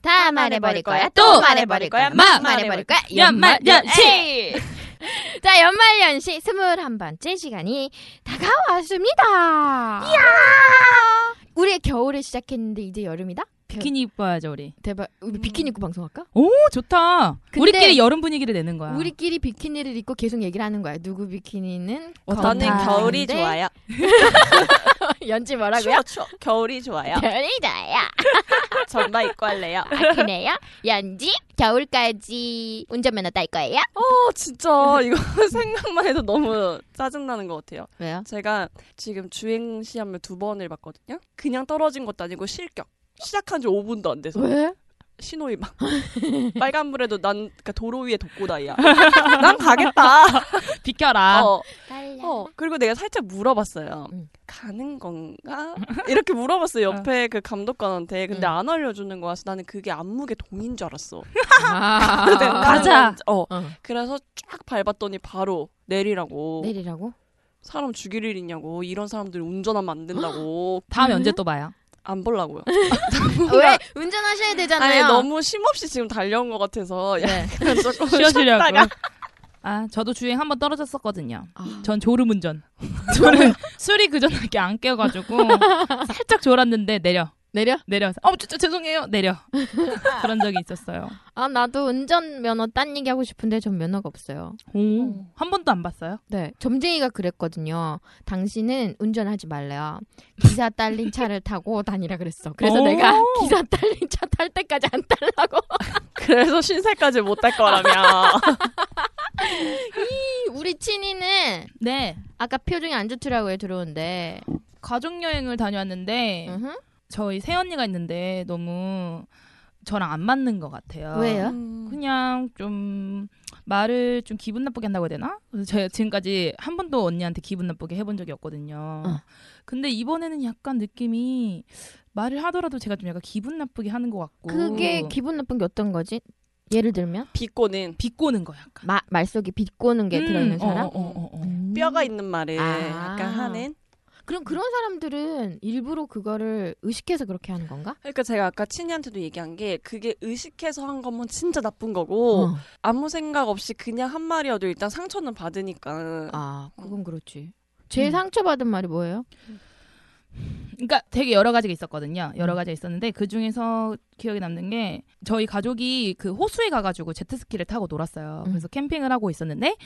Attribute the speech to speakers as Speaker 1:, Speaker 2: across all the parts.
Speaker 1: 다 말해버릴 거야. 또 말해버릴 거야. 막 말해버릴 거야. 연말 연시. 자, 연말 연시 21번째 시간이 다가왔습니다. 이야! 우리 겨울을 시작했는데 이제 여름이다? 별-
Speaker 2: 비키니 입어야죠 우리.
Speaker 1: 대박. 우리 비키니 입고 방송할까?
Speaker 2: 오 좋다.
Speaker 1: 근데-
Speaker 2: 우리끼리 여름 분위기를 내는 거야.
Speaker 1: 우리끼리 비키니를 입고 계속 얘기를 하는 거야. 누구 비키니는
Speaker 2: 어떤
Speaker 3: 저는
Speaker 2: 아,
Speaker 3: 겨울이
Speaker 1: 건데
Speaker 3: 좋아요.
Speaker 1: 연지 뭐라고요?
Speaker 3: 추워 추워. 겨울이 좋아요.
Speaker 1: 별이 좋아요.
Speaker 3: 전바 입고 할래요.
Speaker 1: 그래요? 연지 겨울까지 운전면허 딸 거예요?
Speaker 3: 어 진짜 이거 생각만 해도 너무 짜증 나는 것 같아요.
Speaker 1: 왜요?
Speaker 3: 제가 지금 주행 시험을 두 번을 봤거든요. 그냥 떨어진 것도 아니고 실격. 시작한 지 5분도 안 돼서
Speaker 1: 왜?
Speaker 3: 신호위반. 빨간불에도 난 그러니까 도로 위에 독고다이야. 난 가겠다.
Speaker 2: 비켜라.
Speaker 3: 어,
Speaker 1: 빨라.
Speaker 3: 어, 그리고 내가 살짝 물어봤어요.
Speaker 1: 음.
Speaker 3: 가는 건가? 이렇게 물어봤어요. 옆에 그 감독관한테. 근데
Speaker 1: 음.
Speaker 3: 안 알려주는 거라서 나는 그게 안무게 동인 줄 알았어.
Speaker 1: 아.
Speaker 2: 가자.
Speaker 3: 어.
Speaker 1: 어.
Speaker 3: 그래서 쫙 밟았더니 바로 내리라고.
Speaker 1: 내리라고?
Speaker 3: 사람 죽일 일 있냐고. 이런 사람들 운전하면 안 된다고.
Speaker 2: 다음에 언제 또 봐요?
Speaker 3: 안 보려고요.
Speaker 1: 왜 운전하셔야 되잖아요.
Speaker 3: 아니 너무 심없이 지금 달려온 것 같아서
Speaker 1: 네.
Speaker 3: 약간 조금
Speaker 2: 쉬어주려고.
Speaker 3: 쉬었다가
Speaker 2: 아 저도 주행 한번 떨어졌었거든요.
Speaker 1: 아.
Speaker 2: 전 졸음 운전. 저는 술이 그 전에 안 깨가지고 살짝 졸았는데 내려
Speaker 1: 내려?
Speaker 2: 내려. 어 진짜 죄송해요 내려. 그런 적이 있었어요.
Speaker 1: 아 나도 운전 면허 딴 얘기 하고 싶은데 전 면허가 없어요.
Speaker 2: 한 번도 안 봤어요?
Speaker 1: 네, 점쟁이가 그랬거든요. 당신은 운전하지 말래요. 기사 딸린 차를 타고 다니라 그랬어. 그래서
Speaker 2: 오.
Speaker 1: 내가 기사 딸린 차 탈 때까지 안 달라고.
Speaker 3: 그래서 신세까지 못 할 거라며.
Speaker 1: 우리 친이는
Speaker 2: 네.
Speaker 1: 아까 표정이 안 좋더라고요 들어오는데.
Speaker 2: 가족 여행을 다녀왔는데
Speaker 1: 으흠.
Speaker 2: 저희 새 언니가 있는데 너무 저랑 안 맞는 것 같아요.
Speaker 1: 왜요?
Speaker 3: 음.
Speaker 2: 그냥 좀 말을 좀 기분 나쁘게 한다고 해야 되나? 그래서 제가 지금까지 한 번도 언니한테 기분 나쁘게 해본 적이 없거든요.
Speaker 1: 어.
Speaker 2: 근데 이번에는 약간 느낌이 말을 하더라도 제가 좀 약간 기분 나쁘게 하는 것 같고
Speaker 1: 그게 기분 나쁜 게 어떤 거지? 예를 들면
Speaker 3: 비꼬는
Speaker 2: 비꼬는 거 약간
Speaker 1: 마- 말 속에 비꼬는 게
Speaker 2: 음,
Speaker 1: 들어있는
Speaker 2: 어,
Speaker 1: 사람.
Speaker 2: 어, 어, 어, 어.
Speaker 1: 음.
Speaker 3: 뼈가 있는 말을
Speaker 1: 아.
Speaker 3: 약간 하는.
Speaker 1: 그럼 그런 사람들은 일부러 그거를 의식해서 그렇게 하는 건가?
Speaker 3: 그러니까 제가 아까 친이한테도 얘기한 게 그게 의식해서 한 거면 진짜 나쁜 거고
Speaker 1: 어.
Speaker 3: 아무 생각 없이 그냥 한 말이어도 일단 상처는 받으니까.
Speaker 1: 아, 그건 그렇지. 제일
Speaker 2: 음.
Speaker 1: 상처받은 말이 뭐예요?
Speaker 2: 그러니까 되게 여러 가지가 있었거든요. 여러 가지가 있었는데 그 중에서 기억에 남는 게 저희 가족이 그 호수에 가가지고 제트스키를 타고 놀았어요.
Speaker 1: 음.
Speaker 2: 그래서 캠핑을 하고 있었는데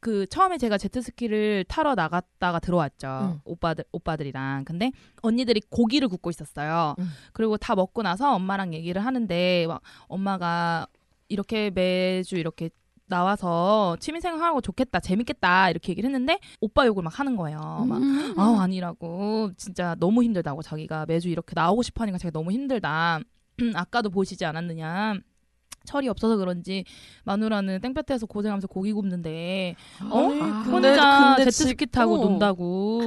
Speaker 2: 그 처음에 제가 제트스키를 타러 나갔다가 들어왔죠.
Speaker 1: 음.
Speaker 2: 오빠들 오빠들이랑 근데 언니들이 고기를 굽고 있었어요.
Speaker 1: 음.
Speaker 2: 그리고 다 먹고 나서 엄마랑 얘기를 하는데 막 엄마가 이렇게 매주 이렇게 나와서 취미생활하고 좋겠다 재밌겠다 이렇게 얘기를 했는데 오빠 욕을 막 하는 거예요. 막
Speaker 3: 음.
Speaker 2: 아 아니라고 진짜 너무 힘들다고 자기가 매주 이렇게 나오고 싶어하니까 자기가 너무 힘들다 아까도 보시지 않았느냐 철이 없어서 그런지 마누라는 땡볕에서 고생하면서 고기 굽는데 어?
Speaker 3: 아니, 근데-
Speaker 2: 혼자
Speaker 3: 근데
Speaker 2: 제트스키
Speaker 3: 지-
Speaker 2: 타고
Speaker 3: 어.
Speaker 2: 논다고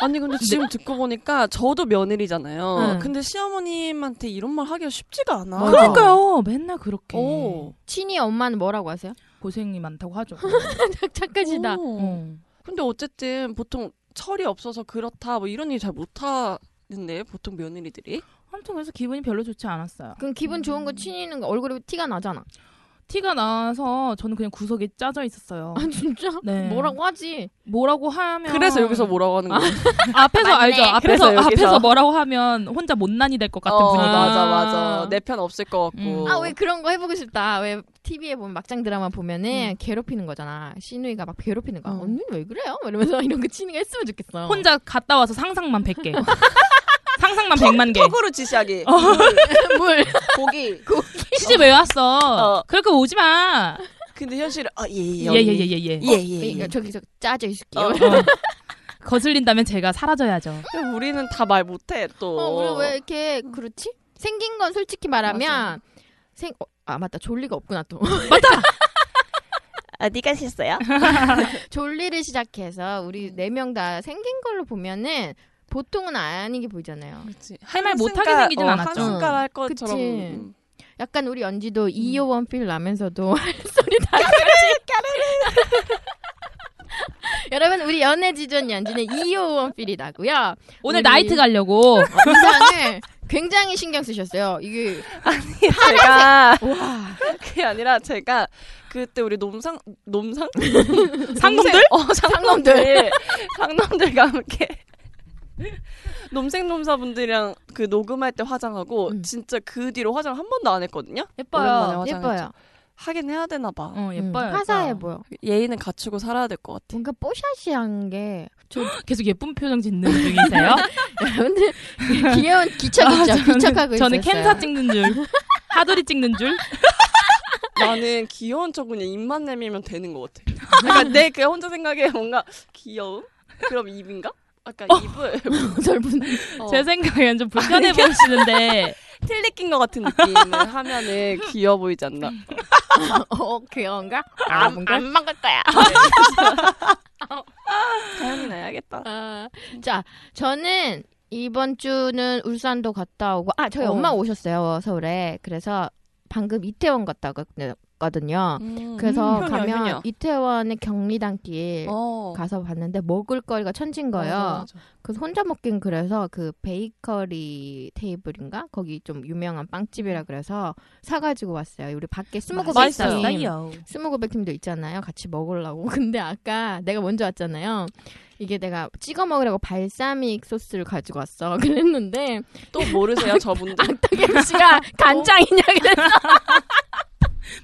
Speaker 3: 아니 근데 지금 듣고 보니까 저도 며느리잖아요.
Speaker 1: 응.
Speaker 3: 근데 시어머님한테 이런 말 하기가 쉽지가 않아.
Speaker 1: 맞아.
Speaker 2: 네. 그러니까요 맨날 그렇게
Speaker 3: 오.
Speaker 1: 친이 엄마는 뭐라고 하세요?
Speaker 2: 고생이 많다고
Speaker 3: 어.
Speaker 2: 하죠
Speaker 1: 착각이다.
Speaker 3: 오.
Speaker 2: 어.
Speaker 3: 근데 어쨌든 보통 철이 없어서 그렇다 뭐 이런 일 잘 못하는데 보통 며느리들이
Speaker 2: 아무튼 그래서 기분이 별로 좋지 않았어요
Speaker 1: 그럼 기분 좋은 거 친이는 거 얼굴에 티가 나잖아.
Speaker 2: 티가 나서 저는 그냥 구석에 짜져 있었어요
Speaker 1: 아 진짜?
Speaker 2: 네.
Speaker 1: 뭐라고 하지?
Speaker 2: 뭐라고 하면 아.
Speaker 3: 그래서 여기서 뭐라고 하는 거야?
Speaker 2: 앞에서
Speaker 1: 맞네.
Speaker 2: 알죠 앞에서
Speaker 3: 그래서 여기서.
Speaker 2: 앞에서 뭐라고 하면 혼자 못난이 될 것 같은
Speaker 3: 어,
Speaker 2: 분위기 어.
Speaker 3: 맞아 맞아 내 편 없을 것
Speaker 2: 음.
Speaker 3: 같고
Speaker 1: 아 왜 그런 거 해보고 싶다. 왜 TV에 보면 막장 드라마 보면은 괴롭히는 거잖아. 시누이가 막 괴롭히는 거야.
Speaker 3: 어.
Speaker 1: 언니 는왜 그래요? 막 이러면서 이런 거 친이가 했으면 좋겠어.
Speaker 2: 혼자 갔다 와서 상상만 100개 상상만 100만 개
Speaker 3: 턱으로
Speaker 2: 어.
Speaker 3: 지시하기
Speaker 1: 물.
Speaker 3: 고기
Speaker 2: 시집 왜 왔어
Speaker 3: 어.
Speaker 2: 그럴 거면 오지 마
Speaker 3: 근데 현실은 아예예
Speaker 2: 예 예 예 예예
Speaker 1: 그러니까 저기 저 짜져 있을게요.
Speaker 3: 어.
Speaker 2: 거슬린다면 제가 사라져야죠
Speaker 3: 우리는 다 말 못해 또.
Speaker 1: 어, 우리 왜 이렇게 그렇지? 생긴 건 솔직히 말하면 생, 어, 아 맞다 졸리가 없구나 또
Speaker 3: 아, 네가 실수야?
Speaker 1: 졸리를 시작해서 우리 네 명 다 생긴 걸로 보면은 보통은 아니게 보이잖아요.
Speaker 2: 할 말 못하게 생기진 않았죠.
Speaker 3: 어,
Speaker 2: 어.
Speaker 3: 한순간 할 것처럼.
Speaker 1: 그치.
Speaker 3: 음.
Speaker 1: 약간 우리 연지도 이효원 필 나면서도 할 소리 다 여러분 우리 연애지존 연지는 이효원 필이 나고요.
Speaker 2: 오늘
Speaker 1: 우리-
Speaker 2: 나이트 가려고
Speaker 1: 의상을 굉장히 신경 쓰셨어요. 이게
Speaker 3: 제가
Speaker 1: 와
Speaker 3: 그게 아니라 제가 그때 우리 놈상 놈상
Speaker 2: 상놈들?
Speaker 3: 어 상놈들 상놈들과 함께 놈생 놈사분들이랑 그 녹음할 때 화장하고
Speaker 1: 음.
Speaker 3: 진짜 그 뒤로 화장 한 번도 안 했거든요. 오랜만에
Speaker 2: 예뻐요.
Speaker 3: 화장했죠.
Speaker 1: 예뻐요.
Speaker 3: 하긴 해야 되나 봐.
Speaker 2: 어
Speaker 1: 음,
Speaker 2: 예뻐요.
Speaker 1: 화사해
Speaker 2: 예뻐요.
Speaker 1: 보여.
Speaker 3: 예의는 갖추고 살아야 될 것 같아.
Speaker 1: 뭔가 뽀샤시한 게
Speaker 2: 계속 예쁜 표정 짓는 중이세요?
Speaker 1: 여러분들 귀여운 기척 있죠?
Speaker 2: 아, 저는-
Speaker 1: 기척하고
Speaker 2: 저는
Speaker 1: 있었어요.
Speaker 2: 캔사 찍는 줄, 하도리 찍는 줄.
Speaker 3: 나는 귀여운 척 그냥 입만 내밀면 되는 것 같아. 그러니까 내 그냥 혼자 생각에 뭔가 귀여움? 그럼 입인가? 아까 입을
Speaker 1: 넓은
Speaker 3: 어,
Speaker 2: 제 생각엔 좀 불편해 보이시는데
Speaker 3: 틀리 낀것 같은 느낌을 하면은 귀여워 보이지 않나?
Speaker 1: 어 귀여운가? 아, 뭔가?
Speaker 4: 먹을 거야.
Speaker 3: 자연이 나야겠다.
Speaker 1: 아, 자 저는 이번 주는 울산도 갔다 오고 아 저희
Speaker 3: 어.
Speaker 1: 엄마 오셨어요 서울에 그래서 방금 이태원 갔다 왔거든요. 그래서
Speaker 3: 음,
Speaker 1: 가면
Speaker 3: 효녀, 효녀.
Speaker 1: 이태원의 경리단길
Speaker 3: 어.
Speaker 1: 가서 봤는데 먹을거리가 천진
Speaker 2: 어,
Speaker 1: 거예요.
Speaker 3: 맞아, 맞아.
Speaker 1: 그래서 혼자 먹긴 그래서 그 베이커리 테이블인가 거기 좀 유명한 빵집이라 그래서 사가지고 왔어요. 우리 밖에 스무고백
Speaker 3: 맛있어요.
Speaker 1: 팀 스무고백 팀도 있잖아요. 같이 먹으려고. 근데 아까 내가 먼저 왔잖아요. 이게 내가 찍어 먹으려고 발사믹 소스를 가지고 왔어. 그랬는데
Speaker 3: 또 모르세요 저분들?
Speaker 1: 탁임
Speaker 3: 어?
Speaker 1: 씨가 간장이냐 그래서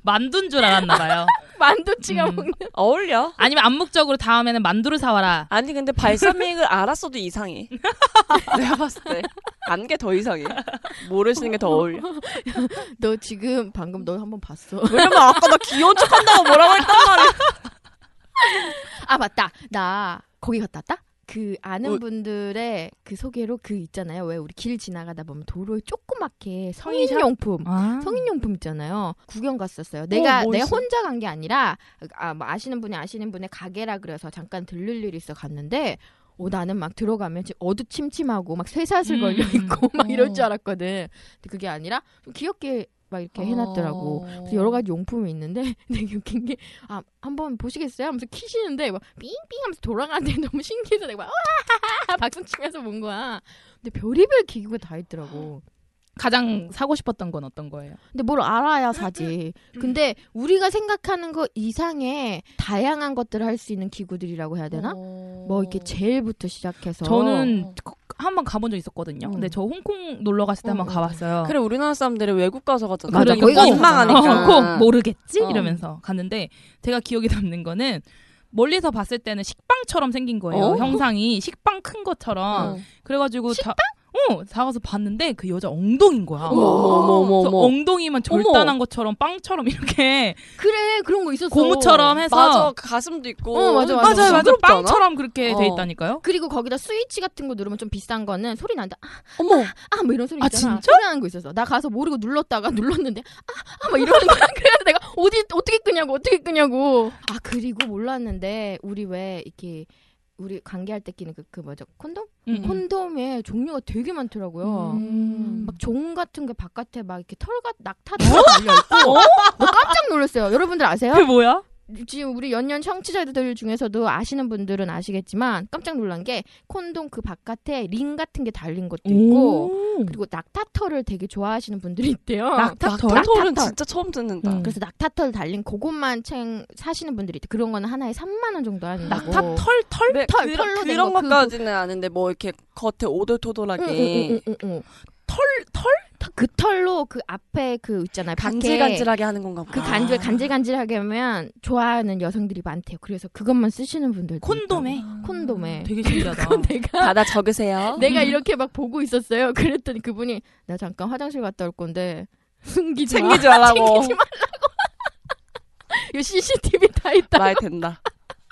Speaker 2: 만두인 줄 알았나 봐요.
Speaker 1: 만두 찍어
Speaker 2: 음.
Speaker 1: 먹는.
Speaker 3: 어울려.
Speaker 2: 아니면 암묵적으로 다음에는 만두를 사와라.
Speaker 3: 아니 근데 발사믹을 알았어도 이상해. 내가 봤을 때 안게 더 이상해. 모르시는 게 더 어울려.
Speaker 1: 너 지금 방금 너 한번 봤어.
Speaker 3: 왜냐면 아까 나 귀여운 척한다고 뭐라고 했단 말이야.
Speaker 1: 아 맞다. 나 거기 갔다 왔다. 그 아는
Speaker 3: 어.
Speaker 1: 분들의 그 소개로 그 있잖아요. 왜 우리 길 지나가다 보면 도로에 조그맣게 성인용품
Speaker 2: 아.
Speaker 1: 성인용품 있잖아요. 구경 갔었어요. 내가
Speaker 3: 뭐
Speaker 1: 내가
Speaker 3: 있어?
Speaker 1: 혼자 간 게 아니라 아, 뭐 아시는 분이 아시는 분의 가게라 그래서 잠깐 들를 일이 있어 갔는데 어, 나는 막 들어가면 지금 어두침침하고 막 쇠사슬
Speaker 2: 음.
Speaker 1: 걸려 있고 막
Speaker 3: 어.
Speaker 1: 이럴 줄 알았거든. 근데 그게 아니라 좀 귀엽게 막 이렇게 해놨더라고.
Speaker 2: 어.
Speaker 1: 그래서 여러 가지 용품이 있는데 되게 웃긴 게 아, 한번 보시겠어요? 하면서 키시는데 막 삥삥 하면서 돌아가는데 너무 신기해서 내가 막 와! 박수 치면서 본 거야. 근데 별의별 기구가 다 있더라고.
Speaker 2: 가장 사고 싶었던 건 어떤 거예요?
Speaker 1: 근데 뭘 알아야 사지. 근데 우리가 생각하는 거 이상의 다양한 것들을 할 수 있는 기구들이라고 해야 되나? 뭐 이렇게 젤부터 시작해서
Speaker 2: 어. 저는 한 번 가본 적 있었거든요.
Speaker 1: 음.
Speaker 2: 근데 저 홍콩 놀러 갔을 때 한 번
Speaker 1: 음, 음.
Speaker 2: 가봤어요.
Speaker 3: 그래 우리나라 사람들이 외국 가서 갔잖아.
Speaker 1: 맞아,
Speaker 2: 그러니까
Speaker 1: 거기 가서
Speaker 3: 민망하니까.
Speaker 1: 가잖아.
Speaker 2: 홍콩 모르겠지
Speaker 3: 어.
Speaker 2: 이러면서 갔는데 제가 기억에 남는 거는 멀리서 봤을 때는 식빵처럼 생긴 거예요.
Speaker 3: 어?
Speaker 2: 형상이 식빵 큰 것처럼.
Speaker 3: 어.
Speaker 2: 그래가지고 식당? 다, 어 어, 다가서 봤는데 그 여자 엉덩인 거야.
Speaker 5: 어머, 어머,
Speaker 2: 그래서
Speaker 5: 어머.
Speaker 2: 엉덩이만 졸단한 것처럼 빵처럼 이렇게
Speaker 1: 그래 그런 거 있었어.
Speaker 2: 고무처럼 해서
Speaker 3: 맞아 그 가슴도 있고
Speaker 1: 어, 맞아, 맞아.
Speaker 2: 맞아요, 맞아요.
Speaker 3: 징그럽지 않아?
Speaker 2: 빵처럼 그렇게
Speaker 1: 어.
Speaker 2: 돼 있다니까요.
Speaker 1: 그리고 거기다 스위치 같은 거 누르면 좀 비싼 거는 소리 난다.
Speaker 3: 어머
Speaker 1: 아 뭐 이런 소리
Speaker 2: 아,
Speaker 1: 있잖아.
Speaker 2: 진짜?
Speaker 1: 소리 나는 거 있었어. 나 가서 모르고 눌렀다가 눌렀는데 아아막 이러는 거야. 그래서 내가 어디 어떻게 끄냐고 어떻게 끄냐고. 아 그리고 몰랐는데 우리 왜 이렇게 우리 관계할 때 끼는 그, 그 뭐죠 콘돔?
Speaker 2: 음.
Speaker 1: 콘돔에 종류가 되게 많더라고요.
Speaker 2: 음.
Speaker 1: 막 종 같은 게 바깥에 막 이렇게 털같 낙타처럼 달려 있고 나 깜짝 놀랐어요. 여러분들 아세요?
Speaker 2: 그게 뭐야?
Speaker 1: 지금 우리 연년 청취자들 중에서도 아시는 분들은 아시겠지만 깜짝 놀란 게 콘돔 그 바깥에 링 같은 게 달린 것도 그 있고
Speaker 2: 오.
Speaker 1: 그리고 낙타털을 되게 좋아하시는 분들이 있대요.
Speaker 2: 음. 낙타털?
Speaker 3: 털은
Speaker 1: 털.
Speaker 3: 진짜 처음 듣는다.
Speaker 2: 음.
Speaker 1: 그래서 낙타털 달린 그것만 챙 사시는 분들이 있대. 그런 거는 하나에 3만 원 정도 하는
Speaker 2: 낙타 털 털?
Speaker 3: 네,
Speaker 1: 털,
Speaker 3: 그,
Speaker 1: 털로 된
Speaker 3: 그런
Speaker 1: 거,
Speaker 3: 것까지는 아는데 뭐 이렇게 겉에 오돌토돌하게
Speaker 1: 털털 그 털로 그 앞에 그 있잖아요. 밖에
Speaker 3: 간질간질하게 하는 건가
Speaker 2: 아.
Speaker 3: 봐.
Speaker 1: 그 간질 간질간질하게 하면 좋아하는 여성들이 많대요. 그래서 그것만 쓰시는 분들
Speaker 2: 콘돔에 음,
Speaker 1: 콘돔에
Speaker 2: 되게 신기하다.
Speaker 1: 그건 내가
Speaker 3: 받아 적으세요. 네.
Speaker 1: 내가 이렇게 막 보고 있었어요. 그랬더니 그분이 나 잠깐 화장실 갔다 올 건데 숨기지 마.
Speaker 3: 아, 챙기지 말라고.
Speaker 1: 챙기지 이 CCTV 다 있다.
Speaker 3: 말 된다.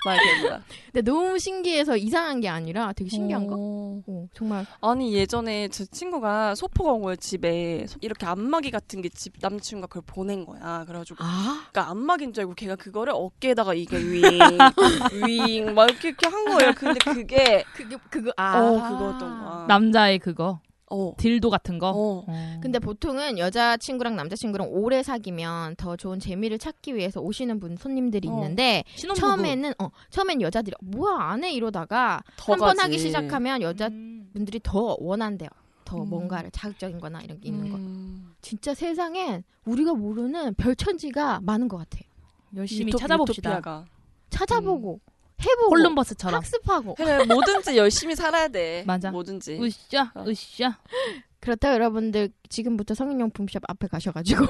Speaker 3: 말 된다.
Speaker 1: 근데 너무 신기해서 이상한 게 아니라 되게 신기한 거. 어, 정말
Speaker 3: 아니 예전에 제 친구가 소포가 온 거예요 집에 소- 이렇게 안마기 같은 게 집 남친과 그걸 보낸 거야 그래가지고
Speaker 1: 아
Speaker 3: 그러니까 안마기인 줄 알고 걔가 그거를 어깨에다가 이게 윙윙막 이렇게, 이렇게 한 거예요 근데 그게
Speaker 1: 그게 그거 아
Speaker 3: 어 그거였던 거야
Speaker 2: 남자의 그거
Speaker 3: 어.
Speaker 2: 딜도 같은 거.
Speaker 3: 어.
Speaker 2: 어.
Speaker 1: 근데 보통은 여자 친구랑 남자 친구랑 오래 사귀면 더 좋은 재미를 찾기 위해서 오시는 분 손님들이
Speaker 3: 어.
Speaker 1: 있는데
Speaker 2: 신혼부부.
Speaker 1: 처음에는 어 처음엔 여자들이 뭐야 안 해 이러다가
Speaker 3: 더
Speaker 1: 한 번
Speaker 3: 가지.
Speaker 1: 하기 시작하면 여자
Speaker 2: 음.
Speaker 1: 분들이 더 원한대요. 더
Speaker 3: 음.
Speaker 1: 뭔가를 자극적인 거나 이런 게 있는 거.
Speaker 3: 음.
Speaker 1: 진짜 세상엔 우리가 모르는 별천지가 많은 것 같아.
Speaker 2: 열심히
Speaker 3: 유토-
Speaker 2: 찾아봅시다.
Speaker 3: 유토피아가.
Speaker 1: 찾아보고
Speaker 3: 음.
Speaker 1: 해보고
Speaker 2: 콜럼버스처럼.
Speaker 1: 학습하고
Speaker 3: 그래 뭐든지 열심히 살아야 돼
Speaker 2: 맞아.
Speaker 3: 뭐든지
Speaker 2: 으쌰,
Speaker 1: 어.
Speaker 2: 으쌰.
Speaker 1: 그렇다 여러분들 지금부터 성인용품 샵 앞에 가셔가지고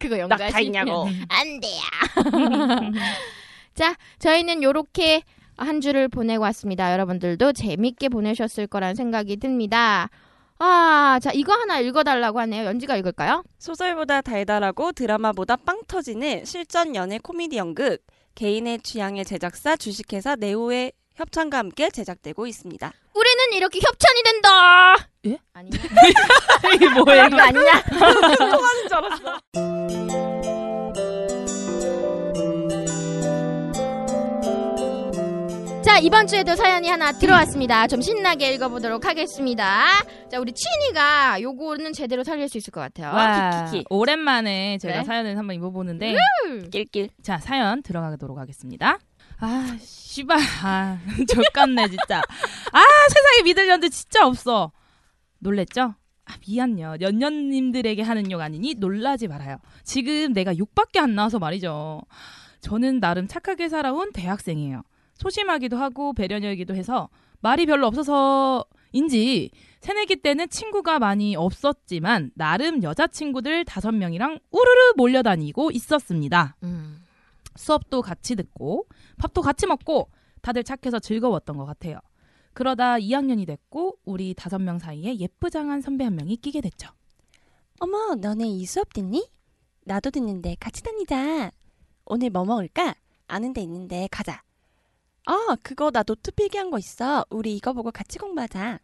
Speaker 1: 그거
Speaker 3: 낙타
Speaker 1: 연가시면
Speaker 3: 있냐고
Speaker 1: 안 돼요. 자 저희는 요렇게 한 주를 보내고 왔습니다. 여러분들도 재밌게 보내셨을 거란 생각이 듭니다. 아, 자 이거 하나 읽어달라고 하네요. 연지가 읽을까요?
Speaker 3: 소설보다 달달하고 드라마보다 빵 터지는 실전 연애 코미디 연극 개인의 취향의 제작사 주식회사 네오의 협찬과 함께 제작되고 있습니다.
Speaker 1: 우리는 이렇게 협찬이 된다.
Speaker 2: 예?
Speaker 1: 아니야.
Speaker 2: 이게 뭐예요?
Speaker 1: 이거 아니야.
Speaker 3: 통하는 줄 알았어.
Speaker 1: 자 이번 주에도 사연이 하나 들어왔습니다. 좀 신나게 읽어보도록 하겠습니다. 자 우리 친이가 요거는 제대로 살릴 수 있을 것 같아요.
Speaker 2: 와,
Speaker 1: 어, 키키키.
Speaker 2: 오랜만에 제가
Speaker 1: 네.
Speaker 2: 사연을 한번 입어보는데
Speaker 1: 음.
Speaker 3: 낄낄.
Speaker 2: 자 사연 들어가도록 하겠습니다. 아 씨발 아 적같네 진짜. 아 세상에 믿을 년들 진짜 없어. 놀랬죠? 아 미안요. 연년님들에게 하는 욕 아니니 놀라지 말아요. 지금 내가 욕밖에 안 나와서 말이죠. 저는 나름 착하게 살아온 대학생이에요. 소심하기도 하고 배려녀이기도 해서 말이 별로 없어서인지 새내기 때는 친구가 많이 없었지만 나름 여자친구들 다섯 명이랑 우르르 몰려다니고 있었습니다.
Speaker 1: 음.
Speaker 2: 수업도 같이 듣고 밥도 같이 먹고 다들 착해서 즐거웠던 것 같아요. 그러다 2학년이 됐고 우리 다섯 명 사이에 예쁘장한 선배 한 명이 끼게 됐죠.
Speaker 6: 어머, 너네 이 수업 듣니? 나도 듣는데 같이 다니자. 오늘 뭐 먹을까? 아는 데 있는데 가자.
Speaker 3: 아 그거 나 노트 필기한 거 있어. 우리 이거 보고 같이 공부하자.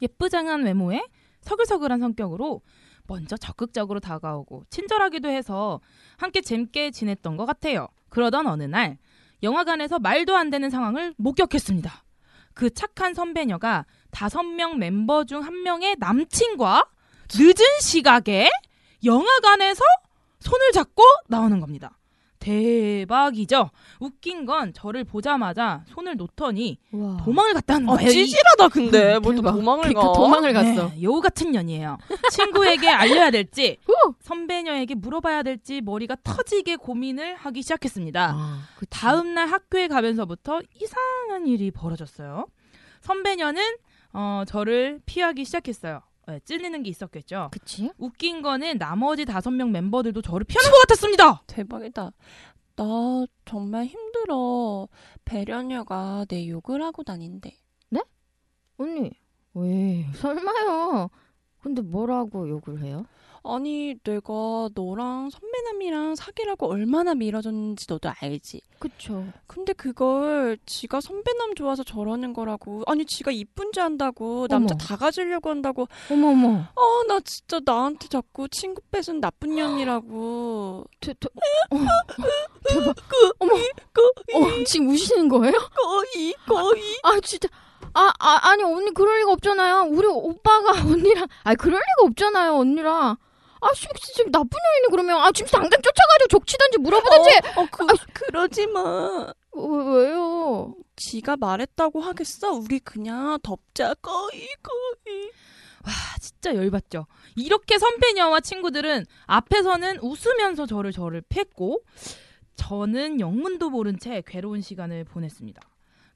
Speaker 2: 예쁘장한 외모에 서글서글한 성격으로 먼저 적극적으로 다가오고 친절하기도 해서 함께 재밌게 지냈던 것 같아요. 그러던 어느 날 영화관에서 말도 안 되는 상황을 목격했습니다. 그 착한 선배녀가 다섯 명 멤버 중 한 명의 남친과 늦은 시각에 영화관에서 손을 잡고 나오는 겁니다. 대박이죠. 웃긴 건 저를 보자마자 손을 놓더니 도망을 갔다는
Speaker 3: 아
Speaker 2: 거예요. 이-
Speaker 3: 찌질하다 근데 뭘또
Speaker 1: 대박.
Speaker 3: 도망을 가.
Speaker 1: 그러니까 도망을 갔어.
Speaker 2: 네, 여우 같은 년이에요. 친구에게 알려야 될지, 선배녀에게 물어봐야 될지 머리가 터지게 고민을 하기 시작했습니다.
Speaker 3: 예.
Speaker 1: 아, 그
Speaker 2: 다음 날 학교에 가면서부터 이상한 일이 벌어졌어요. 선배녀는 어, 저를 피하기 시작했어요. 네, 찔리는 게 있었겠죠.
Speaker 1: 그치?
Speaker 2: 웃긴 거는 나머지 다섯 명 멤버들도 저를 피하는 것 같았습니다.
Speaker 3: 대박이다. 나 정말 힘들어. 배려녀가 내 욕을 하고 다닌대.
Speaker 1: 언니
Speaker 7: 왜 설마요? 근데 뭐라고 욕을 해요?
Speaker 3: 아니 내가 너랑 선배남이랑 사귀라고 얼마나 밀어줬는지 너도 알지.
Speaker 7: 그쵸.
Speaker 3: 근데 그걸 지가 선배남 좋아서 저러는 거라고. 아니 지가 이쁜지 한다고 남자
Speaker 7: 어머.
Speaker 3: 다 가지려고 한다고.
Speaker 7: 어머머.
Speaker 3: 아 나 진짜 나한테 자꾸 친구 뺏은 나쁜 년이라고.
Speaker 7: 대, 대, 어, 대박. 어머. 어, 지금 우시는 거예요?
Speaker 3: 거의 거의.
Speaker 7: 아 진짜 아, 아 아니 언니 그럴 리가 없잖아요 우리 오빠가 언니랑 아 그럴 리가 없잖아요 언니랑 아 씨, 지금 나쁜 년이네 그러면 아 지금 당장 쫓아가지고 족치든지 물어보든지
Speaker 3: 어 그, 그러지 마.
Speaker 7: 어, 왜요
Speaker 3: 지가 말했다고 하겠어? 우리 그냥 덮자. 거의 거의.
Speaker 2: 아, 진짜 열받죠. 이렇게 선배녀와 친구들은 앞에서는 웃으면서 저를 저를 팼고 저는 영문도 모른 채 괴로운 시간을 보냈습니다.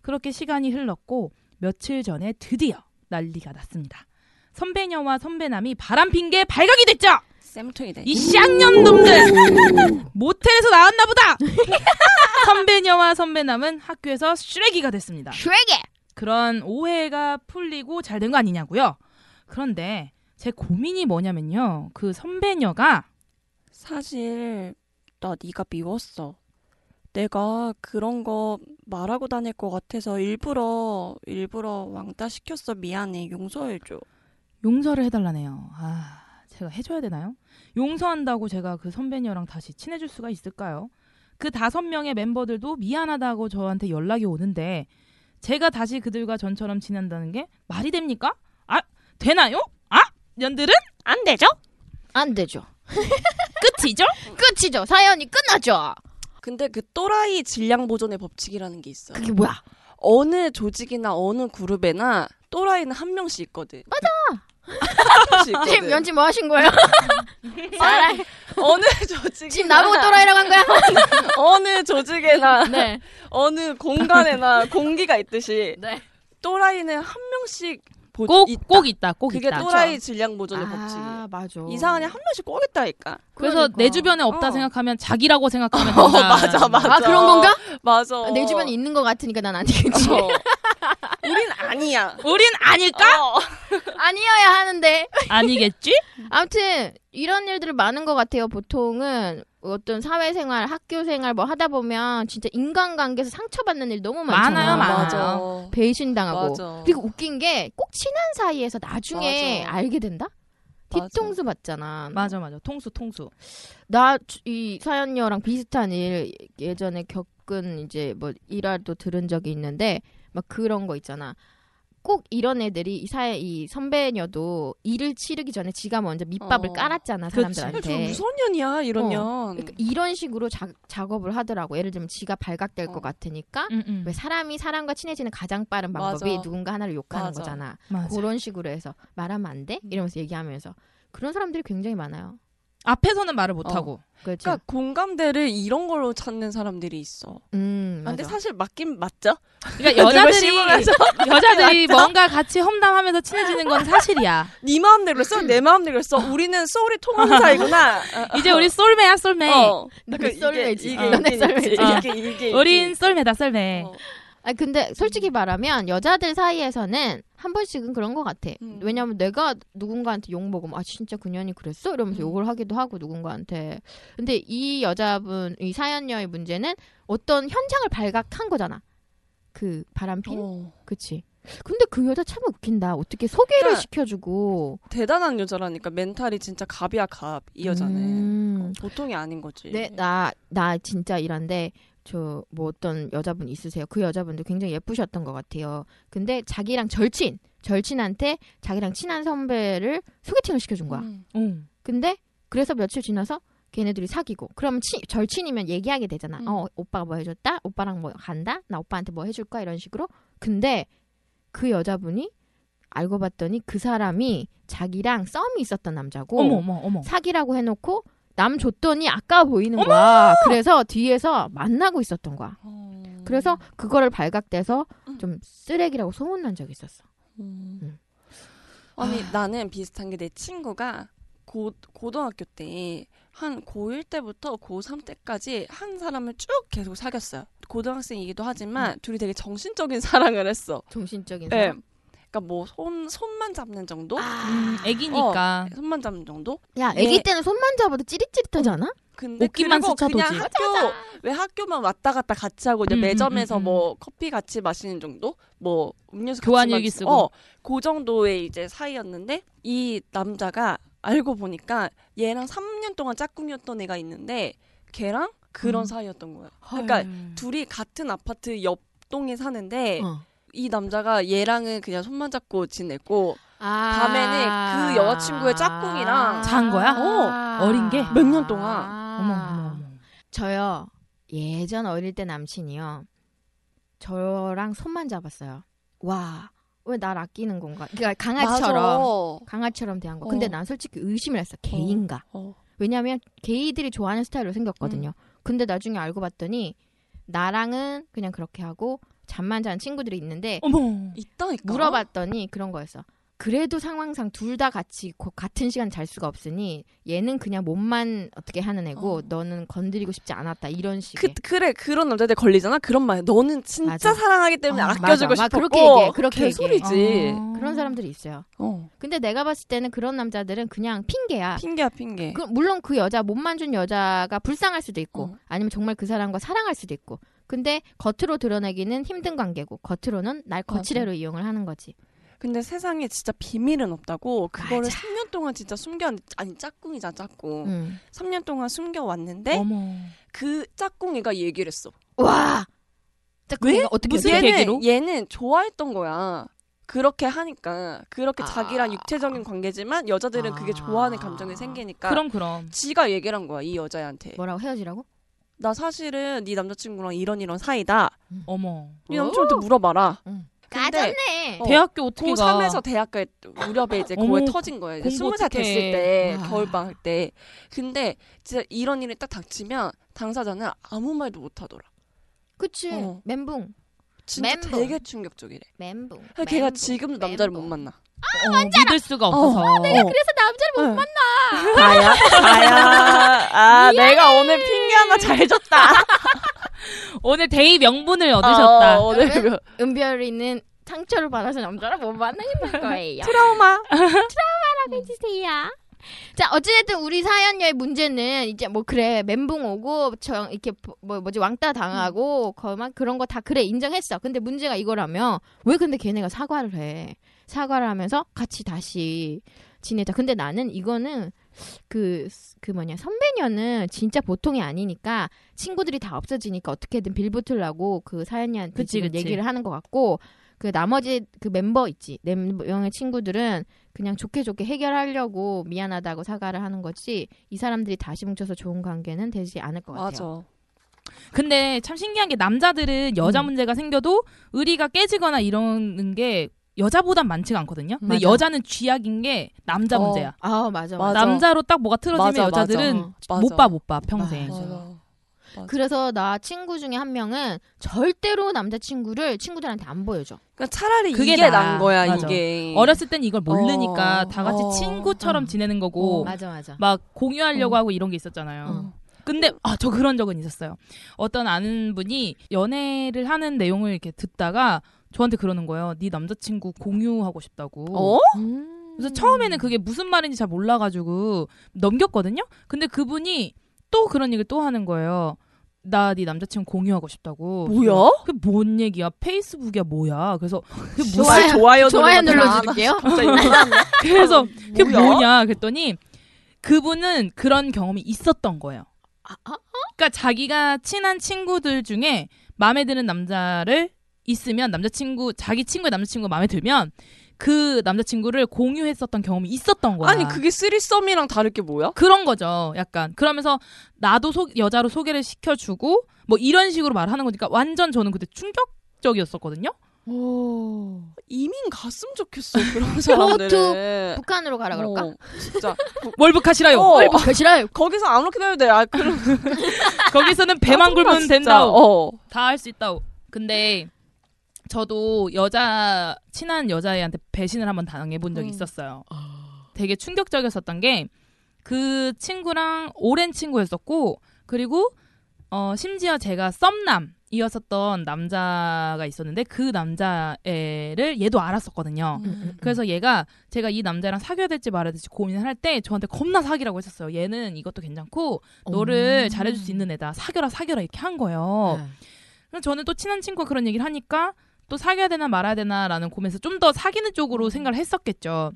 Speaker 2: 그렇게 시간이 흘렀고 며칠 전에 드디어 난리가 났습니다. 선배녀와 선배남이 바람핀 게 발각이 됐죠.
Speaker 3: 쌤통이 돼.
Speaker 2: 이 쌍년 놈들 모텔에서 나왔나 보다. 선배녀와 선배남은 학교에서 쓰레기가 됐습니다.
Speaker 7: 쉐게
Speaker 2: 그런 오해가 풀리고 잘 된 거 아니냐고요. 그런데 제 고민이 뭐냐면요. 그 선배녀가
Speaker 3: 사실 나 네가 미웠어. 내가 그런 거 말하고 다닐 것 같아서 일부러 일부러 왕따 시켰어. 미안해. 용서해줘.
Speaker 2: 용서를 해달라네요. 아, 제가 해줘야 되나요? 용서한다고 제가 그 선배녀랑 다시 친해질 수가 있을까요? 그 다섯 명의 멤버들도 미안하다고 저한테 연락이 오는데 제가 다시 그들과 전처럼 지낸다는 게 말이 됩니까? 아, 되나요? 아, 년들은
Speaker 3: 안 되죠?
Speaker 1: 안 되죠.
Speaker 2: 끝이죠?
Speaker 1: 끝이죠. 사연이 끝나죠.
Speaker 3: 근데 그 또라이 질량 보존의 법칙이라는 게 있어.
Speaker 1: 그게 뭐야?
Speaker 3: 어느 조직이나 어느 그룹에나 또라이는 한 명씩 있거든. 맞아.
Speaker 1: 지금 연지 뭐 하신 거예요? 사랑.
Speaker 3: 어느 조직이나
Speaker 1: 지금 나보고 또라이라고 한 거야?
Speaker 3: 어느 조직에나
Speaker 1: 네.
Speaker 3: 어느 공간에나 공기가 있듯이
Speaker 1: 네.
Speaker 3: 또라이는 한 명씩 보-
Speaker 2: 꼭 꼭
Speaker 3: 있다.
Speaker 2: 있다. 꼭
Speaker 3: 그게
Speaker 2: 있다.
Speaker 3: 또라이 질량 보존의 법칙이에요.
Speaker 1: 아 맞아.
Speaker 3: 이상하네 한 명씩 꼭 있다니까.
Speaker 2: 그래서 내 주변에 없다
Speaker 3: 어.
Speaker 2: 생각하면 자기라고 생각하면 된다.
Speaker 3: 맞아 맞아.
Speaker 1: 아 그런 건가?
Speaker 3: 맞아.
Speaker 1: 아, 내 주변에 있는 것 같으니까 난 아니겠지.
Speaker 3: 어. 우린 아니야.
Speaker 2: 우린 아닐까?
Speaker 3: 어.
Speaker 1: 아니어야 하는데.
Speaker 2: 아니겠지?
Speaker 1: 아무튼 이런 일들이 많은 것 같아요. 보통은 어떤 사회생활, 학교생활 뭐 하다 보면 진짜 인간관계에서 상처받는 일 너무 많잖아요.
Speaker 2: 많아요, 많아요.
Speaker 1: 배신당하고.
Speaker 3: 맞아.
Speaker 1: 그리고 웃긴 게 꼭 친한 사이에서 나중에
Speaker 3: 맞아.
Speaker 1: 알게 된다?
Speaker 3: 맞아.
Speaker 1: 뒤통수 맞잖아.
Speaker 2: 맞아 맞아. 통수 통수.
Speaker 1: 나 이 사연녀랑 비슷한 일 예전에 겪은 이제 뭐 일화도 들은 적이 있는데 막 그런 거 있잖아. 꼭 이런 애들이 이 사회 이 선배녀도 일을 치르기 전에 지가 먼저 밑밥을
Speaker 3: 어.
Speaker 1: 깔았잖아
Speaker 2: 그치.
Speaker 1: 사람들한테.
Speaker 3: 저 무서운 년이야 이런
Speaker 1: 어.
Speaker 3: 년.
Speaker 1: 그러니까 이런 식으로 자- 작업을 하더라고. 예를 들면 지가 발각될
Speaker 3: 어.
Speaker 1: 것 같으니까
Speaker 2: 응, 응.
Speaker 1: 왜 사람이 사람과 친해지는 가장 빠른 방법이
Speaker 3: 맞아.
Speaker 1: 누군가 하나를 욕하는
Speaker 3: 맞아. 음.
Speaker 1: 거잖아.
Speaker 2: 맞아.
Speaker 1: 그런 식으로 해서 말하면 안 돼? 이러면서 얘기하면서 그런 사람들이 굉장히 많아요.
Speaker 2: 앞에서는 말을 못
Speaker 3: 어.
Speaker 2: 하고.
Speaker 1: 그렇죠.
Speaker 3: 그러니까 공감대를 이런 걸로 찾는 사람들이 있어.
Speaker 1: 음,
Speaker 3: 근데
Speaker 1: 맞아.
Speaker 3: 사실 맞긴 맞죠.
Speaker 2: 그러니까 여자들이 여자들이 뭔가 같이 험담하면서 친해지는 건 사실이야.
Speaker 3: 네 마음대로 써, 내 마음대로 써.
Speaker 1: 어.
Speaker 3: 우리는 소울이 통하는 아, 사이구나.
Speaker 2: 이제 우리 쏠매야 쏠매.
Speaker 3: 어.
Speaker 1: 너네 썰매지.
Speaker 3: 그러니까 이게
Speaker 1: 아, 너네
Speaker 3: 이게
Speaker 1: 썰매지.
Speaker 3: 이게 이게, 이게, 이게.
Speaker 2: 우린 쏠매다 쏠매.
Speaker 3: 어.
Speaker 1: 아 근데 솔직히 말하면 여자들 사이에서는 한 번씩은 그런 것 같아.
Speaker 3: 음.
Speaker 1: 왜냐면 내가 누군가한테 욕 먹으면 아 진짜 그년이 그랬어 이러면서
Speaker 3: 음.
Speaker 1: 욕을 하기도 하고 누군가한테. 근데 이 여자분 이 사연녀의 문제는 어떤 현장을 발각한 거잖아. 그 바람핀,
Speaker 3: 어.
Speaker 1: 그치? 근데 그 여자 참 웃긴다. 어떻게 소개를
Speaker 3: 그러니까
Speaker 1: 시켜주고
Speaker 3: 대단한 여자라니까 멘탈이 진짜 갑이야 갑. 이 여자는 어,
Speaker 1: 음.
Speaker 3: 보통이 아닌 거지.
Speaker 1: 네, 나, 나 진짜 일한데, 저, 뭐 어떤 여자분 있으세요? 그 여자분도 굉장히 예쁘셨던 것 같아요. 근데 자기랑 절친, 절친한테 자기랑 친한 선배를 소개팅을 시켜준 거야.
Speaker 3: 음.
Speaker 2: 응.
Speaker 1: 근데, 그래서 며칠 지나서 걔네들이 사귀고, 그럼 치, 절친이면 얘기하게 되잖아.
Speaker 3: 음.
Speaker 1: 어, 오빠가 뭐 해줬다? 오빠랑 뭐 간다? 나 오빠한테 뭐 해줄 거야? 이런 식으로. 근데 그 여자분이 알고 봤더니 그 사람이 자기랑 썸이 있었던 남자고,
Speaker 2: 어머 어머 어머.
Speaker 1: 사기라고 해놓고 남 줬더니 아까워 보이는 거야. 그래서 뒤에서 만나고 있었던 거야.
Speaker 3: 어.
Speaker 1: 그래서 그거를 발각돼서
Speaker 3: 음.
Speaker 1: 좀 쓰레기라고 소문난 적이 있었어.
Speaker 3: 음.
Speaker 1: 음.
Speaker 3: 아니 나는 비슷한 게 내 친구가 고 고등학교 때 한 고1 때부터 고3 때까지 한 사람을 쭉 계속 사귀었어요. 고등학생이기도 하지만 둘이 되게 정신적인 사랑을 했어.
Speaker 1: 정신적인
Speaker 2: 네.
Speaker 3: 예.
Speaker 1: 사람.
Speaker 3: 음. 그러니까 뭐 손 손만 잡는 정도?
Speaker 2: 음, 애기니까.
Speaker 3: 손만 잡는 정도?
Speaker 1: 야, 아기
Speaker 3: 네.
Speaker 1: 때는 손만 잡아도 찌릿찌릿하지 않아?
Speaker 3: 근데
Speaker 2: 옷깃만
Speaker 3: 그리고
Speaker 2: 스쳐도지.
Speaker 3: 그냥 학교 왜 학교만 왔다 갔다 같이 하고 이제
Speaker 2: 음, 음,
Speaker 3: 매점에서
Speaker 2: 음, 음.
Speaker 3: 뭐 커피 같이 마시는 정도? 뭐 음료수 같이
Speaker 2: 교환 일기
Speaker 3: 마시-
Speaker 2: 쓰고.
Speaker 3: 어, 그 정도의 이제 사이였는데 이 남자가 알고 보니까 얘랑 3년 동안 짝꿍이었던 애가 있는데 걔랑 그런
Speaker 2: 음.
Speaker 3: 사이였던 거야. 그러니까 둘이 같은 아파트 옆 동에 사는데
Speaker 1: 어.
Speaker 3: 이 남자가 얘랑은 그냥 손만 잡고 지냈고
Speaker 1: 아.
Speaker 3: 밤에는 그 여자친구의 짝꿍이랑
Speaker 2: 잔 거야?
Speaker 1: 어.
Speaker 2: 어린 게?
Speaker 3: 몇년 동안.
Speaker 2: 어머, 어머, 어머.
Speaker 1: 아. 저요. 예전 어릴 때 남친이요. 저랑 손만 잡았어요. 와. 왜 날 아끼는 건가? 그러니까 강아지처럼.
Speaker 3: 맞아.
Speaker 1: 강아지처럼 대한 거.
Speaker 3: 어.
Speaker 1: 근데 난 솔직히 의심을 했어. 게인가?
Speaker 3: 어. 음.
Speaker 1: 왜냐하면 게이들이 좋아하는 스타일로 생겼거든요. 근데 나중에 알고 봤더니 나랑은 그냥 그렇게 하고 잠만 자는 친구들이 있는데
Speaker 2: 어머.
Speaker 3: 있다니까.
Speaker 1: 물어봤더니 그런 거였어. 그래도 상황상 둘 다 같이 고- 같은 시간 잘 수가 없으니 얘는 그냥 몸만 어떻게 하는 애고
Speaker 3: 어.
Speaker 1: 너는 건드리고 싶지 않았다 이런 식의
Speaker 3: 그, 그래 그런 남자들 걸리잖아 그런 말 너는 진짜
Speaker 1: 맞아.
Speaker 3: 사랑하기 때문에
Speaker 1: 어,
Speaker 3: 아껴주고
Speaker 1: 맞아. 막
Speaker 3: 싶었고
Speaker 1: 그렇게 얘기해, 그렇게
Speaker 3: 개소리지
Speaker 2: 어.
Speaker 1: 그런 사람들이 있어요.
Speaker 3: 어.
Speaker 1: 근데 내가 봤을 때는 그런 남자들은 그냥 핑계야.
Speaker 3: 아. 핑계야 핑계
Speaker 1: 그, 물론 그 여자 몸만 준 여자가 불쌍할 수도 있고
Speaker 3: 어.
Speaker 1: 아니면 정말 그 사람과 사랑할 수도 있고 근데 겉으로 드러내기는 힘든 관계고 겉으로는 날 거칠애로 이용을 하는 거지
Speaker 3: 근데 세상에 진짜 비밀은 없다고 그거를
Speaker 1: 맞아.
Speaker 3: 3년 동안 진짜 숨겨 아니 짝꿍이자 짝꿍
Speaker 1: 음.
Speaker 3: 3년 동안 숨겨왔는데
Speaker 2: 어머.
Speaker 3: 그 짝꿍이가 얘기를 했어
Speaker 1: 와
Speaker 2: 왜? 어떻게 무슨
Speaker 3: 얘는
Speaker 2: 계기로?
Speaker 3: 얘는 좋아했던 거야 그렇게 하니까 그렇게
Speaker 1: 아.
Speaker 3: 자기랑 육체적인 관계지만 여자들은 그게
Speaker 1: 아.
Speaker 3: 좋아하는 감정이 생기니까
Speaker 2: 그럼 그럼.
Speaker 3: 지가 얘기를 한 거야 이 여자한테
Speaker 1: 뭐라고 헤어지라고?
Speaker 3: 나 사실은 네 남자친구랑 이런 이런 사이다
Speaker 2: 어머.
Speaker 3: 네 남친한테 물어봐라.
Speaker 1: 응.
Speaker 3: 근데
Speaker 1: 까졌네
Speaker 3: 어,
Speaker 2: 대학교 어떻게 가?
Speaker 3: 고3에서 대학가 무렵에 이제
Speaker 2: 어머,
Speaker 3: 고에 터진 거예요. 이제
Speaker 2: 공부
Speaker 3: 20살
Speaker 2: 어떡해.
Speaker 3: 됐을 때
Speaker 1: 와.
Speaker 3: 겨울방학 때. 근데 진짜 이런 일이 딱 닥치면 당사자는 아무 말도 못 하더라.
Speaker 1: 그치
Speaker 3: 어.
Speaker 1: 멘붕
Speaker 3: 진짜
Speaker 1: 멘붕.
Speaker 3: 되게 충격적이래.
Speaker 1: 멘붕
Speaker 3: 그래서 걔가
Speaker 1: 멘붕,
Speaker 3: 지금도 남자를 못
Speaker 1: 멘붕.
Speaker 3: 만나.
Speaker 2: 어, 믿을 수가 없어서.
Speaker 1: 그래서 남자를 못
Speaker 3: 응. 다야, 다야. 아, 내가 오늘 핑계 하나 잘 줬다.
Speaker 2: 오늘 데이 명분을 얻으셨다.
Speaker 3: 어, 오늘
Speaker 1: 그러면
Speaker 3: 그
Speaker 1: 은별이는 상처를 받아서 남자를 못 만나는 거예요
Speaker 3: 트라우마. 음.
Speaker 1: 해주세요. 자 어찌됐든 우리 사연녀의 문제는 이제 뭐 그래 멘붕 오고 저 이렇게 뭐 뭐지 왕따
Speaker 3: 음.
Speaker 1: 당하고 거만 그런 거 다 그래 인정했어. 근데 문제가 이거라면 왜 근데 걔네가 사과를 해? 사과를 하면서 같이 다시 지내자. 근데 나는 이거는 그 그 뭐냐 선배녀는 진짜 보통이 아니니까 친구들이 다 없어지니까 어떻게든 빌붙으려고 그 사연녀한테
Speaker 2: 그치,
Speaker 1: 지금
Speaker 2: 그치.
Speaker 1: 얘기를 하는 것 같고 그 나머지 그 멤버 있지 네 명의 친구들은 그냥 좋게 좋게 해결하려고 미안하다고 사과를 하는 거지 이 사람들이 다시 뭉쳐서 좋은 관계는 되지 않을 것 같아요.
Speaker 3: 맞아.
Speaker 2: 근데 참 신기한 게 남자들은 여자
Speaker 1: 음.
Speaker 2: 문제가 생겨도 의리가 깨지거나 이러는 게 여자보단 많지가 않거든요. 근데
Speaker 1: 맞아.
Speaker 2: 여자는 쥐약인 게 남자
Speaker 3: 어,
Speaker 2: 문제야.
Speaker 1: 아 맞아 맞아.
Speaker 3: 맞아.
Speaker 2: 남자로 딱 뭐가 틀어지면
Speaker 3: 맞아,
Speaker 2: 여자들은
Speaker 3: 맞아.
Speaker 2: 못 봐 못 봐 평생.
Speaker 1: 맞아.
Speaker 3: 맞아.
Speaker 1: 그래서 나 친구 중에 한 명은 절대로 남자친구를 친구들한테 안 보여줘.
Speaker 3: 그러니까 차라리
Speaker 2: 그게
Speaker 3: 이게
Speaker 2: 나아.
Speaker 3: 난 거야,
Speaker 2: 맞아.
Speaker 3: 이게.
Speaker 2: 어렸을 땐 이걸 모르니까
Speaker 3: 어,
Speaker 2: 다 같이
Speaker 3: 어,
Speaker 2: 친구처럼
Speaker 1: 어.
Speaker 2: 지내는 거고
Speaker 1: 맞아 맞아.
Speaker 2: 막 공유하려고 하고 이런 게 있었잖아요. 근데 아 저 그런 적은 있었어요. 어떤 아는 분이 연애를 하는 내용을 이렇게 듣다가 저한테 그러는 거예요. 네 남자친구 공유하고 싶다고.
Speaker 3: 어?
Speaker 1: 음.
Speaker 2: 그래서 처음에는 그게 무슨 말인지 잘 몰라가지고 넘겼거든요. 근데 그분이 또 그런 얘기를 또 하는 거예요. 나 네 남자친구 공유하고 싶다고.
Speaker 3: 뭐야?
Speaker 2: 그 뭔 얘기야? 페이스북이야 뭐야? 그래서 그게 무슨
Speaker 1: 좋아요.
Speaker 3: 좋아요,
Speaker 1: 좋아요
Speaker 3: 누르는 거구나.
Speaker 1: 눌러줄게요.
Speaker 2: 그래서 그게
Speaker 3: 아, 뭐야?
Speaker 2: 뭐냐 그랬더니 그분은 그런 경험이 있었던 거예요.
Speaker 1: 아, 아?
Speaker 2: 그러니까 자기가 친한 친구들 중에 마음에 드는 남자를 있으면 남자친구 자기 친구의 남자친구가 마음에 들면 그 남자친구를 공유했었던 경험이 있었던 거야.
Speaker 3: 아니 그게 쓰리썸이랑 다를 게 뭐야?
Speaker 2: 그런 거죠. 약간 그러면서 나도 소- 여자로 소개를 시켜주고 뭐 이런 식으로 말하는 거니까 완전 저는 그때 충격적이었었거든요.
Speaker 3: 어.
Speaker 1: 오.
Speaker 3: 이민 갔으면 좋겠어 그런 사람들은.
Speaker 1: 북한으로 가라 그럴까? 음,
Speaker 3: 어, 진짜
Speaker 2: 월북하시라요.
Speaker 3: 어.
Speaker 1: 얼마 싫어요.
Speaker 3: 거기서 아무렇게 해도 돼. 아 그럼
Speaker 2: 거기서는 배만 굴면
Speaker 3: 짜증나, 진짜.
Speaker 2: 된다고.
Speaker 3: 어.
Speaker 2: 다 할 수 있다고. 근데 저도 여자 친한 여자애한테 배신을 한번 당해본 적이
Speaker 3: 음.
Speaker 2: 있었어요. 되게 충격적이었었던 게 그 친구랑 오랜 친구였었고 그리고 어 심지어 제가 썸남 이었었던 남자가 있었는데 그 남자애를 얘도 알았었거든요.
Speaker 1: 음,
Speaker 2: 그래서 얘가 제가 이 남자랑 사귀어야 될지 말아야 될지 고민을 할 때 저한테 겁나 사귀라고 했었어요. 얘는 이것도 괜찮고
Speaker 1: 어.
Speaker 2: 너를 잘해줄 수 있는 애다. 사귀어라 사귀어라 이렇게 한 거예요.
Speaker 1: 아.
Speaker 2: 그래서 저는 또 친한 친구가 그런 얘기를 하니까 또 사귀어야 되나 말아야 되나라는 고민에서 좀 더 사귀는 쪽으로 생각을 했었겠죠.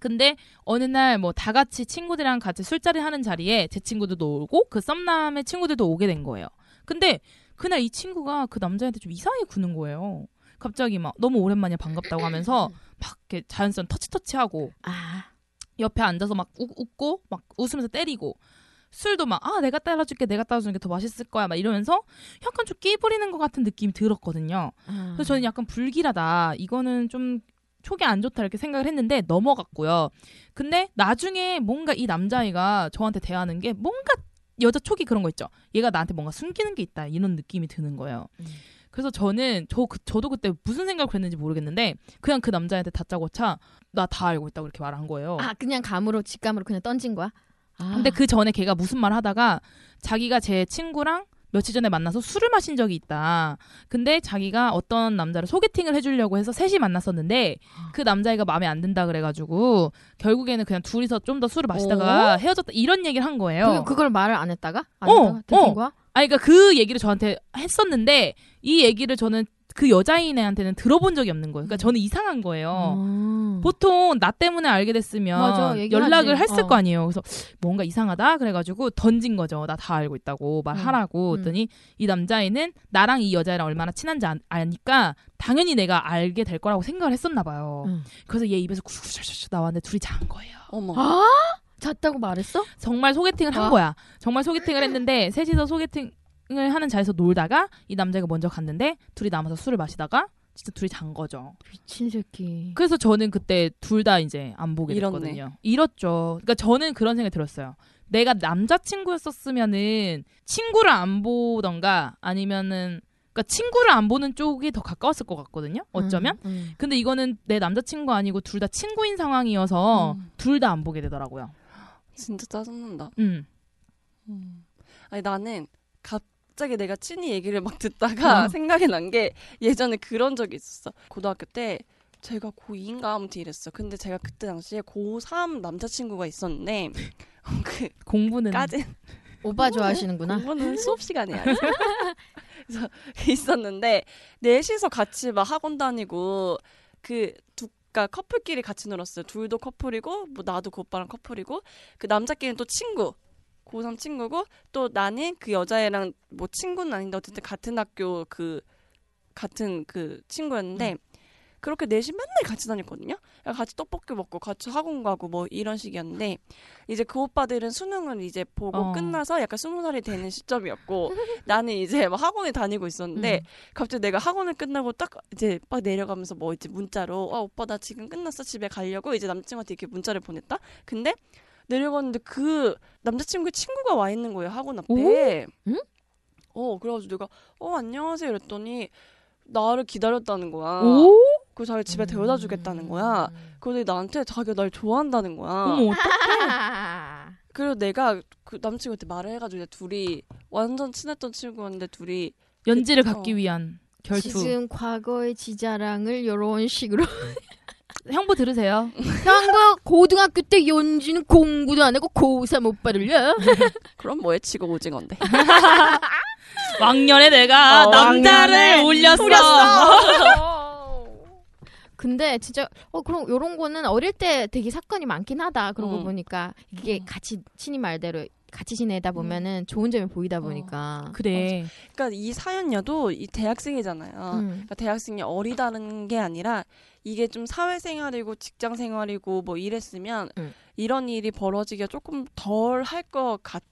Speaker 2: 근데 어느 날 뭐 다 같이 친구들이랑 같이 술자리 하는 자리에 제 친구들도 오고 그 썸남의 친구들도 오게 된 거예요. 근데 그날 이 친구가 그 남자한테 좀 이상하게 구는 거예요. 갑자기 막 너무 오랜만이야 반갑다고 하면서 막 이렇게 자연스러운 터치터치하고
Speaker 1: 아,
Speaker 2: 옆에 앉아서 막 우- 웃고 막 웃으면서 때리고 술도 막 아 내가 따라줄게 내가 따라주는 게 더 맛있을 거야 막 이러면서 약간 좀 끼부리는 것 같은 느낌이 들었거든요.
Speaker 1: 아.
Speaker 2: 그래서 저는 약간 불길하다 이거는 좀 촉이 안 좋다 이렇게 생각을 했는데 넘어갔고요. 근데 나중에 뭔가 이 남자아이가 저한테 대하는 게 뭔가 여자 촉이 그런 거 있죠. 얘가 나한테 뭔가 숨기는 게 있다 이런 느낌이 드는 거예요. 그래서 저는 저 그- 저도 그때 무슨 생각을 했는지 모르겠는데 그냥 그 남자한테 다짜고짜 나 다 알고 있다고 이렇게 말한 거예요.
Speaker 1: 아 그냥 감으로 직감으로 그냥 던진 거야. 아,
Speaker 2: 근데 그 전에 걔가 무슨 말 하다가 자기가 제 친구랑 며칠 전에 만나서 술을 마신 적이 있다. 근데 자기가 어떤 남자를 소개팅을 해주려고 해서 셋이 만났었는데
Speaker 1: 아.
Speaker 2: 그 남자애가 마음에 안 든다 그래가지고 결국에는 그냥 둘이서 좀 더 술을 마시다가 헤어졌다 이런 얘기를 한 거예요.
Speaker 1: 그, 그걸 말을 안 했다가 안
Speaker 2: 어,
Speaker 1: 했다가 들킨
Speaker 2: 어.
Speaker 1: 거야.
Speaker 2: 아니 그러니까 그 얘기를 저한테 했었는데 이 얘기를 저는 그 여자인애한테는 들어본 적이 없는 거예요. 그러니까 저는 이상한
Speaker 3: 어.
Speaker 2: 거예요.
Speaker 1: 음.
Speaker 2: 보통 나 때문에 알게 됐으면
Speaker 1: 맞아, 얘기하지.
Speaker 2: 연락을 했을
Speaker 1: 어.
Speaker 2: 거 아니에요. 그래서 뭔가 이상하다 그래가지고 던진 거죠. 나 다 알고 있다고 말하라고
Speaker 1: 음.
Speaker 2: 했더니 이 남자애는 나랑 이 여자애랑 얼마나 친한지 아- 아니까 당연히 내가 알게 될 거라고 생각을 했었나 봐요.
Speaker 1: 음.
Speaker 2: 그래서 얘 입에서 구구절절 나왔는데 둘이 잔 거예요.
Speaker 3: 어머.
Speaker 1: 아 잤다고 말했어?
Speaker 2: 정말 소개팅을 한
Speaker 1: 와.
Speaker 2: 거야. 정말 소개팅을 했는데 셋이서 소개팅을 하는 자리에서 놀다가 이 남자가 먼저 갔는데 둘이 남아서 술을 마시다가 진짜 둘이 잔 거죠.
Speaker 1: 미친 새끼.
Speaker 2: 그래서 저는 그때 둘 다 이제 안 보게
Speaker 3: 잃었네.
Speaker 2: 됐거든요. 잃었죠. 그러니까 저는 그런 생각이 들었어요. 내가 남자친구였었으면은 친구를 안 보던가 아니면은 그러니까 친구를 안 보는 쪽이 더 가까웠을 것 같거든요. 어쩌면.
Speaker 1: 음, 음.
Speaker 2: 근데 이거는 내 남자친구 아니고 둘 다 친구인 상황이어서 둘 다 안 보게 되더라고요.
Speaker 3: 진짜 짜증난다.
Speaker 2: 음.
Speaker 3: 아니 나는 갑자기 내가 친히 얘기를 막
Speaker 1: 음.
Speaker 3: 듣다가 생각이 난 게 예전에 그런 적이 있었어. 고등학교 때 제가 고2인가 아무튼 이랬어. 근데 제가 그때 당시에 고3 남자친구가 있었는데 그
Speaker 2: 공부는
Speaker 3: 까진
Speaker 1: 오빠
Speaker 2: 어.
Speaker 1: 좋아하시는구나.
Speaker 3: 공부는 수업 시간에 해야지. 그래서 있었는데 넷이서 같이 막 학원 다니고 그 두, 까 커플끼리 같이 놀았어요. 둘도 커플이고 뭐 나도 그 오빠랑 커플이고 그 남자끼리는 또 친구. 고3 친구고 또 나는 그 여자애랑 뭐 친구는 아닌데 어쨌든 같은 학교 그 같은 그 친구였는데 그렇게 넷이 맨날 같이 다녔거든요. 같이 떡볶이 먹고 같이 학원 가고 뭐 이런 식이었는데 이제 그 오빠들은 수능을 이제 보고
Speaker 2: 어.
Speaker 3: 끝나서 약간 스무 살이 되는 시점이었고 나는 이제 막 학원에 다니고 있었는데 갑자기 내가 학원을 끝나고 딱 이제 막 내려가면서 뭐 이제 문자로 아 오빠 나 지금 끝났어 집에 가려고 이제 남친한테 이렇게 문자를 보냈다. 근데 내려갔는데 그 남자친구의 친구가 와 있는 거예요 학원 앞에.
Speaker 1: 응?
Speaker 3: 어 그래가지고 내가 어 안녕하세요 이랬더니 나를 기다렸다는 거야.
Speaker 2: 오? 음.
Speaker 3: 그 자기 집에 데려다 주겠다는 거야.
Speaker 1: 음.
Speaker 3: 그런데 나한테 자기가 날 좋아한다는 거야.
Speaker 2: 어머,
Speaker 1: 아.
Speaker 3: 그리고 내가 그 남친한테 말을 해가지고 이제 둘이 완전 친했던 친구였는데 둘이
Speaker 2: 연지를
Speaker 3: 그-
Speaker 2: 갖기
Speaker 3: 어.
Speaker 2: 위한 결투.
Speaker 1: 지금 과거의 지자랑을 요런 식으로
Speaker 2: 형부 들으세요.
Speaker 1: 형부 고등학교 때 연지는 공부도 안 하고 고3 오빠를요
Speaker 3: 그럼 뭐에 치고 오징어인데.
Speaker 2: 왕년에 내가
Speaker 3: 어,
Speaker 2: 남자를
Speaker 3: 왕년에
Speaker 2: 울렸어.
Speaker 1: 근데 진짜 어 그럼 요런 거는 어릴 때 되게 사건이 많긴 하다 그러고
Speaker 3: 음.
Speaker 1: 보니까 이게 같이 친이 말대로 같이 지내다 보면은 좋은 점이 보이다 보니까
Speaker 2: 그래.
Speaker 3: 그러니까 이 사연녀도 이 대학생이잖아요.
Speaker 1: 음.
Speaker 3: 그러니까 대학생이 어리다는 게 아니라 이게 좀 사회생활이고 직장생활이고 뭐 이랬으면
Speaker 2: 네.
Speaker 1: 음.
Speaker 3: 이런 일이 벌어지기가 조금 덜 할 것 같아.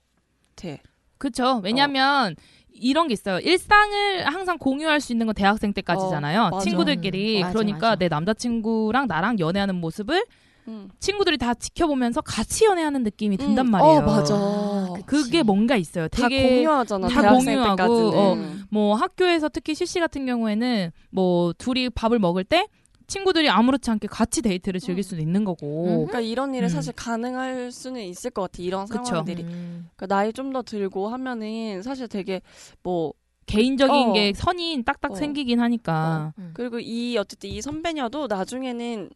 Speaker 2: 그렇죠. 왜냐하면 이런 게 있어요. 일상을 항상 공유할 수 있는 건 대학생 때까지잖아요.
Speaker 3: 어, 맞아.
Speaker 2: 친구들끼리
Speaker 1: 음, 맞아,
Speaker 2: 그러니까
Speaker 1: 맞아.
Speaker 2: 내 남자친구랑 나랑 연애하는 모습을
Speaker 3: 음.
Speaker 2: 친구들이 다 지켜보면서 같이 연애하는 느낌이 든단
Speaker 3: 음.
Speaker 2: 말이에요.
Speaker 3: 어 맞아.
Speaker 2: 그게 뭔가 있어요.
Speaker 3: 다
Speaker 2: 되게
Speaker 3: 공유하잖아.
Speaker 2: 다
Speaker 3: 대학생
Speaker 2: 공유하고,
Speaker 3: 때까지는.
Speaker 2: 어, 뭐 학교에서 특히 실시 같은 경우에는 뭐 둘이 밥을 먹을 때 친구들이 아무렇지 않게 같이 데이트를 즐길 수도 있는 거고.
Speaker 3: 그러니까 이런 일이
Speaker 2: 음.
Speaker 3: 사실 가능할 수는 있을 것 같아. 이런
Speaker 2: 그쵸. 음.
Speaker 3: 음. 상황들이. 그러니까 나이 좀 더 들고 하면은 사실 되게 뭐
Speaker 2: 개인적인
Speaker 3: 어.
Speaker 2: 게 선이 딱딱
Speaker 3: 어.
Speaker 2: 생기긴 하니까.
Speaker 3: 그리고 이 어쨌든 이 선배녀도 나중에는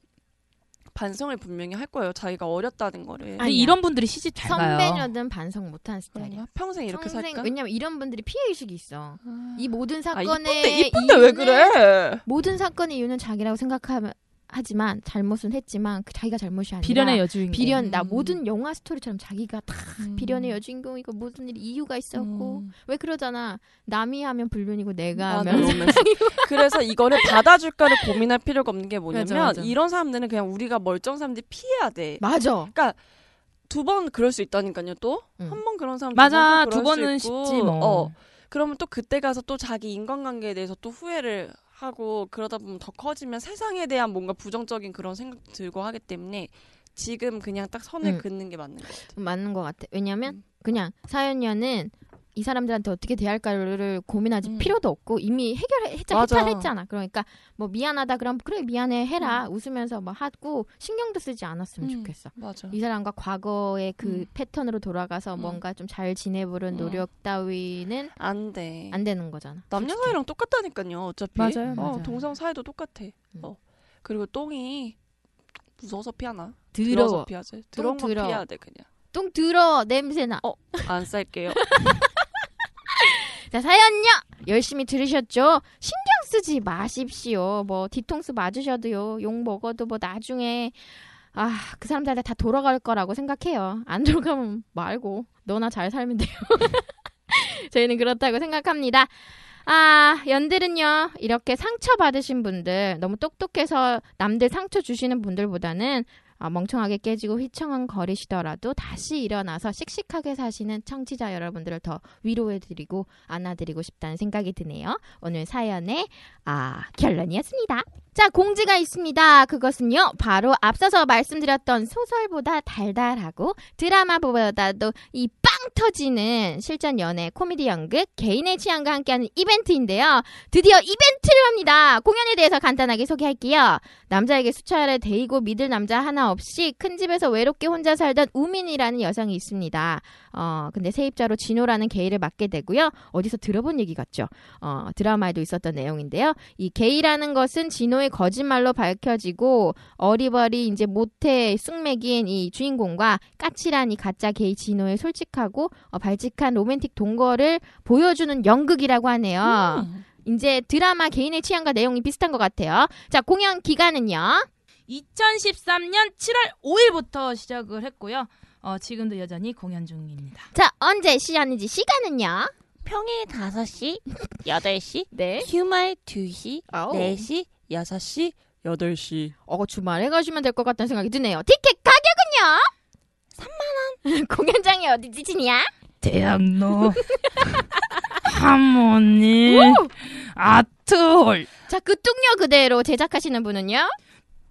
Speaker 3: 반성을 분명히 할 거예요. 자기가 어렸다는 거를.
Speaker 2: 근데
Speaker 1: 아니야.
Speaker 2: 이런 분들이 시집 잘 가요.
Speaker 1: 선배녀든 반성 못한 스타일이야.
Speaker 3: 그런가? 평생 어, 이렇게
Speaker 1: 평생-
Speaker 3: 살까?
Speaker 1: 왜냐면 이런 분들이 피해 의식이 있어.
Speaker 3: 아.
Speaker 1: 이 모든
Speaker 3: 아,
Speaker 1: 사건의
Speaker 3: 이쁜데 이쁜데 왜
Speaker 1: 이유는-
Speaker 3: 그래?
Speaker 1: 모든 사건의 이유는 자기라고 생각하지만 잘못은 했지만 그 자기가 잘못이 아니라
Speaker 2: 비련의 여주인공.
Speaker 1: 비련 나
Speaker 3: 음.
Speaker 1: 모든 영화 스토리처럼 자기가 다
Speaker 2: 음.
Speaker 1: 비련의 여주인공이고 무슨 일 이유가 있었고 왜 그러잖아 남이 하면 불륜이고 내가
Speaker 3: 음. 맞아,
Speaker 1: 하면
Speaker 3: 로맨스. 그래서 이거를 받아줄까를 고민할 필요가 없는 게 뭐냐면
Speaker 1: 맞아, 맞아.
Speaker 3: 이런 사람들은 그냥 우리가 멀쩡한 사람들이 피해야 돼.
Speaker 1: 맞아
Speaker 3: 두 번 그럴 수 있다니까요. 또 한
Speaker 1: 응.
Speaker 3: 번 그런 사람
Speaker 2: 맞아
Speaker 3: 두,
Speaker 2: 두
Speaker 3: 번도
Speaker 2: 번은
Speaker 3: 그럴 수 있고.
Speaker 2: 쉽지 뭐.
Speaker 3: 어, 그러면 또 그때 가서 또 자기 인간관계에 대해서 또 후회를 하고 그러다 보면 더 커지면 세상에 대한 뭔가 부정적인 그런 생각 들고 하기 때문에 지금 그냥 딱 선을
Speaker 1: 응.
Speaker 3: 긋는 게 맞는 것 같아요.
Speaker 1: 맞는 것 같아 왜냐면 그냥 사연녀는 이 사람들한테 어떻게 대할까를 고민하지
Speaker 3: 음.
Speaker 1: 필요도 없고 이미 해결했잖아
Speaker 3: 맞아.
Speaker 1: 해탈했잖아 그러니까 뭐 미안하다 그럼 그래 미안해 해라 웃으면서 뭐 하고 신경도 쓰지 않았으면
Speaker 3: 음.
Speaker 1: 좋겠어
Speaker 3: 맞아.
Speaker 1: 이 사람과 과거의 그
Speaker 3: 음.
Speaker 1: 패턴으로 돌아가서
Speaker 3: 음.
Speaker 1: 뭔가 좀 잘 지내보는
Speaker 3: 음. 네.
Speaker 1: 노력 따위는
Speaker 3: 안 돼.
Speaker 1: 안 되는 거잖아.
Speaker 3: 남녀
Speaker 1: 솔직히.
Speaker 3: 사이랑 똑같다니까요. 어차피.
Speaker 2: 맞아요, 네.
Speaker 3: 어,
Speaker 1: 맞아요.
Speaker 3: 동성 사이도 똑같아.
Speaker 1: 음.
Speaker 3: 어. 그리고 똥이 무서워서 피하나?
Speaker 1: 더러워.
Speaker 3: 들어서 피하지.
Speaker 1: 똥
Speaker 3: 들어온 건
Speaker 1: 더러워.
Speaker 3: 피해야 돼 그냥.
Speaker 1: 똥 들어 냄새나.
Speaker 3: 안 쌀게요.
Speaker 1: 자 사연요 열심히 들으셨죠? 신경 쓰지 마십시오. 뭐 뒤통수 맞으셔도요, 욕 먹어도 뭐 나중에 아 그 사람들한테 다 돌아갈 거라고 생각해요. 안 돌아가면 말고 너나 잘 살면 돼요. 저희는 그렇다고 생각합니다. 아, 연들은요, 이렇게 상처받으신 분들, 너무 똑똑해서 남들 상처 주시는 분들보다는 아, 멍청하게 깨지고 휘청한 거리시더라도 다시 일어나서 씩씩하게 사시는 청취자 여러분들을 더 위로해드리고 안아드리고 싶다는 생각이 드네요. 오늘 사연의 아, 결론이었습니다. 자, 공지가 있습니다. 그것은요, 바로 앞서서 말씀드렸던 소설보다 달달하고 드라마보다도 이 빵 터지는 실전 연애 코미디 연극 개인의 취향과 함께하는 이벤트인데요. 드디어 이벤트를 합니다. 공연에 대해서 간단하게 소개할게요. 남자에게 수차례 데이고 믿을 남자 하나 없이 큰 집에서 외롭게 혼자 살던 우민이라는 여성이 있습니다. 어, 근데 세입자로 진호라는 게이를 맡게 되고요. 어디서 들어본 얘기 같죠? 어, 드라마에도 있었던 내용인데요. 이 게이라는 것은 진호의 거짓말로 밝혀지고 어리버리 이제 모태 숙맥인 이 주인공과 까칠한 이 가짜 게이 진호의 솔직하고 어, 발칙한 로맨틱 동거를 보여주는 연극이라고 하네요. 이제 드라마 개인의 취향과 내용이 비슷한 것 같아요. 자, 공연 기간은요.
Speaker 2: 2013년 7월 5일부터 시작을 했고요. 어, 지금도 여전히 공연 중입니다.
Speaker 1: 자, 언제 시작하는지 시간은요.
Speaker 6: 평일 5시, 8시,
Speaker 1: 네.
Speaker 6: 휴말 2시,
Speaker 3: 어.
Speaker 1: 아오.
Speaker 6: 4시,
Speaker 3: 6시, 8시.
Speaker 1: 어, 주말에 가시면 될 것 같다는 생각이 드네요. 티켓 가격은요? 3만원. 공연장이 어디지, 진이야?
Speaker 2: 대학로 하모니 아트홀
Speaker 1: 자, 그 뚝녀 그대로 제작하시는 분은요?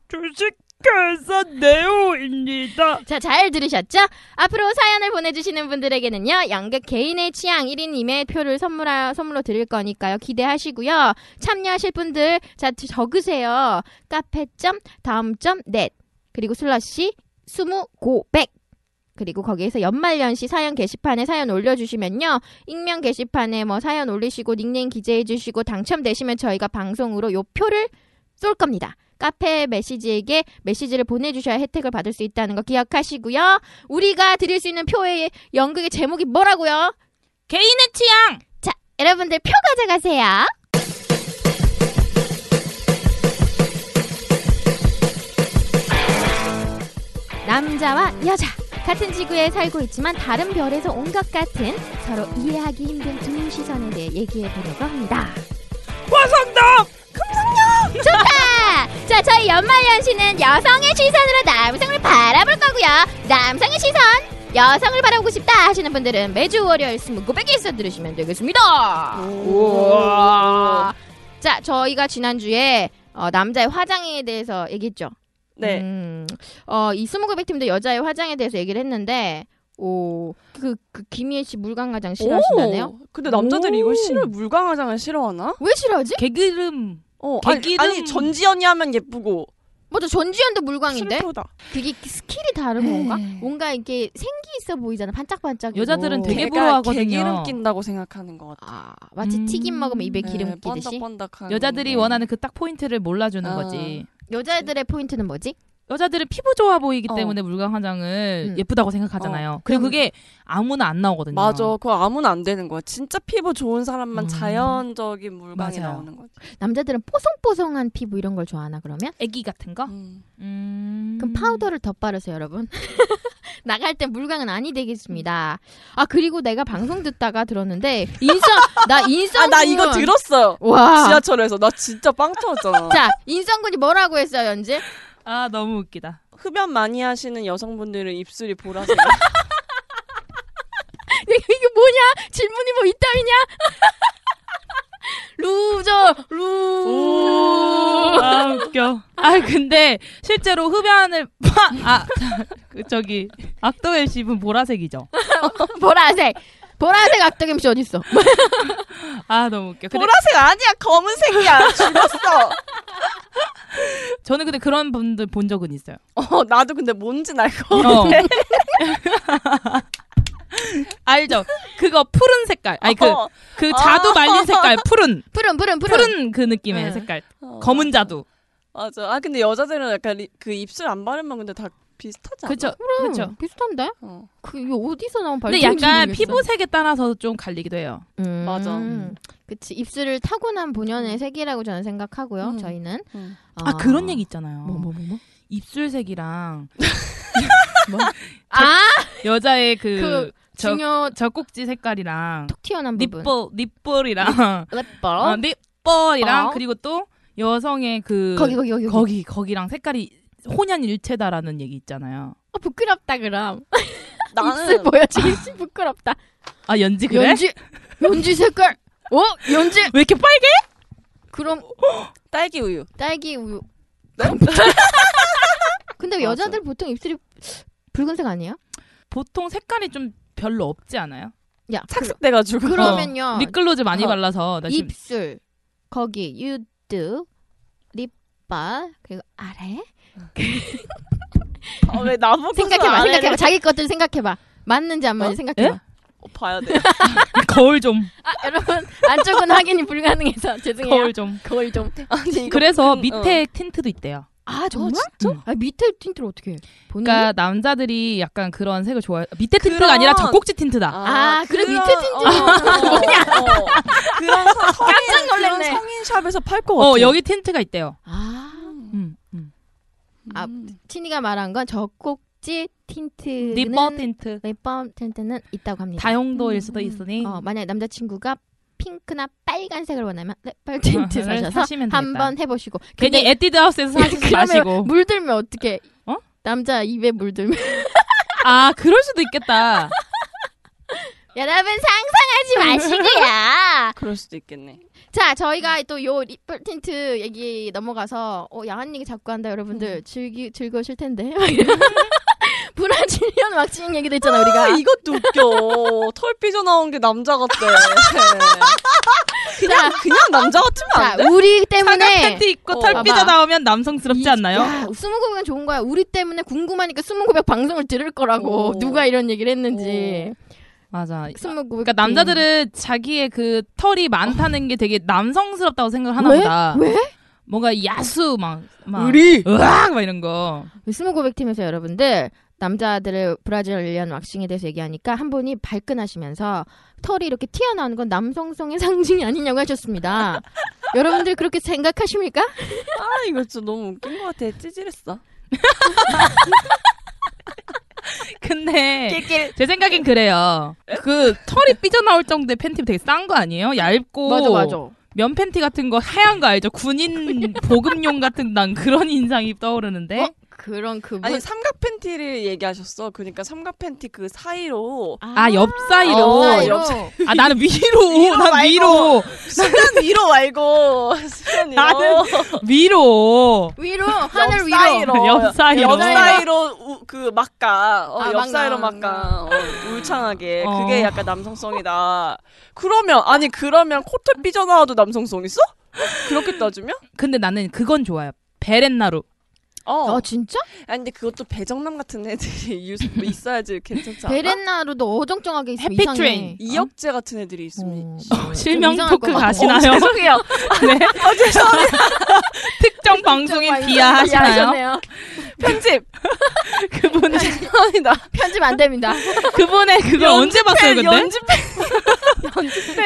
Speaker 2: 주식회사 네오입니다.
Speaker 1: 자, 잘 들으셨죠? 앞으로 사연을 보내주시는 분들에게는요, 연극 개인의 취향 1인님의 표를 선물, 선물로 드릴 거니까요, 기대하시고요. 참여하실 분들, 자, 적으세요. 카페.다음.net, 점 다음 점 net, 그리고 슬러시, 스무, 고백. 그리고 거기에서 연말연시 사연 게시판에 사연 올려주시면요. 익명 게시판에 뭐 사연 올리시고 닉네임 기재해주시고 당첨되시면 저희가 방송으로 요 표를 쏠 겁니다. 카페 메시지에게 메시지를 보내주셔야 혜택을 받을 수 있다는 거 기억하시고요. 우리가 드릴 수 있는 표의 연극의 제목이 뭐라고요?
Speaker 2: 개인의 취향
Speaker 1: 자, 여러분들 표 가져가세요. 남자와 여자 같은 지구에 살고 있지만 다른 별에서 온 것 같은 서로 이해하기 힘든 두 시선에 대해 얘기해 보려고 합니다. 좋다! 자, 저희 연말연시는 여성의 시선으로 남성을 바라볼 거고요. 남성의 시선, 여성을 바라보고 싶다 하시는 분들은 매주 월요일 스무 고백에서 들으시면 되겠습니다. 우와. 자, 저희가 지난주에 어, 남자의 화장에 대해서 얘기했죠.
Speaker 3: 네.
Speaker 1: 음, 어, 이 스무 고백 팀도 여자의 화장에 대해서 얘기를 했는데, 오, 그, 그 김희애 씨 물광화장 싫어하신다네요?
Speaker 3: 오, 근데 남자들이 이걸
Speaker 1: 오.
Speaker 3: 싫어 물광화장을 싫어하나?
Speaker 1: 왜 싫어하지?
Speaker 2: 개그름
Speaker 3: 어,
Speaker 2: 개기름.
Speaker 3: 아니, 아니 전지현이 하면 예쁘고
Speaker 1: 맞아 전지현도 물광인데
Speaker 3: 슬프다.
Speaker 1: 그게 스킬이 다른 건가?
Speaker 6: 에이.
Speaker 1: 뭔가 이게 생기 있어 보이잖아 반짝반짝.
Speaker 2: 네. 여자들은 되게
Speaker 3: 걔가
Speaker 2: 부러워하거든요.
Speaker 3: 개기름 낀다고 생각하는 것 같아.
Speaker 1: 아 마치
Speaker 2: 음.
Speaker 1: 튀김 먹으면 입에 기름
Speaker 3: 네,
Speaker 1: 끼듯이.
Speaker 3: 번덕번덕한
Speaker 2: 여자들이
Speaker 3: 게.
Speaker 2: 원하는 그 딱 포인트를 몰라주는
Speaker 3: 어.
Speaker 2: 거지.
Speaker 1: 여자애들의 포인트는 뭐지?
Speaker 2: 여자들은 피부 좋아 보이기
Speaker 1: 어.
Speaker 2: 때문에 물광 화장을
Speaker 1: 음.
Speaker 2: 예쁘다고 생각하잖아요. 어, 그리고 그게 아무나 안 나오거든요.
Speaker 3: 음. 맞아. 그거 아무나 안 되는 거야. 진짜 피부 좋은 사람만
Speaker 2: 음.
Speaker 3: 자연적인 물광이
Speaker 2: 맞아요.
Speaker 3: 나오는 거지.
Speaker 1: 남자들은 뽀송뽀송한 피부 이런 걸 좋아하나 그러면?
Speaker 2: 애기 같은 거?
Speaker 3: 음.
Speaker 2: 음.
Speaker 1: 그럼 파우더를 덧바르세요 여러분. 나갈 때 물광은 아니 되겠습니다. 아 그리고 내가 방송 듣다가 들었는데 인성 나 인성
Speaker 3: 아, 나 이거 들었어요.
Speaker 1: 와.
Speaker 3: 지하철에서 나 진짜 빵 터졌잖아.
Speaker 1: 자 인성군이 뭐라고 했어요 연지?
Speaker 2: 아 너무 웃기다.
Speaker 3: 흡연 많이 하시는 여성분들은 입술이 보라색.
Speaker 1: 이게 뭐냐? 질문이 뭐 이따위냐? 루저
Speaker 3: 음.
Speaker 1: 루.
Speaker 2: 아 웃겨. 아 근데 실제로 흡연을 파- 아 그, 저기 악동의 집은 보라색이죠.
Speaker 1: 보라색 보라색 악덕임 씨 어딨어?
Speaker 2: 아 너무 웃겨. 근데
Speaker 3: 보라색 아니야. 검은색이야. 죽었어.
Speaker 2: 저는 근데 그런 분들 본 적은 있어요.
Speaker 3: 어, 나도 근데 뭔지 알고.
Speaker 2: 어. 알죠? 그거 푸른 색깔. 아니 그,
Speaker 3: 어.
Speaker 2: 그 자두 말린 색깔 푸른
Speaker 1: 푸른 푸른 푸른.
Speaker 2: 푸른 그 느낌의
Speaker 1: 응.
Speaker 2: 색깔.
Speaker 3: 어.
Speaker 2: 검은 자두.
Speaker 3: 맞아. 아 근데 여자들은 약간 리- 그 입술 안 바르면 근데 다 비슷하지 않아?
Speaker 2: 그렇죠.
Speaker 1: 음,
Speaker 2: 그렇죠.
Speaker 1: 비슷한데?
Speaker 3: 어.
Speaker 1: 그게 어디서 나온
Speaker 2: 근데
Speaker 1: 발전인지
Speaker 2: 약간
Speaker 1: 모르겠어.
Speaker 2: 피부색에 따라서 좀 갈리기도 해요.
Speaker 1: 음,
Speaker 3: 맞아.
Speaker 1: 그치 입술을 타고난 본연의 색이라고 저는 생각하고요.
Speaker 3: 음.
Speaker 1: 저희는 어.
Speaker 3: 음.
Speaker 2: 아, 그런 얘기 있잖아요.
Speaker 1: 뭐.
Speaker 2: 입술색이랑
Speaker 1: 아
Speaker 2: 여자의
Speaker 1: 그
Speaker 2: 그, 저,
Speaker 1: 중요
Speaker 2: 젖꼭지 색깔이랑
Speaker 1: 톡 튀어난 부분.
Speaker 2: 립볼 립볼이랑
Speaker 1: 랩벌.
Speaker 2: 어, 립볼이랑
Speaker 1: 어.
Speaker 2: 그리고 또 여성의 그
Speaker 1: 거기 거기 여기.
Speaker 2: 거기 거기랑 색깔이 혼연일체다라는 얘기 있잖아요.
Speaker 1: 아, 부끄럽다 그럼. 입술 뭐-
Speaker 3: 나는
Speaker 1: 보여주기 씨 부끄럽다.
Speaker 2: 아 연지 그래?
Speaker 1: 연지 연지 색깔. 어 연지.
Speaker 2: 왜 이렇게 빨개?
Speaker 1: 그럼
Speaker 3: 딸기 우유.
Speaker 1: 딸기 우유. 근데 여자들 보통 입술이 붉은색 아니에요?
Speaker 2: 보통 색깔이 좀 별로 없지 않아요?
Speaker 1: 야
Speaker 3: 돼가지고.
Speaker 1: 그, 러면요
Speaker 2: 립글로즈 많이
Speaker 1: 어.
Speaker 2: 발라서 나 지금
Speaker 1: 입술 거기 유드 립밤 그리고 아래
Speaker 3: 아, 왜 나보고
Speaker 1: 생각해봐 생각해봐 자기 것들 생각해봐 맞는지 안 맞는지 생각해봐
Speaker 3: 어, 봐야 돼.
Speaker 2: 거울 좀
Speaker 1: 어? 아, 여러분 안쪽은 확인이 불가능해서 죄송해요
Speaker 2: 거울 좀.
Speaker 1: 거울 어. 좀
Speaker 3: 아니 이거
Speaker 2: 그래서 밑에 틴트도 있대요. 음.
Speaker 1: 아 정말?
Speaker 2: 진짜?
Speaker 1: 아, 밑에 틴트를 어떻게 해? 본인이?
Speaker 2: 그러니까 남자들이 약간 그런 색을 좋아해. 밑에 틴트가
Speaker 3: 그런-
Speaker 2: 아니라 젖꼭지 틴트다.
Speaker 1: 아, 그래, 밑에 틴트.
Speaker 3: 어, 뭐냐? 그런 사- 성인
Speaker 1: 깜짝 놀랐네.
Speaker 3: 그런 성인 샵에서 팔 것 같아.
Speaker 2: 어 여기 틴트가 있대요.
Speaker 1: 아
Speaker 2: 음, 음.
Speaker 1: 아,
Speaker 3: 음.
Speaker 1: 친이가 말한 건 젖꼭지 틴트는
Speaker 2: 립버 틴트.
Speaker 1: 립밤 틴트는 있다고 합니다
Speaker 2: 다용도일 수도 있으니
Speaker 1: 음. 어, 만약에 남자친구가 핑크나 빨간색을 원하면 립밤 틴트
Speaker 2: 어,
Speaker 1: 사셔서
Speaker 2: 사시면 되겠다.
Speaker 1: 한번 해보시고
Speaker 2: 괜히 에뛰드 하우스에서 사시지
Speaker 1: 그러면
Speaker 2: 마시고.
Speaker 1: 물들면 어떻게?
Speaker 2: 어?
Speaker 1: 남자 입에 물들면
Speaker 2: 아 그럴 수도 있겠다.
Speaker 1: 여러분 상상하지 마시고요.
Speaker 3: 그럴 수도 있겠네.
Speaker 1: 아, 자 저희가 또 요 리플 틴트 얘기 넘어가서 어, 야한 얘기 자꾸 한다 여러분들
Speaker 2: 음.
Speaker 1: 즐기 즐거우실 텐데 브라질리언 왁싱 얘기도 했잖아
Speaker 3: 아,
Speaker 1: 우리가
Speaker 3: 이것도 웃겨. 털 삐져나온 게 남자 같대. 그냥, 그냥 남자 같으면 안
Speaker 1: 자
Speaker 3: 돼?
Speaker 1: 우리
Speaker 2: 사각
Speaker 1: 때문에
Speaker 2: 팬티 입고
Speaker 3: 어,
Speaker 2: 털
Speaker 1: 봐봐.
Speaker 2: 삐져 나오면 남성스럽지 않나요?
Speaker 1: 야, 스무 고백은 좋은 거야. 우리 때문에 궁금하니까 스무 고백 방송을 들을 거라고
Speaker 3: 오.
Speaker 1: 누가 이런 얘기를 했는지
Speaker 2: 맞아.
Speaker 1: 스무 고백.
Speaker 2: 그러니까 남자들은 자기의 그 털이 많다는 게 되게 남성스럽다고 생각을 하나
Speaker 1: 왜?
Speaker 2: 보다.
Speaker 1: 왜?
Speaker 2: 뭔가 야수 막, 막
Speaker 3: 우리!
Speaker 2: 으악 막 이런 거.
Speaker 1: 스무 고백팀에서 여러분들 남자들의 브라질리언 왁싱에 대해서 얘기하니까 한 분이 발끈하시면서 털이 이렇게 튀어나오는 건 남성성의 상징이 아니냐고 하셨습니다. 여러분들 그렇게 생각하십니까?
Speaker 3: 아, 이거 진짜 너무 웃긴 것 같아. 찌질했어.
Speaker 2: 근데 제 생각엔 그래요. 그 털이 삐져 나올 정도의 팬티 되게 싼 거 아니에요? 얇고
Speaker 1: 맞아 맞아.
Speaker 2: 면 팬티 같은 거 하얀 거 알죠? 군인 보급용 같은 난 그런 인상이 떠오르는데.
Speaker 1: 어? 그런 그분
Speaker 3: 아니, 삼각 팬티를 얘기하셨어. 그러니까 삼각 팬티 그 사이로
Speaker 2: 아, 옆 사이로.
Speaker 1: 어, 옆
Speaker 2: 아, 나는 위로.
Speaker 3: 위로
Speaker 2: 난
Speaker 3: 말고.
Speaker 2: 위로.
Speaker 3: 수면 위로 말고 수면 위로
Speaker 2: 나는 위로.
Speaker 1: 위로 하늘 위로
Speaker 3: 사이로.
Speaker 2: 옆 사이로.
Speaker 3: 그 옆 사이로 우- 그 막가 어,
Speaker 1: 아,
Speaker 3: 옆
Speaker 1: 막가.
Speaker 3: 사이로 막가 어, 울창하게
Speaker 2: 어.
Speaker 3: 그게 약간 남성성이다 그러면 아니 그러면 코털 삐져나와도 남성성 있어? 그렇게 따지면?
Speaker 2: 근데 나는 그건 좋아요. 베렌나루.
Speaker 3: 아 어.
Speaker 1: 아 진짜?
Speaker 3: 아 근데 그것도 배정남 같은 애들이 유- 뭐 있어야지 괜찮지 않아?
Speaker 1: 베렌나로도 어정쩡하게 있으면
Speaker 2: 해피
Speaker 1: 이상해.
Speaker 2: 트레인.
Speaker 3: 이혁재 같은 애들이
Speaker 2: 음.
Speaker 3: 있으면
Speaker 1: 어,
Speaker 2: 실명
Speaker 1: 이상할
Speaker 2: 토크
Speaker 1: 것 같아.
Speaker 2: 가시나요? 죄송해요. 네.
Speaker 3: 아,
Speaker 2: 죄송해요. 특정 방송인
Speaker 1: 아,
Speaker 2: 비하하시나요?
Speaker 1: 비하하셨네요.
Speaker 2: 편집. 그분의
Speaker 3: 죄송합니다.
Speaker 1: 편집 안 됩니다.
Speaker 2: 그분의 그걸 언제 봤어요, 근데?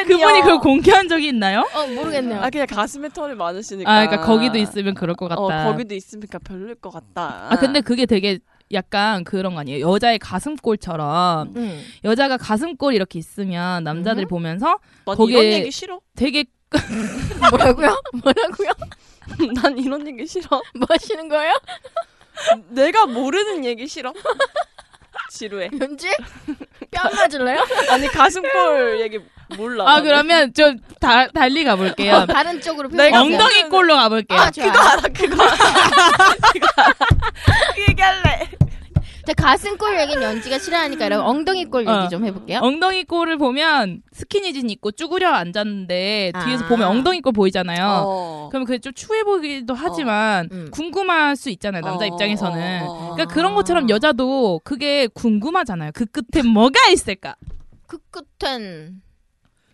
Speaker 2: 그분이 그걸 공개한 적이 있나요?
Speaker 1: 어 모르겠네요.
Speaker 3: 아 그냥 가슴에 털이 많으시니까.
Speaker 2: 아, 그러니까 거기도 있으면 그럴 것 같다.
Speaker 3: 어 거기도 있으니까 별로일 것 같다.
Speaker 2: 아 근데 그게 되게 약간 그런 거 아니에요? 여자의 가슴골처럼
Speaker 1: 음.
Speaker 2: 여자가 가슴골 이렇게 있으면 남자들이
Speaker 1: 음.
Speaker 2: 보면서
Speaker 3: 넌
Speaker 2: 거기에-
Speaker 3: 이런 얘기 싫어?
Speaker 2: 되게 아,
Speaker 1: 뭐라고요? 뭐라고요?
Speaker 3: 난 이런 얘기 싫어.
Speaker 1: 뭐 하시는 거예요?
Speaker 3: 내가 모르는 얘기 싫어. 지루해.
Speaker 1: 연지? 뺨 맞을래요?
Speaker 3: 아니 가슴골 얘기 몰라.
Speaker 2: 아
Speaker 3: 나는.
Speaker 2: 그러면 좀 다, 달리 가볼게요.
Speaker 1: 어, 다른 쪽으로
Speaker 3: 내가
Speaker 1: 표현하세요.
Speaker 2: 엉덩이 골로 가볼게요.
Speaker 1: 네. 아, 좋아요.
Speaker 3: 그 얘기할래.
Speaker 1: 자, 가슴골 얘기는 연지가 싫어하니까 여러분 엉덩이골
Speaker 2: 어.
Speaker 1: 얘기 좀 해볼게요.
Speaker 2: 엉덩이 골을 보면 스키니진 입고 쭈그려 앉았는데 뒤에서
Speaker 1: 아.
Speaker 2: 보면 엉덩이 골 보이잖아요.
Speaker 3: 어.
Speaker 2: 그럼 그게 좀 추해 보이기도 하지만
Speaker 1: 음.
Speaker 2: 궁금할 수 있잖아요 남자
Speaker 3: 어,
Speaker 2: 입장에서는.
Speaker 3: 어, 어, 어.
Speaker 2: 그러니까 그런 것처럼 여자도 그게 궁금하잖아요. 그 끝에 뭐가 있을까?
Speaker 1: 그 끝엔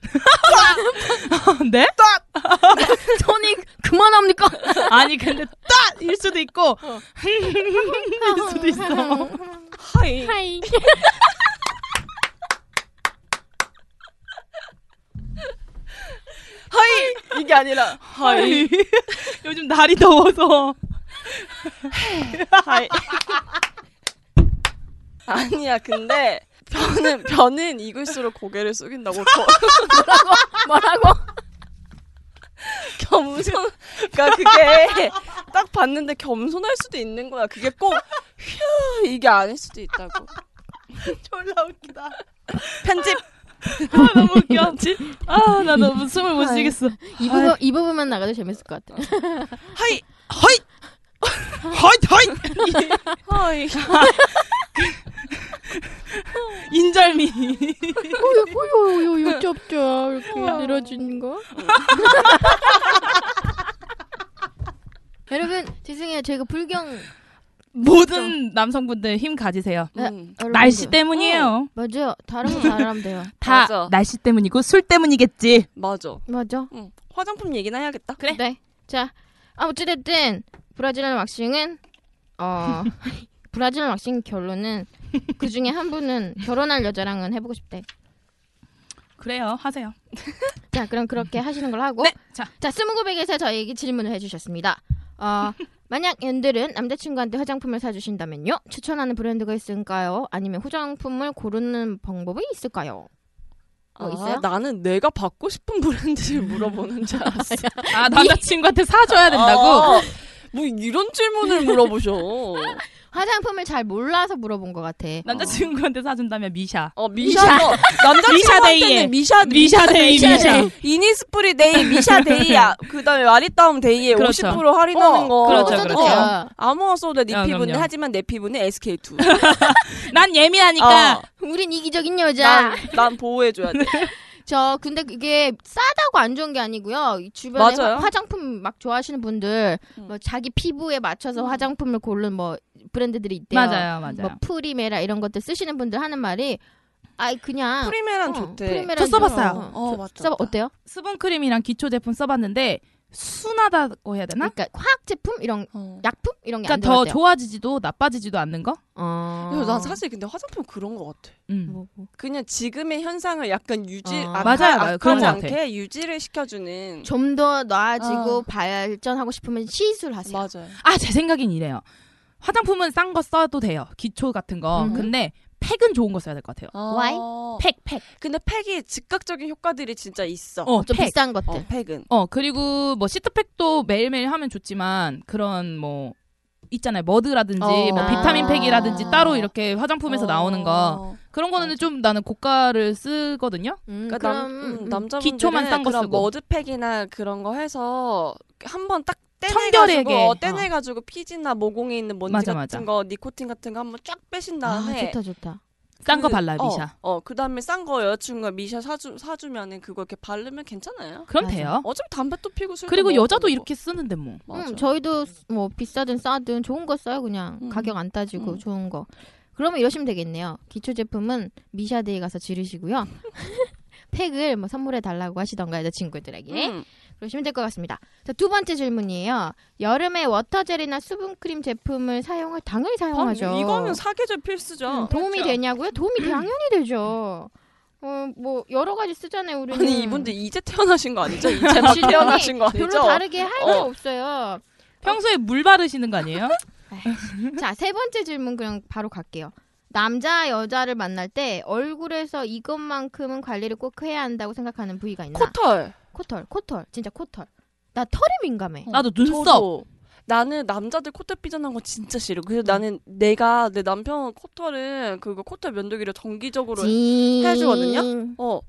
Speaker 2: 네?
Speaker 1: 그 손이 그만합니까?
Speaker 2: 아니 근데 딱일 수도 있고 일 수도 있어.
Speaker 3: 하이.
Speaker 1: 하이.
Speaker 3: 하이 이게 아니라 하이
Speaker 2: 하이. 요즘 날이 더워서
Speaker 3: 하이. 아니야 근데 변은 변은 익을수록 고개를 숙인다고 거,
Speaker 1: 뭐라고?
Speaker 3: 겸손. 그러니까 그게 딱 봤는데 겸손할 수도 있는 거야. 그게 꼭 휴 이게 아닐 수도 있다고.
Speaker 2: 졸라 웃기다.
Speaker 3: 편집.
Speaker 2: 아, 너무 웃겨. 아나 너무 숨을 못 쉬겠어.
Speaker 1: 이 부분 이 부분만 나가도 재밌을 것 같아.
Speaker 3: 하이
Speaker 2: 허이 허이
Speaker 3: 하이.
Speaker 2: 허이 인절미.
Speaker 1: 오요요요요 쩝쩝
Speaker 3: 아,
Speaker 1: 이렇게 밀어주는 거. 여러분 죄송해요 저희가 불경
Speaker 2: 모든 남성분들 힘 가지세요.
Speaker 3: 음.
Speaker 1: 여러분들.
Speaker 2: 날씨 때문이에요.
Speaker 1: 맞아요 다른 건 다르면 돼요
Speaker 2: 다
Speaker 3: 맞아.
Speaker 2: 날씨 때문이고 술 때문이겠지.
Speaker 3: 맞아.
Speaker 1: 맞아
Speaker 3: 응. 화장품 얘기나 해야겠다.
Speaker 2: 그래.
Speaker 1: 어. 네. 자, 아, 어찌됐든, 브라질의 왁싱은, 어, 브라질 왁싱 결론은, 그 중에 한 분은 결혼할 여자랑은 해보고 싶대.
Speaker 2: 그래요. 하세요.
Speaker 1: 자, 그럼 그렇게
Speaker 3: 음.
Speaker 1: 하시는 걸로 하고,
Speaker 2: 네. 자,
Speaker 1: 자, 스무고백에서 저에게 질문을 해주셨습니다. 어, 만약 연들은 남자친구한테 화장품을 사주신다면요? 추천하는 브랜드가 있을까요? 아니면 화장품을 고르는 방법이 있을까요? 뭐 있어요?
Speaker 3: 아, 나는 내가 받고 싶은 브랜드를 물어보는 줄 알았어.
Speaker 2: 아 남자친구한테 사줘야 된다고.
Speaker 3: 어, 뭐 이런 질문을 물어보셔.
Speaker 1: 화장품을 잘 몰라서 물어본 것 같아.
Speaker 2: 남자친구한테 사준다면 미샤.
Speaker 3: 어 미샤 너
Speaker 2: 미샤데이에.
Speaker 3: 남자친구한테는 미샤
Speaker 2: 미샤데이, 미샤.
Speaker 3: 이니스프리 데이 미샤 데이야. 그다음에 와리따움 데이에
Speaker 2: 그렇죠.
Speaker 3: 50% 할인하는
Speaker 1: 어,
Speaker 3: 거.
Speaker 2: 그렇죠,
Speaker 3: 어,
Speaker 2: 그렇죠.
Speaker 3: 어. 아무거나 써도 돼.
Speaker 2: 어,
Speaker 3: 네 피부는
Speaker 2: 그럼요.
Speaker 3: 하지만 내 피부는 SK2.
Speaker 2: 난 예민하니까.
Speaker 3: 어,
Speaker 1: 우린 이기적인 여자.
Speaker 3: 난, 난 보호해줘야 돼.
Speaker 1: 저 근데 그게 싸다고 안 좋은 게 아니고요. 이 주변에
Speaker 3: 맞아요.
Speaker 1: 화- 화장품 막 좋아하시는 분들
Speaker 3: 음.
Speaker 1: 뭐 자기 피부에 맞춰서 화장품을 고른 뭐 브랜드들이 있대요.
Speaker 2: 맞아요, 맞아요.
Speaker 1: 뭐 프리메라 이런 것들 쓰시는 분들 하는 말이 아이 그냥
Speaker 3: 프리메란
Speaker 1: 어,
Speaker 3: 좋대.
Speaker 1: 프리메란
Speaker 2: 저 써봤어요.
Speaker 1: 좋아.
Speaker 3: 어, 맞죠.
Speaker 1: 써봐 어때요?
Speaker 2: 수분 크림이랑 기초 제품 써봤는데 순하다고 해야 되나?
Speaker 1: 그러니까 화학 제품 이런
Speaker 3: 어.
Speaker 1: 약품 이런 게 안
Speaker 2: 그러니까 더
Speaker 1: 들어갔대요.
Speaker 2: 좋아지지도 나빠지지도 않는 거?
Speaker 1: 어.
Speaker 3: 그래서 난 사실 근데 화장품 그런 거 같아.
Speaker 2: 음.
Speaker 1: 뭐, 뭐. 그냥
Speaker 3: 그냥 지금의 현상을 약간 유지
Speaker 1: 어.
Speaker 3: 안,
Speaker 2: 맞아요, 맞아요. 그런
Speaker 3: 악하지
Speaker 2: 것 같아.
Speaker 3: 않게 유지를 시켜주는.
Speaker 1: 좀 더 나아지고
Speaker 3: 어.
Speaker 1: 발전하고 싶으면 시술하세요.
Speaker 3: 맞아요.
Speaker 2: 아, 제 생각엔 이래요. 화장품은 싼 거 써도 돼요. 기초 같은 거.
Speaker 1: 음.
Speaker 2: 근데 팩은 좋은 거 써야 될 것 같아요.
Speaker 1: Why?
Speaker 3: 어.
Speaker 2: 팩, 팩.
Speaker 3: 근데 팩이 즉각적인 효과들이 진짜 있어.
Speaker 2: 어,
Speaker 1: 좀
Speaker 2: 팩.
Speaker 1: 비싼 것들.
Speaker 3: 어, 팩은.
Speaker 2: 어, 그리고 뭐 시트팩도 매일매일 하면 좋지만 그런 뭐 있잖아요. 머드라든지
Speaker 3: 어.
Speaker 2: 뭐 비타민 팩이라든지
Speaker 1: 아.
Speaker 2: 따로 이렇게 화장품에서 나오는 거.
Speaker 3: 어.
Speaker 2: 그런 거는 좀 나는 고가를 쓰거든요.
Speaker 1: 음,
Speaker 3: 그러니까
Speaker 1: 그럼
Speaker 3: 남, 음,
Speaker 1: 음,
Speaker 3: 남자분들은
Speaker 2: 기초만 싼거
Speaker 3: 그런
Speaker 2: 쓰고.
Speaker 3: 머드팩이나 그런 거 해서 한 번 딱 떼내가지고
Speaker 2: 청결하게.
Speaker 3: 어, 떼내가지고 피지나 모공에 있는 먼지
Speaker 2: 맞아,
Speaker 3: 같은
Speaker 2: 맞아.
Speaker 3: 거 니코틴 같은 거 한번 쫙 빼신
Speaker 1: 아
Speaker 3: 다음에
Speaker 1: 좋다 좋다.
Speaker 2: 싼 거
Speaker 3: 그-
Speaker 2: 발라요,
Speaker 3: 어,
Speaker 2: 미샤.
Speaker 3: 어, 그 다음에 싼 거 여자친구가 미샤 사주, 사주면은 그거 이렇게 바르면 괜찮아요.
Speaker 2: 그럼
Speaker 1: 맞아.
Speaker 2: 돼요.
Speaker 3: 어차피 담배 또 피고 술
Speaker 2: 그리고 여자도 이렇게 쓰는데 뭐.
Speaker 3: 맞아.
Speaker 1: 음, 저희도 뭐 비싸든 싸든 좋은 거 써요 그냥
Speaker 3: 음.
Speaker 1: 가격 안 따지고
Speaker 3: 음.
Speaker 1: 좋은 거 그러면 이러시면 되겠네요 기초 제품은 미샤데이 가서 지르시고요 팩을 뭐 선물해 달라고 하시던가 여자친구들에게
Speaker 3: 음.
Speaker 1: 그러시면 될 것 같습니다 자 두 번째 질문이에요 여름에 워터젤이나 수분크림 제품을 사용을 당연히 사용하죠
Speaker 3: 이거는 사계절 필수죠.
Speaker 1: 음, 도움이
Speaker 3: 그렇죠?
Speaker 1: 되냐고요 도움이 당연히 되죠 어 뭐 여러 가지 쓰잖아요 우리는
Speaker 3: 아니 이분들 이제 태어나신 거 아니죠? 이제 막 태어나신 거 아니죠?
Speaker 1: 별로 다르게 할 게
Speaker 3: 어.
Speaker 1: 없어요
Speaker 2: 평소에 물 바르시는 거 아니에요?
Speaker 1: 자, 세 번째 질문 그냥 바로 갈게요. 남자 여자를 만날 때 얼굴에서 이것만큼은 관리를 꼭 해야 한다고 생각하는 부위가 있나?
Speaker 3: 코털.
Speaker 1: 코털, 코털, 진짜 코털. 나 털에 민감해.
Speaker 3: 어.
Speaker 2: 나도 눈썹.
Speaker 3: 저도. 나는 남자들 코털 삐져난 거 진짜 싫어. 그래서 나는 내가 내 남편 코털은 그거 코털 면도기를 정기적으로 해주거든요? 어.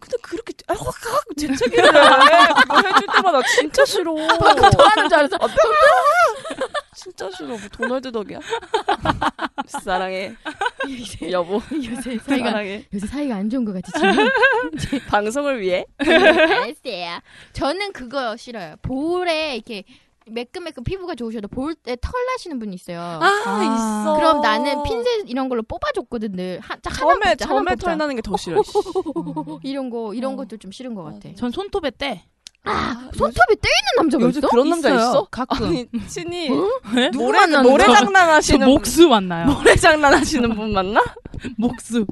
Speaker 3: 근데 그렇게 아, 확확 재채기를 해. 그거 해줄 때마다 진짜 싫어.
Speaker 1: 토하는 줄 알았어.
Speaker 3: 아, 뿅! 진짜 싫어. 뭐 도널드 덕이야? 사랑해. 여보.
Speaker 1: 요새 사이가
Speaker 3: 사랑해.
Speaker 1: 요새 사이가 안 좋은 것 같지 지금.
Speaker 3: 방송을 위해.
Speaker 1: 알았어요. 저는 그거 싫어요. 볼에 이렇게 매끈매끈 피부가 좋으셔도 볼 때 털 나시는 분이 있어요.
Speaker 2: 아,
Speaker 3: 있어.
Speaker 1: 그럼 나는 핀셋 이런 걸로 뽑아줬거든 늘. 한, 딱 하나
Speaker 3: 점에
Speaker 1: 뽑자, 하나
Speaker 3: 점에
Speaker 1: 뽑자.
Speaker 3: 털 나는 게 더 싫어. 씨.
Speaker 1: 이런 거 이런
Speaker 3: 어.
Speaker 1: 것도 좀 싫은 것 같아.
Speaker 2: 전 손톱에 때.
Speaker 3: 아,
Speaker 1: 손톱이 떼 있는 남자가
Speaker 3: 요즘
Speaker 1: 있어?
Speaker 3: 그런 남자
Speaker 2: 있어요,
Speaker 3: 있어?
Speaker 2: 가끔.
Speaker 3: 아니, 친히
Speaker 2: 네?
Speaker 3: 모래 모래
Speaker 2: 저
Speaker 3: 장난하시는
Speaker 2: 목수 만나요.
Speaker 3: 모래 장난하시는 분 맞나?
Speaker 2: 목수.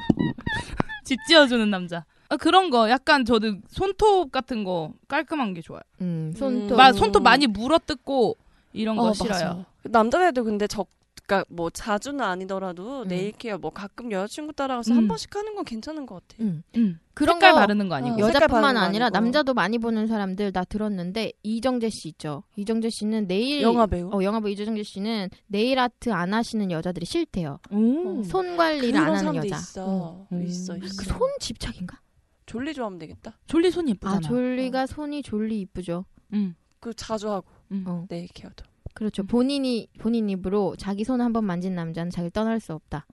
Speaker 2: 집 지어주는 남자. 아, 그런 거 약간 저도 손톱 같은 거 깔끔한 게 좋아요.
Speaker 1: 음, 손톱.
Speaker 2: 막 손톱 많이 물어뜯고 이런 거
Speaker 3: 어,
Speaker 2: 싫어요.
Speaker 3: 남자애도 근데 적 그러니까 뭐 자주는 아니더라도 네일케어 뭐 가끔 여자친구 따라가서 한
Speaker 2: 음.
Speaker 3: 번씩 하는 건 괜찮은 것 같아.
Speaker 1: 음.
Speaker 2: 응.
Speaker 1: 그런
Speaker 2: 색깔
Speaker 1: 거 어.
Speaker 2: 바르는 거 아니고.
Speaker 3: 여- 색깔
Speaker 1: 여자뿐만
Speaker 3: 바르는 거
Speaker 1: 아니라
Speaker 3: 아니고.
Speaker 1: 남자도 많이 보는 사람들 나 들었는데 이정재 씨 있죠. 이정재 씨는 네일
Speaker 3: 영화 배우.
Speaker 1: 어 영화부 이정재 씨는 네일 아트 안 하시는 여자들이 싫대요.
Speaker 2: 오.
Speaker 1: 손 관리를
Speaker 3: 그런
Speaker 1: 안 하는
Speaker 3: 사람도
Speaker 1: 여자.
Speaker 3: 있어.
Speaker 2: 음.
Speaker 3: 있어
Speaker 2: 음.
Speaker 3: 있어.
Speaker 1: 그 손 집착인가?
Speaker 3: 졸리 좋아하면 되겠다.
Speaker 2: 졸리 손 예쁘잖아. 음.
Speaker 1: 아 졸리가 손이 졸리 이쁘죠.
Speaker 2: 응.
Speaker 3: 그 자주 하고
Speaker 1: 어
Speaker 3: 네일케어도.
Speaker 1: 그렇죠. 본인이 본인 입으로 자기 손 한 번 만진 남자는 자기를 떠날 수 없다.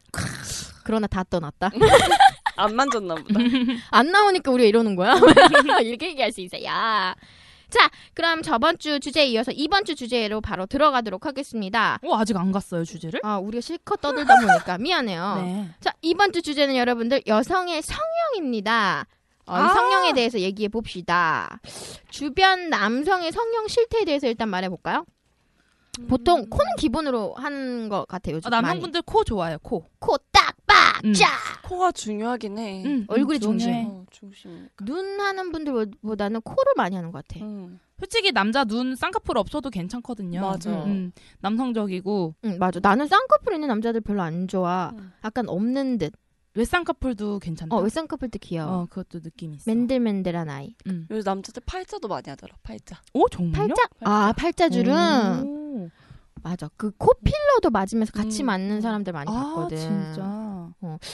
Speaker 1: 그러나 다 떠났다.
Speaker 3: 안 만졌나 보다.
Speaker 1: 안 나오니까 우리가 이러는 거야. 이렇게 얘기할 수 있어요. 자, 그럼 저번 주 주제에 이어서 이번 주 주제로 바로 들어가도록 하겠습니다.
Speaker 2: 어, 아직 안 갔어요, 주제를?
Speaker 1: 아, 우리가 실컷 떠들다 보니까 미안해요.
Speaker 2: 네.
Speaker 1: 자, 이번 주 주제는 여러분들 여성의 성형입니다. 어, 이
Speaker 3: 아.
Speaker 1: 성형에 대해서 얘기해 봅시다. 주변 남성의 성형 실태에 대해서 일단 말해 볼까요? 보통 코는 기본으로 하는 것 같아요. 요즘
Speaker 2: 음. 아,
Speaker 1: 많이.
Speaker 2: 남성분들 코 좋아요, 코.
Speaker 1: 코딱빡
Speaker 2: 음.
Speaker 1: 짜
Speaker 3: 코가 중요하긴 해.
Speaker 2: 응,
Speaker 1: 얼굴이
Speaker 2: 응, 중요해.
Speaker 1: 중심.
Speaker 3: 어, 중심.
Speaker 1: 눈 하는 분들보다는 코를 많이 하는 것 같아.
Speaker 3: 음.
Speaker 2: 솔직히 남자 눈 쌍꺼풀 없어도 괜찮거든요.
Speaker 3: 맞아.
Speaker 2: 음, 남성적이고
Speaker 1: 응 맞아 나는 쌍꺼풀 있는 남자들 별로 안 좋아
Speaker 2: 음.
Speaker 1: 약간 없는
Speaker 2: 왜 쌍꺼풀도 괜찮다.
Speaker 1: 듯어왜 쌍꺼풀 때 귀여워
Speaker 2: 음. 어, 그것도 느낌 있어.
Speaker 1: 맨들맨들한 아이
Speaker 2: 음.
Speaker 3: 요새 남자들 팔자도 많이 하더라. 팔자.
Speaker 2: 오, 정말요? 음.
Speaker 1: 팔자 아 팔자줄은
Speaker 2: 오.
Speaker 1: 맞아 그 코 필러도 맞으면서 같이
Speaker 3: 음.
Speaker 1: 맞는 사람들 많이
Speaker 2: 아,
Speaker 1: 봤거든
Speaker 2: 진짜.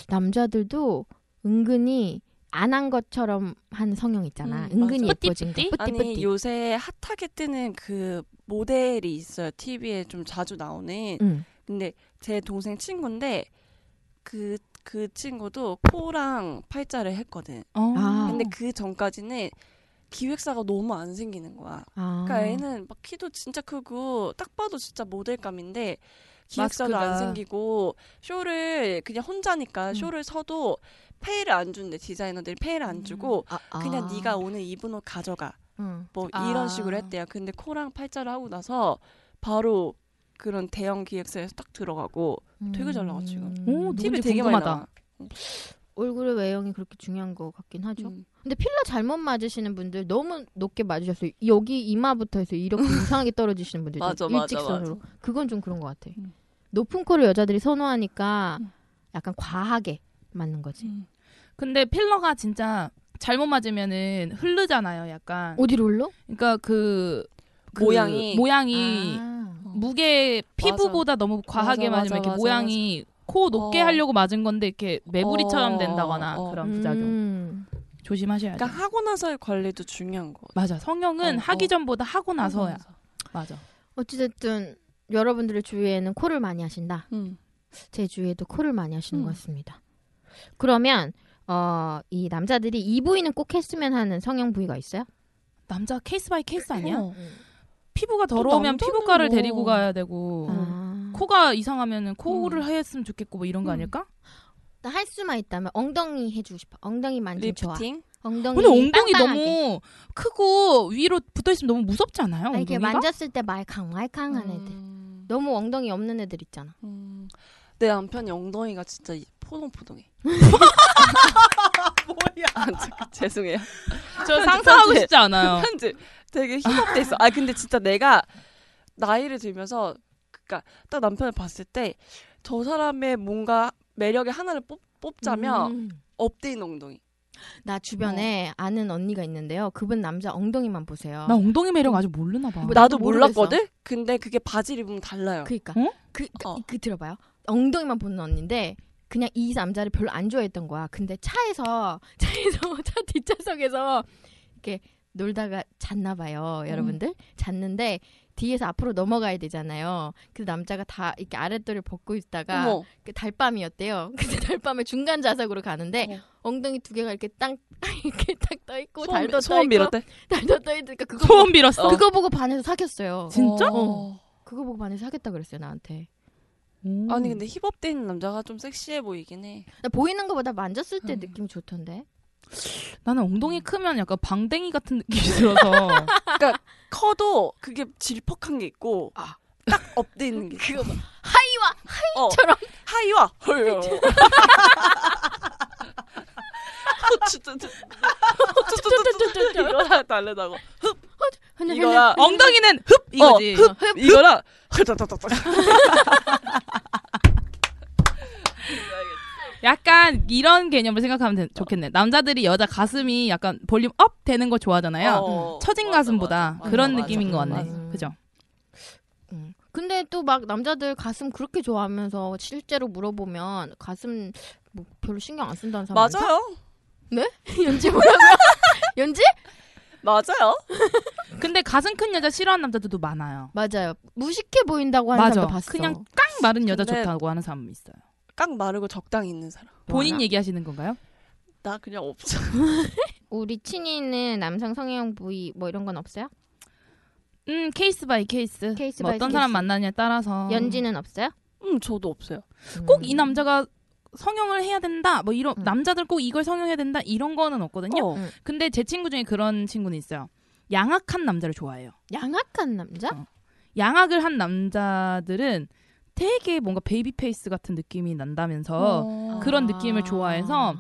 Speaker 1: 남자들도 은근히 안 한 것처럼 한 성형 있잖아
Speaker 3: 음,
Speaker 1: 은근히
Speaker 3: 맞아.
Speaker 1: 예뻐진 거
Speaker 2: 뿌띠뿌띠?
Speaker 1: 뿌띠뿌띠
Speaker 3: 아니 요새 핫하게 뜨는 그 모델이 있어요. TV에 좀 자주 나오는.
Speaker 2: 음.
Speaker 1: 응.
Speaker 3: 근데 제 동생 친구인데 그, 그 친구도 코랑 팔자를 했거든.
Speaker 2: 어.
Speaker 1: 아.
Speaker 3: 근데 그 전까지는 기획사가 너무 안 생기는 거야.
Speaker 1: 아.
Speaker 3: 그러니까 애는 막 키도 진짜 크고 딱 봐도 진짜 모델감인데 기획사도
Speaker 2: 마스크가.
Speaker 3: 안 생기고 쇼를 그냥 혼자니까
Speaker 2: 음.
Speaker 3: 쇼를 서도 페이를 안 준대 디자이너들이 페이를 안 주고
Speaker 1: 아, 아.
Speaker 3: 그냥 네가 오늘 입은 옷 가져가
Speaker 1: 응.
Speaker 3: 뭐
Speaker 2: 아.
Speaker 3: 이런 식으로 했대요. 근데 코랑 팔자를 하고 나서 바로 그런 대형 기획사에서 딱 들어가고 음. 되게 잘 나와, 지금. 네.
Speaker 2: 오,
Speaker 1: 음.
Speaker 2: 티-
Speaker 3: TV
Speaker 2: 누군지
Speaker 3: 되게
Speaker 2: 궁금하다.
Speaker 3: 많이 나와.
Speaker 1: 얼굴의 외형이 그렇게 중요한 것 같긴 하죠
Speaker 3: 음.
Speaker 1: 근데 필러 잘못 맞으시는 분들 너무 높게 맞으셔서 여기 이마부터 해서 이렇게 이상하게 떨어지시는 분들
Speaker 3: 맞아,
Speaker 1: 있죠.
Speaker 3: 맞아, 그러니까
Speaker 1: 일직선으로 그건 좀 그런 것 같아
Speaker 3: 음.
Speaker 1: 높은 코를 여자들이 선호하니까
Speaker 3: 음.
Speaker 1: 약간 과하게 맞는 거지
Speaker 2: 근데 필러가 진짜 잘못 맞으면은 흐르잖아요, 약간.
Speaker 1: 어디로 올라?
Speaker 2: 그러니까 그, 그
Speaker 3: 모양이.
Speaker 2: 모양이
Speaker 1: 아.
Speaker 2: 무게 피부보다 너무 과하게
Speaker 3: 맞아,
Speaker 2: 맞으면 이렇게
Speaker 3: 맞아,
Speaker 2: 모양이 코 높게
Speaker 3: 어.
Speaker 2: 하려고 맞은 건데 이렇게 매부리처럼
Speaker 3: 어,
Speaker 2: 된다거나
Speaker 3: 어, 어.
Speaker 2: 그런 부작용
Speaker 1: 음.
Speaker 2: 조심하셔야 돼요.
Speaker 3: 그러니까 하고 나서의 관리도 중요한 거.
Speaker 2: 맞아. 성형은
Speaker 3: 어, 어.
Speaker 2: 하기 전보다 하고 나서야. 맞아.
Speaker 1: 어찌됐든 여러분들의 주위에는 코를 많이 하신다
Speaker 3: 음.
Speaker 1: 제 주위에도 코를 많이 하시는
Speaker 3: 음.
Speaker 1: 것 같습니다 그러면 어, 이 남자들이 이 부위는 꼭 했으면 하는 성형 부위가 있어요?
Speaker 2: 남자 케이스 바이 케이스 아니야?
Speaker 1: 어.
Speaker 2: 피부가 더러우면
Speaker 3: 남자는
Speaker 2: 피부과를
Speaker 3: 뭐.
Speaker 2: 데리고 가야 되고
Speaker 1: 아.
Speaker 2: 코가 이상하면은 코를
Speaker 1: 음.
Speaker 2: 했으면 좋겠고 뭐 이런 거
Speaker 1: 음.
Speaker 2: 아닐까?
Speaker 1: 나 할 수만 있다면 엉덩이 해주고 싶어. 엉덩이만 좀 좋아.
Speaker 3: 리프팅?
Speaker 1: 엉덩이
Speaker 2: 근데 엉덩이
Speaker 1: 빵빵하게.
Speaker 2: 너무 크고 위로 붙어 있으면 너무 무섭지 않아요?
Speaker 1: 아, 이렇게
Speaker 2: 엉덩이가?
Speaker 1: 만졌을 때 말캉말캉한 애들.
Speaker 3: 음.
Speaker 1: 너무 엉덩이 없는 애들 있잖아.
Speaker 3: 음. 내 남편이 엉덩이가 진짜 이- 포동포동해.
Speaker 2: 뭐야?
Speaker 3: 아, 저- 죄송해요.
Speaker 2: 저 상상하고
Speaker 3: 편집.
Speaker 2: 싶지 않아요.
Speaker 3: 편집 되게 힘없대 있어. 아 근데 진짜 내가 나이를 들면서 그니까 딱 남편을 봤을 때 저 사람의 뭔가 매력의 하나를 뽑, 뽑자면
Speaker 1: 음. 어.
Speaker 3: 업데인 엉덩이.
Speaker 1: 나 주변에 아는 언니가 있는데요. 그분 남자 엉덩이만 보세요.
Speaker 2: 나 엉덩이 매력 아주 모르나 봐.
Speaker 1: 뭐 나-
Speaker 3: 나도
Speaker 1: 모르겠어.
Speaker 3: 몰랐거든. 근데 그게 바지를 입으면 달라요.
Speaker 1: 그니까
Speaker 2: 어?
Speaker 1: 그, 그,
Speaker 3: 어.
Speaker 1: 그 들어봐요. 엉덩이만 보는 언니인데 그냥 이 남자를 별로 안 좋아했던 거야. 근데 차에서 차에서 차 뒷좌석에서 이렇게 놀다가 잤나
Speaker 3: 음.
Speaker 1: 봐요, 여러분들. 잤는데 뒤에서 앞으로 넘어가야 되잖아요. 그 남자가 다 이렇게 아랫도를 벗고 있다가
Speaker 3: 어머.
Speaker 1: 그 달밤이었대요. 근데 달밤에 중간 좌석으로 가는데
Speaker 3: 어.
Speaker 1: 엉덩이 두 개가 이렇게 땅 이렇게 딱 떠 있고
Speaker 3: 소원,
Speaker 1: 달도 떠
Speaker 3: 소원
Speaker 1: 있고
Speaker 3: 빌었대.
Speaker 1: 달도 떠 있으니까 그거
Speaker 2: 소원 빌었어.
Speaker 1: 보고, 그거 보고 반해서 사귀었어요.
Speaker 2: 진짜?
Speaker 3: 어.
Speaker 1: 그거 보고 반해서 사귀었다 그랬어요 나한테.
Speaker 2: 음.
Speaker 3: 아니 근데 힙업돼 있는 남자가 좀 섹시해 보이긴 해.
Speaker 1: 나 보이는 것보다 만졌을 때
Speaker 3: 음.
Speaker 1: 느낌이 좋던데.
Speaker 2: 나는 엉덩이 크면 약간 방댕이 같은 느낌이 들어서
Speaker 3: 커도 그게 질퍽한 게 있고
Speaker 1: 아.
Speaker 3: 딱 업돼 있는 게 있어.
Speaker 1: 그거 막 하이와
Speaker 3: 어.
Speaker 1: 하이처럼
Speaker 3: 하이와 헐. 어, 진짜 진짜
Speaker 1: 쭈쭈쭈쭈쭈.
Speaker 3: 이거랑 다르다고.
Speaker 1: 흔들 흔들.
Speaker 3: 이거랑
Speaker 2: 엉덩이는 흡 이거지.
Speaker 3: 어, 흡 이거랑 흡다다다다.
Speaker 2: 약간 이런 개념을 생각하면 되- 좋겠네. 남자들이 여자 가슴이 약간 볼륨 업 되는 거
Speaker 1: 어,
Speaker 2: 좋아하잖아요. 처진 가슴보다 그런 느낌인 것 같네.
Speaker 1: 맞아.
Speaker 2: 그죠?
Speaker 1: 음. 근데 또 막 남자들 가슴 그렇게 좋아하면서 실제로 물어보면 가슴 뭐 별로 신경 안 쓴다는 사람 많다?
Speaker 3: 맞아요.
Speaker 1: 연지 뭐라고요? 연지?
Speaker 3: 맞아요.
Speaker 2: 근데 가슴 큰 여자 싫어하는 남자들도 많아요.
Speaker 1: 맞아요. 무식해 보인다고 하는
Speaker 2: 맞아.
Speaker 1: 사람도 봤어.
Speaker 2: 그냥 깡 마른 여자
Speaker 3: 근데-
Speaker 2: 좋다고 하는 사람 있어요.
Speaker 3: 깡 마르고 적당히 있는 사람.
Speaker 2: 본인
Speaker 1: 뭐하나?
Speaker 2: 얘기하시는 건가요?
Speaker 3: 나 그냥 없어.
Speaker 1: 우리 친이는 남성 성형 부위 뭐 이런 건 없어요?
Speaker 2: 음 케이스 바이 케이스.
Speaker 1: 케이스
Speaker 2: 뭐
Speaker 1: 바이
Speaker 2: 어떤
Speaker 1: 케이스.
Speaker 2: 사람 만나냐에 따라서
Speaker 1: 연지는 없어요?
Speaker 3: 음, 저도 없어요.
Speaker 2: 꼭 이 남자가 성형을 해야 된다. 뭐 이런
Speaker 1: 음.
Speaker 2: 남자들 꼭 이걸 성형해야 된다. 이런 거는 없거든요.
Speaker 3: 어.
Speaker 2: 근데 제 친구 중에 그런 친구는 있어요. 양악한 남자를 좋아해요.
Speaker 1: 양악한 남자?
Speaker 2: 양악을 한 남자들은 되게 뭔가 베이비 페이스 같은 느낌이
Speaker 3: 어.
Speaker 2: 난다면서
Speaker 1: 어.
Speaker 2: 그런 느낌을 좋아해서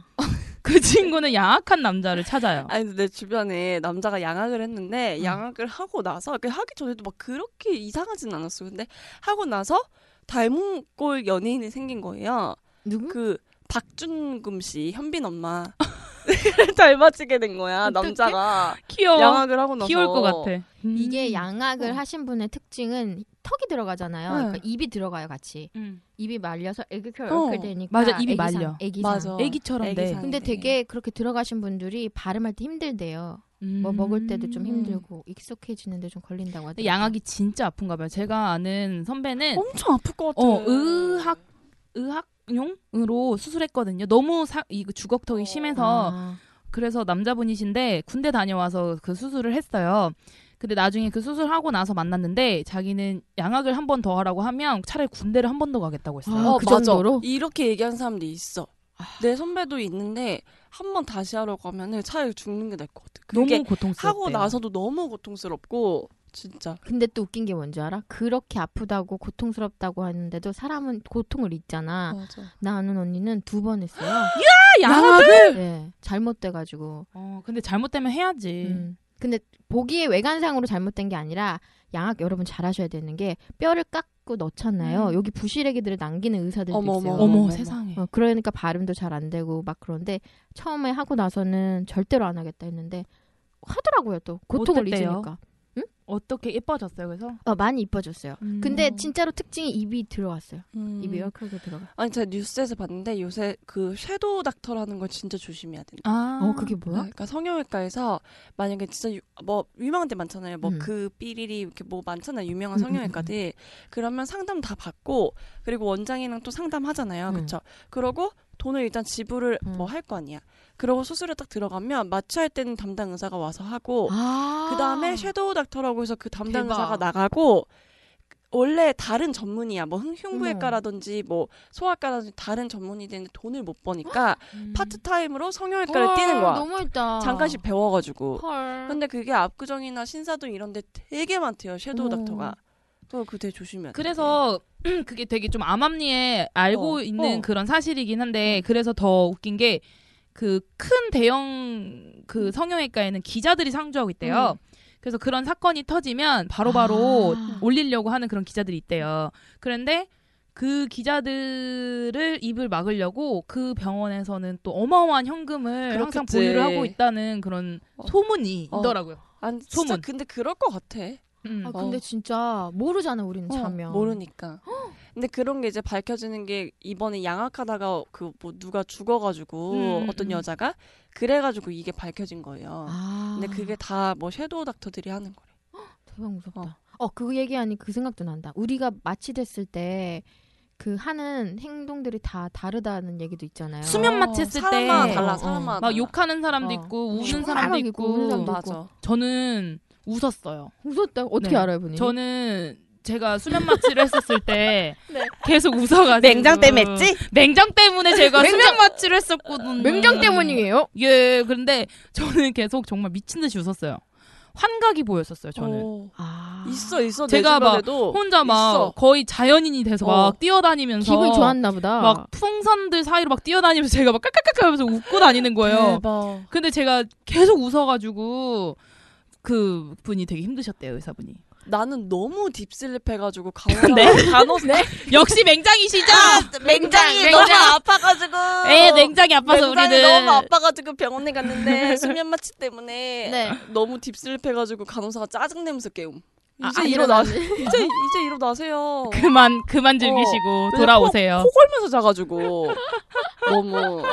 Speaker 2: 그 친구는 양악한 남자를 찾아요.
Speaker 3: 아니 근데 내 주변에 남자가 양악을 했는데
Speaker 2: 음.
Speaker 3: 양악을 하고 나서 그 하기 전에도 막 그렇게 이상하진 않았어. 근데 하고 나서 닮은 꼴 연예인이 생긴 거예요.
Speaker 2: 음?
Speaker 1: 누구?
Speaker 3: 그 박준금 씨 현빈 엄마 닮아지게 된 거야
Speaker 1: 어떡해?
Speaker 3: 남자가
Speaker 2: 귀여워.
Speaker 3: 양악을 하고 나서
Speaker 2: 어, 귀여울 것 같아. 음.
Speaker 1: 이게 양악을
Speaker 3: 어.
Speaker 1: 하신 분의 특징은 턱이 들어가잖아요.
Speaker 3: 네.
Speaker 1: 그러니까 입이 들어가요 같이.
Speaker 2: 음.
Speaker 1: 입이 말려서 애기결
Speaker 3: 어.
Speaker 1: 이렇게 되니까.
Speaker 2: 맞아, 입이
Speaker 1: 애기상,
Speaker 2: 말려. 네.
Speaker 1: 애기상.
Speaker 3: 맞아
Speaker 2: 애기처럼 돼.
Speaker 3: 애기상.
Speaker 1: 근데 되게 그렇게 들어가신 분들이 발음할 때 힘들대요. 뭐
Speaker 2: 음.
Speaker 1: 먹을 때도 좀 힘들고 익숙해지는데 좀 걸린다고 하더라고요.
Speaker 2: 양악이 진짜 아픈가 봐요. 제가 아는 선배는
Speaker 3: 엄청 아플 것 같아.
Speaker 2: 어, 의학 의학용으로 수술했거든요. 너무 사, 이 주걱턱이
Speaker 3: 어.
Speaker 2: 심해서
Speaker 1: 아.
Speaker 2: 그래서 남자분이신데 군대 다녀와서 그 수술을 했어요. 근데 나중에 그 수술하고 나서 만났는데 자기는 양악을 한 번 더 하라고 하면 차라리 군대를 한 번 더 가겠다고 했어요. 아.
Speaker 1: 아, 그 정도로?
Speaker 3: 이렇게 얘기하는 사람들이 있어. 내 선배도 있는데 한 번 다시 하려고 하면은 차라리 죽는 게 나을 것 같아. 그게
Speaker 2: 너무 고통스럽대요.
Speaker 3: 하고 나서도 너무 고통스럽고 진짜
Speaker 1: 근데 또 웃긴 게 뭔지 알아? 그렇게 아프다고 고통스럽다고 하는데도 사람은 고통을 잊잖아.
Speaker 2: 어.
Speaker 3: 맞아.
Speaker 1: 나 아는 언니는 두 번 했어요.
Speaker 3: 그
Speaker 2: 아, 양악을?
Speaker 1: 네, 잘못돼가지고.
Speaker 2: 어, 근데 잘못되면 해야지.
Speaker 1: 음. 근데 보기에 외관상으로 잘못된 게 아니라 양악 여러분 잘하셔야 되는 게 뼈를 깎고 넣잖아요.
Speaker 2: 음.
Speaker 1: 여기 부실애기들을 남기는 의사들도
Speaker 3: 어머,
Speaker 1: 있어요.
Speaker 2: 어머,
Speaker 3: 어머,
Speaker 2: 세상에.
Speaker 1: 어, 그러니까 발음도 잘 안 되고 막 그런데 처음에 하고 나서는 절대로 안 하겠다 했는데 하더라고요 또 고통을
Speaker 2: 어땠대요?
Speaker 1: 잊으니까
Speaker 2: 어. 떻게 예뻐졌어요? 그래서
Speaker 1: 어, 많이 이뻐졌어요.
Speaker 2: 음.
Speaker 1: 근데 진짜로 특징이 입이 들어갔어요.
Speaker 3: 음.
Speaker 1: 입이 이렇게 이렇게 들어가.
Speaker 3: 아니 제가 뉴스에서 봤는데 요새 그 섀도우 닥터라는 걸 진짜 조심해야 된다.
Speaker 2: 아,
Speaker 1: 어 그게 뭐야?
Speaker 3: 그러니까 성형외과에서 만약에 진짜 유- 뭐 유명한 데 많잖아요.
Speaker 1: 음.
Speaker 3: 뭐 그 삐리리 이렇게 뭐 많잖아요.
Speaker 1: 음,
Speaker 3: 유명한
Speaker 1: 음,
Speaker 3: 성형외과들. 그러면 상담 다 받고 그리고 원장이랑 또 상담하잖아요.
Speaker 1: 음.
Speaker 3: 그렇죠. 그러고 돈을 일단 지불을 뭐 할 거 아니야. 그러고 수술에 딱 들어가면 마취할 때는 담당 의사가 와서 하고
Speaker 1: 아.
Speaker 3: 그 다음에 섀도우 닥터라고 해서 그 담당
Speaker 1: 대박.
Speaker 3: 의사가 나가고 원래 다른 전문의야 뭐 흥-
Speaker 1: 음.
Speaker 3: 흉부외과라든지 뭐 소아과라든지 다른 전문의들인데 돈을 못 버니까
Speaker 1: 음.
Speaker 3: 파트타임으로 성형외과를 뛰는 거야.
Speaker 1: 어, 너무했다.
Speaker 3: 잠깐씩 배워가지고.
Speaker 1: 헐.
Speaker 3: 근데 그게 압구정이나 신사동 이런데 되게 많대요 섀도우 닥터가. 또 그 되게 조심해야 돼.
Speaker 2: 그래서 그게 되게 좀 암암리에 알고
Speaker 3: 어,
Speaker 2: 있는
Speaker 3: 어.
Speaker 2: 그런 사실이긴 한데 그래서 더 웃긴 게 그 큰 대형 그 성형외과에는 기자들이 상주하고 있대요. 그래서 그런 사건이 터지면 바로바로
Speaker 1: 아.
Speaker 2: 올리려고 하는 그런 기자들이 있대요. 그런데 그 기자들을 입을 막으려고 그 병원에서는 또 어마어마한 현금을 항상
Speaker 3: 그렇겠지.
Speaker 2: 보유를 하고 있다는 그런
Speaker 3: 어.
Speaker 2: 소문이
Speaker 3: 어.
Speaker 2: 있더라고요.
Speaker 3: 아, 진짜
Speaker 2: 소문.
Speaker 3: 근데 그럴 것 같아.
Speaker 2: 음.
Speaker 1: 아
Speaker 3: 어.
Speaker 1: 근데 진짜 모르잖아 우리는
Speaker 3: 어,
Speaker 1: 자면.
Speaker 3: 모르니까. 근데 그런 게 이제 밝혀지는 게 이번에 양악하다가 그 뭐 누가 죽어가지고
Speaker 2: 음,
Speaker 3: 어떤
Speaker 2: 음.
Speaker 3: 여자가 그래가지고 이게 밝혀진 거예요.
Speaker 1: 아.
Speaker 3: 근데 그게 다 뭐 섀도우 닥터들이 하는 거래.
Speaker 1: 대박 무섭다. 어, 그 얘기하니 그 생각도 난다. 우리가 마취됐을 때 그 하는 행동들이 다 다르다는 얘기도 있잖아요.
Speaker 2: 수면 마취했을 때
Speaker 3: 사람마다 달라.
Speaker 1: 어,
Speaker 3: 사람마다
Speaker 2: 막
Speaker 3: 달라.
Speaker 2: 욕하는 사람도
Speaker 1: 어.
Speaker 2: 있고
Speaker 1: 음.
Speaker 2: 우는 사람도
Speaker 1: 막 있고, 우는
Speaker 2: 있고
Speaker 1: 사람도
Speaker 3: 맞아.
Speaker 2: 저는 웃었어요.
Speaker 1: 웃었다. 어떻게
Speaker 2: 네.
Speaker 1: 알아요, 분이?
Speaker 2: 저는 제가 수면 마취를 했었을 때
Speaker 1: 네.
Speaker 2: 계속 웃어가지고
Speaker 8: 맹장 때문에 했지?
Speaker 2: 냉장 때문에 제가 수면 마취를 했었거든요.
Speaker 1: 맹장 때문이에요.
Speaker 2: 예, 그런데 저는 계속 정말 미친 듯이 웃었어요. 환각이 보였었어요. 저는
Speaker 3: 오.
Speaker 1: 아.
Speaker 3: 있어 있어
Speaker 2: 제가
Speaker 3: 내
Speaker 2: 막
Speaker 3: 주변에도
Speaker 2: 혼자 막
Speaker 3: 있어.
Speaker 2: 거의 자연인이 돼서
Speaker 3: 어.
Speaker 2: 막 뛰어다니면서
Speaker 1: 기분이 좋았나 보다.
Speaker 2: 막 풍선들 사이로 막 뛰어다니면서 제가 막 깍깍깍하면서 웃고 다니는 거예요.
Speaker 3: 대박.
Speaker 2: 근데 제가 계속 웃어가지고 그 분이 되게 힘드셨대요 의사분이.
Speaker 3: 나는 너무 딥슬립 해가지고 가오랑
Speaker 2: 간호사. 역시 맹장이시죠?
Speaker 8: 맹장이
Speaker 2: 맹장.
Speaker 8: 너무 아파가지고.
Speaker 2: 에 냉장이 아파서
Speaker 3: 맹장이
Speaker 2: 우리는.
Speaker 3: 너무 아파가지고 병원에 갔는데 수면 마취 때문에
Speaker 1: 네.
Speaker 3: 너무 딥슬립 해가지고 간호사가 짜증 내면서 깨움.
Speaker 2: 아,
Speaker 3: 이제
Speaker 2: 안
Speaker 3: 일어나 이제 이제 일어나세요.
Speaker 2: 그만 그만 즐기시고
Speaker 3: 왜냐면
Speaker 2: 돌아오세요.
Speaker 3: 어. 코 골면서 자가지고 너무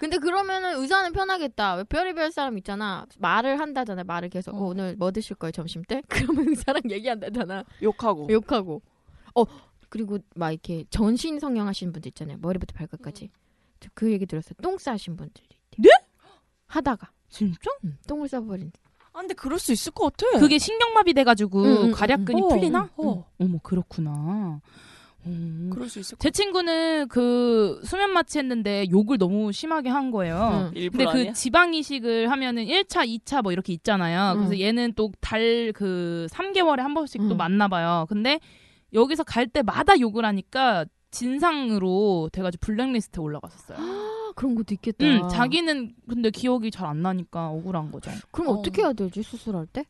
Speaker 1: 근데 그러면은 의사는 편하겠다. 왜 별의별 사람 있잖아. 말을 한다잖아. 말을 계속 어, 오늘 뭐 드실 거예요 점심 때? 그러면 의사랑 얘기한다잖아.
Speaker 3: 욕하고
Speaker 1: 욕하고. 어 그리고 막 이렇게 전신 성형하시는 분들 있잖아요. 머리부터 발끝까지. 저 그 얘기 들었어요. 똥 싸신 분들도 있대요.
Speaker 2: 음. 네?
Speaker 1: 하다가
Speaker 2: 진짜?
Speaker 1: 음, 똥을 싸버린.
Speaker 3: 아, 근데 그럴 수 있을 것 같아.
Speaker 2: 그게 신경마비 돼가지고
Speaker 1: 응, 응,
Speaker 2: 가략근이
Speaker 3: 응.
Speaker 2: 풀리나?
Speaker 3: 어,
Speaker 2: 어. 어머 그렇구나. 음.
Speaker 3: 그럴 수 있을 것
Speaker 2: 제 친구는 그 수면 마취했는데 욕을 너무 심하게 한
Speaker 1: 응.
Speaker 2: 거예요.
Speaker 3: 일부러
Speaker 2: 근데
Speaker 3: 아니야?
Speaker 2: 그 지방 이식을 하면은 1차, 2차 뭐 이렇게
Speaker 3: 음.
Speaker 2: 있잖아요.
Speaker 1: 응.
Speaker 2: 그래서 얘는 또 달 그 3개월에 한 번씩 또
Speaker 1: 응.
Speaker 2: 만나 봐요. 근데 여기서 갈 때마다 욕을 하니까 진상으로 돼가지고 블랙리스트에 올라갔었어요.
Speaker 1: 아 그런 것도 있겠다.
Speaker 2: 응, 음, 자기는 근데 기억이 잘 안 나니까 억울한 거죠.
Speaker 1: 그럼 어. 떻게 해야 되지 수술할 때?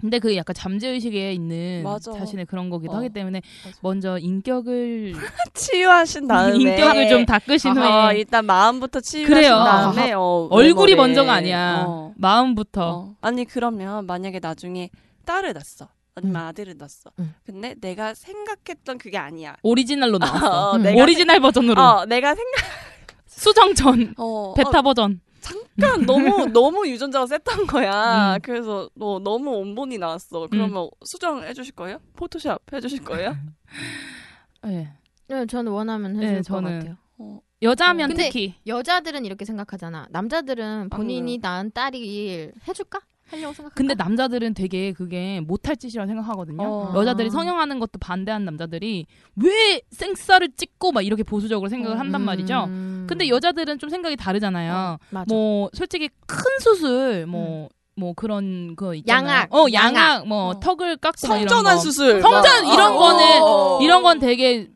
Speaker 2: 근데 그 약간 잠재의식에 있는
Speaker 3: 맞아.
Speaker 2: 자신의 그런 거기도
Speaker 3: 어.
Speaker 2: 하기 때문에
Speaker 3: 맞아.
Speaker 2: 먼저 인격을
Speaker 3: 치유하신 다음에
Speaker 2: 인격을 좀 닦으신 후에
Speaker 3: 어, 일단 마음부터 치유하신
Speaker 2: 그래요. 아,
Speaker 3: 다음에 어,
Speaker 2: 얼굴이
Speaker 3: 외모를.
Speaker 2: 먼저가 아니야.
Speaker 3: 어,
Speaker 2: 마음부터.
Speaker 3: 어. 아니 그러면 만약에 나중에 딸을 낳았어. 아니면 아들을 낳았어.
Speaker 1: 응.
Speaker 3: 근데 내가 생각했던 그게 아니야.
Speaker 2: 오리지널로 나왔어.
Speaker 3: 어,
Speaker 1: 음.
Speaker 3: 내가
Speaker 2: 오리지널 버전으로.
Speaker 3: 생- 어, 내가 생각
Speaker 2: 수정전
Speaker 3: 어,
Speaker 2: 베타 버전.
Speaker 3: 잠깐 너무 너무 유전자가 셌던 거야. 그래서 너 너무 온본이 나왔어. 그러면 수정 해주실 거예요? 포토샵 해주실 거예요?
Speaker 2: 예.
Speaker 1: 네, 저는 원하면
Speaker 2: 네,
Speaker 1: 해줄 것
Speaker 2: 저는.
Speaker 1: 같아요.
Speaker 3: 어,
Speaker 2: 여자면
Speaker 1: 근데-
Speaker 2: 특히
Speaker 3: 그러니까
Speaker 1: 여자들은 이렇게 생각하잖아. 남자들은 본인이 낳은 딸이 해줄까? 하려고 생각할까?
Speaker 2: 근데 남자들은 되게 그게 못할 짓이라 고 생각하거든요.
Speaker 3: 어.
Speaker 2: 여자들이
Speaker 1: 아.
Speaker 2: 성형하는 것도 반대한 남자들이 왜 생쌀을 찍고 막 이렇게 보수적으로 생각을 한단
Speaker 1: 음,
Speaker 2: 말이죠.
Speaker 1: 음.
Speaker 2: 근데 여자들은 좀 생각이
Speaker 3: 어,
Speaker 2: 다르잖아요.
Speaker 1: 맞아.
Speaker 2: 뭐 솔직히 큰 수술 뭐
Speaker 3: 음.
Speaker 2: 뭐 그런 거 있잖아요.
Speaker 1: 양악.
Speaker 2: 어 양악,
Speaker 1: 양악.
Speaker 2: 뭐
Speaker 1: 어.
Speaker 2: 턱을 깎고 막 이런
Speaker 3: 성전환
Speaker 2: 거.
Speaker 3: 수술.
Speaker 2: 성전
Speaker 3: 막.
Speaker 2: 이런
Speaker 3: 어,
Speaker 2: 거는
Speaker 3: 어, 어.
Speaker 2: 이런 건 되게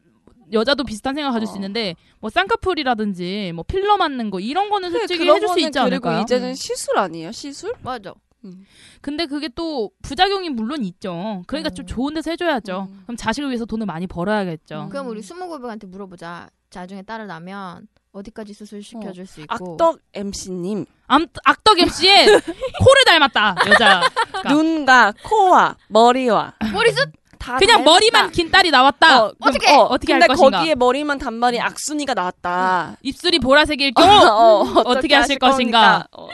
Speaker 2: 여자도 비슷한 생각 을 가질
Speaker 3: 어.
Speaker 2: 수 있는데 뭐 쌍꺼풀이라든지 뭐 필러 맞는 거 이런 거는
Speaker 3: 그래,
Speaker 2: 솔직히
Speaker 3: 그런
Speaker 2: 해줄 수
Speaker 3: 거는
Speaker 2: 있지 않을까요?
Speaker 3: 그리고 이제는 시술 아니에요? 시술?
Speaker 1: 맞아.
Speaker 3: 음.
Speaker 2: 근데 그게 또 부작용이 물론 있죠. 그러니까 좀
Speaker 1: 음.
Speaker 2: 좋은 데서 해줘야죠.
Speaker 3: 음.
Speaker 2: 그럼 자식을 위해서 돈을 많이 벌어야겠죠.
Speaker 1: 그럼 우리 스무고백한테 물어보자. 나중에 딸을 낳으면 어디까지 수술 시켜줄 수
Speaker 2: 어,
Speaker 1: 있고.
Speaker 3: 악덕 MC님
Speaker 2: 암, 악덕 MC의 코를 닮았다 여자. 그러니까.
Speaker 3: 눈과 코와 머리와
Speaker 1: 머리숱?
Speaker 3: 다 아,
Speaker 2: 그냥
Speaker 3: 닮았다.
Speaker 2: 머리만 긴 딸이 나왔다.
Speaker 3: 그럼,
Speaker 1: 어떻게?
Speaker 3: 어,
Speaker 2: 어떻게 할
Speaker 3: 근데
Speaker 2: 것인가?
Speaker 3: 거기에 머리만 단발인 악순이가 나왔다.
Speaker 2: 입술이 보라색일 경우 어, 음, 어떻게 어, 하실 것인가?
Speaker 3: 어,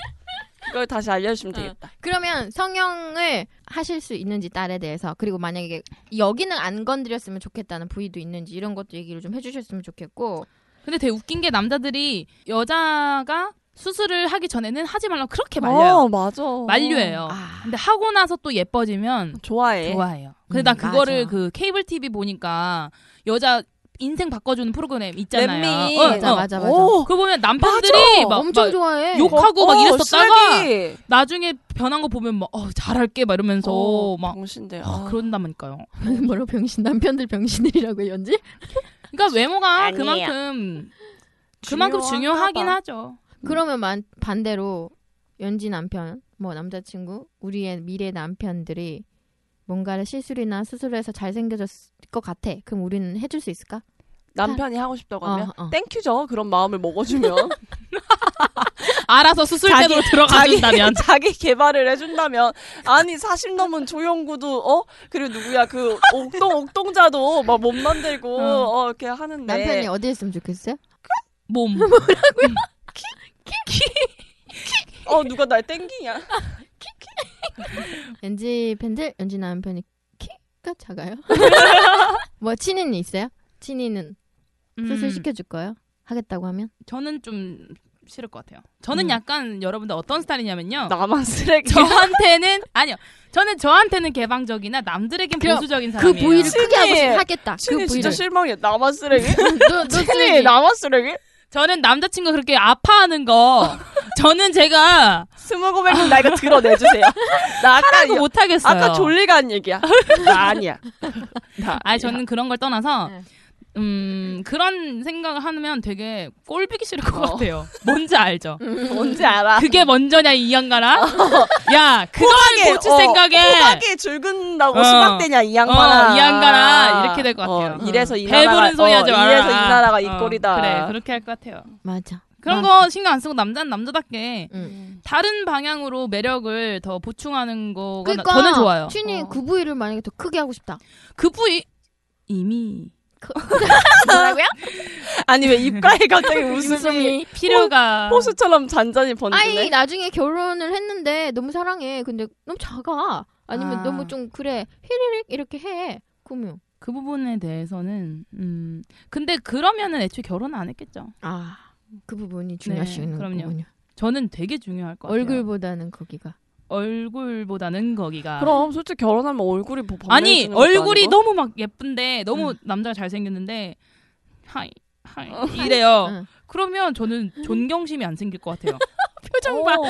Speaker 3: 그걸 다시 알려주시면 되겠다.
Speaker 1: 그러면 성형을 하실 수 있는지 딸에 대해서 그리고
Speaker 2: 어.
Speaker 1: 만약에 여기는 안 건드렸으면 좋겠다는 부위도 있는지 이런 것도 얘기를 좀 해주셨으면 좋겠고.
Speaker 2: 근데 되게 웃긴 게 남자들이 여자가 수술을 하기 전에는 하지 말라고 그렇게 말려요.
Speaker 3: 어, 맞아. 네.
Speaker 2: 만류예요.
Speaker 1: 아.
Speaker 2: 근데 하고 나서 또 예뻐지면
Speaker 3: 좋아해.
Speaker 2: 좋아해요. 근데
Speaker 1: 음,
Speaker 2: 나 그거를
Speaker 1: 맞아.
Speaker 2: 그 케이블 TV 보니까 여자 인생 바꿔주는 프로그램 있잖아요.
Speaker 3: 렛미.
Speaker 2: 어,
Speaker 1: 맞아
Speaker 2: 어.
Speaker 1: 맞아 맞아.
Speaker 3: 오,
Speaker 2: 그거 보면 남편들이 막,
Speaker 1: 엄청
Speaker 2: 막
Speaker 1: 좋아해.
Speaker 2: 욕하고 막 이랬었다가
Speaker 3: 어, 쓰레기.
Speaker 2: 나중에 변한 거 보면 막 어, 잘할게 막 이러면서
Speaker 3: 어,
Speaker 2: 막
Speaker 3: 정신대.
Speaker 2: 아, 그런다니까요.
Speaker 1: 뭐로 병신 남편들 병신들이라고 연지?
Speaker 2: 그러니까 외모가
Speaker 6: 아니에요.
Speaker 2: 그만큼 그만큼
Speaker 3: 중요한가
Speaker 2: 중요하긴
Speaker 3: 봐.
Speaker 2: 하죠.
Speaker 1: 음. 그러면 만, 반대로 연지 남편, 뭐 남자친구, 우리의 미래 남편들이 뭔가를 시술이나 수술해서 잘생겨졌을 것 같아. 그럼 우리는 해줄 수 있을까?
Speaker 3: 남편이 하고 싶다고
Speaker 2: 아,
Speaker 3: 하면
Speaker 1: 어, 어.
Speaker 3: 땡큐죠. 그런 마음을 먹어주면
Speaker 2: 알아서 수술대로 들어가
Speaker 3: 자기
Speaker 2: 준다면
Speaker 3: 자기 개발을 해준다면 아니 40 넘은 조영구도 어 그리고 누구야 그 옥동 옥동자도 막 못 만들고
Speaker 2: 응.
Speaker 3: 어 이렇게 하는데
Speaker 1: 남편이 어디에 있으면 좋겠어요?
Speaker 2: 몸 뭐라고요?
Speaker 3: 어 누가 날
Speaker 2: 그
Speaker 3: 땡기냐
Speaker 1: 연지 팬들, 연지 남편이 키가 작아요? 뭐 친인이 있어요? 친인은
Speaker 3: 음.
Speaker 1: 수술 시켜줄 거예요? 하겠다고 하면?
Speaker 2: 음. 저는 좀 싫을 것 같아요. 저는
Speaker 1: 음.
Speaker 2: 약간 여러분들 어떤 스타일이냐면요.
Speaker 3: 나만 쓰레기
Speaker 2: 저한테는 아니요. 저는 저한테는 개방적이나 남들에겐
Speaker 1: 그럼
Speaker 2: 보수적인
Speaker 1: 그
Speaker 2: 사람이에요.
Speaker 1: 부위를 크게 하고
Speaker 3: 친이,
Speaker 1: 싶 하겠다.
Speaker 3: 친이
Speaker 1: 그
Speaker 3: 진짜
Speaker 1: 부위를.
Speaker 3: 실망해 나만 쓰레기
Speaker 1: 너, 너
Speaker 3: 친이
Speaker 1: 쓰레기.
Speaker 3: 나만 쓰레기
Speaker 2: 저는 남자친구 그렇게 아파하는 거 저는 제가
Speaker 3: 스무 고백은 나 이거 그 들어내주세요 나 아까
Speaker 2: 하라고
Speaker 3: 여-
Speaker 2: 못 하겠어요.
Speaker 3: 아까 졸리가 한 얘기야 나 아니야 나
Speaker 2: 아 저는 그런 걸 떠나서
Speaker 1: 네.
Speaker 2: 음 그런 생각을 하면 되게 꼴보기 싫을 것
Speaker 3: 어. 음.
Speaker 2: 같아요. 뭔지 알죠?
Speaker 3: 뭔지 알아
Speaker 2: 그게 먼저냐 이 양가라? 야 음. 그걸
Speaker 3: 어. 호박에,
Speaker 2: 고칠
Speaker 3: 어,
Speaker 2: 생각에
Speaker 3: 호박이 줄근다고
Speaker 2: 어.
Speaker 3: 수박대냐 이 양반아
Speaker 2: 어, 이 양반아. 이렇게 될것 같아요.
Speaker 3: 어, 이래서 이 나라가
Speaker 2: 배부른 소리 하지
Speaker 3: 어,
Speaker 2: 마라.
Speaker 3: 이래서 이 나라가 이
Speaker 2: 어,
Speaker 3: 꼴이다 음.
Speaker 2: 그래 그렇게 할 것 같아요.
Speaker 1: 맞아.
Speaker 2: 그런 거 신경 안 쓰고 남자는 남자답게
Speaker 1: 응.
Speaker 2: 다른 방향으로 매력을 더 보충하는 거가
Speaker 1: 그러니까
Speaker 2: 나- 저는 좋아요.
Speaker 1: 친이
Speaker 3: 어.
Speaker 1: 그 부위를 만약에 더 크게 하고 싶다. 그
Speaker 2: 그 부위 이미
Speaker 1: 뭐라고요?
Speaker 3: 아니 왜 입가에 갑자기 웃음이
Speaker 2: 필요가
Speaker 3: 호수처럼 잔잔히 번지네
Speaker 1: 아니 나중에 결혼을 했는데 너무 사랑해. 근데 너무 작아. 아니면
Speaker 2: 아.
Speaker 1: 너무 좀 그래 휘리릭 이렇게 해. 그러면
Speaker 2: 그 부분에 대해서는 음 근데 그러면은 애초에 결혼 안 했겠죠.
Speaker 1: 아그 부분이 중요하시는
Speaker 2: 그럼요.
Speaker 1: 거군요.
Speaker 2: 저는 되게 중요할 것 같아요.
Speaker 1: 얼굴보다는 거기가.
Speaker 2: 얼굴보다는 거기가
Speaker 3: 그럼 솔직히 결혼하면 얼굴이 뭐
Speaker 2: 아니
Speaker 3: 반해지는 것도
Speaker 2: 얼굴이
Speaker 3: 아니고?
Speaker 2: 너무 막 예쁜데 너무 남자가 잘생겼는데 하이 하이
Speaker 3: 어,
Speaker 2: 이래요.
Speaker 1: 응.
Speaker 2: 그러면 저는 존경심이 안 생길 것 같아요. 표정 봐.
Speaker 3: 어,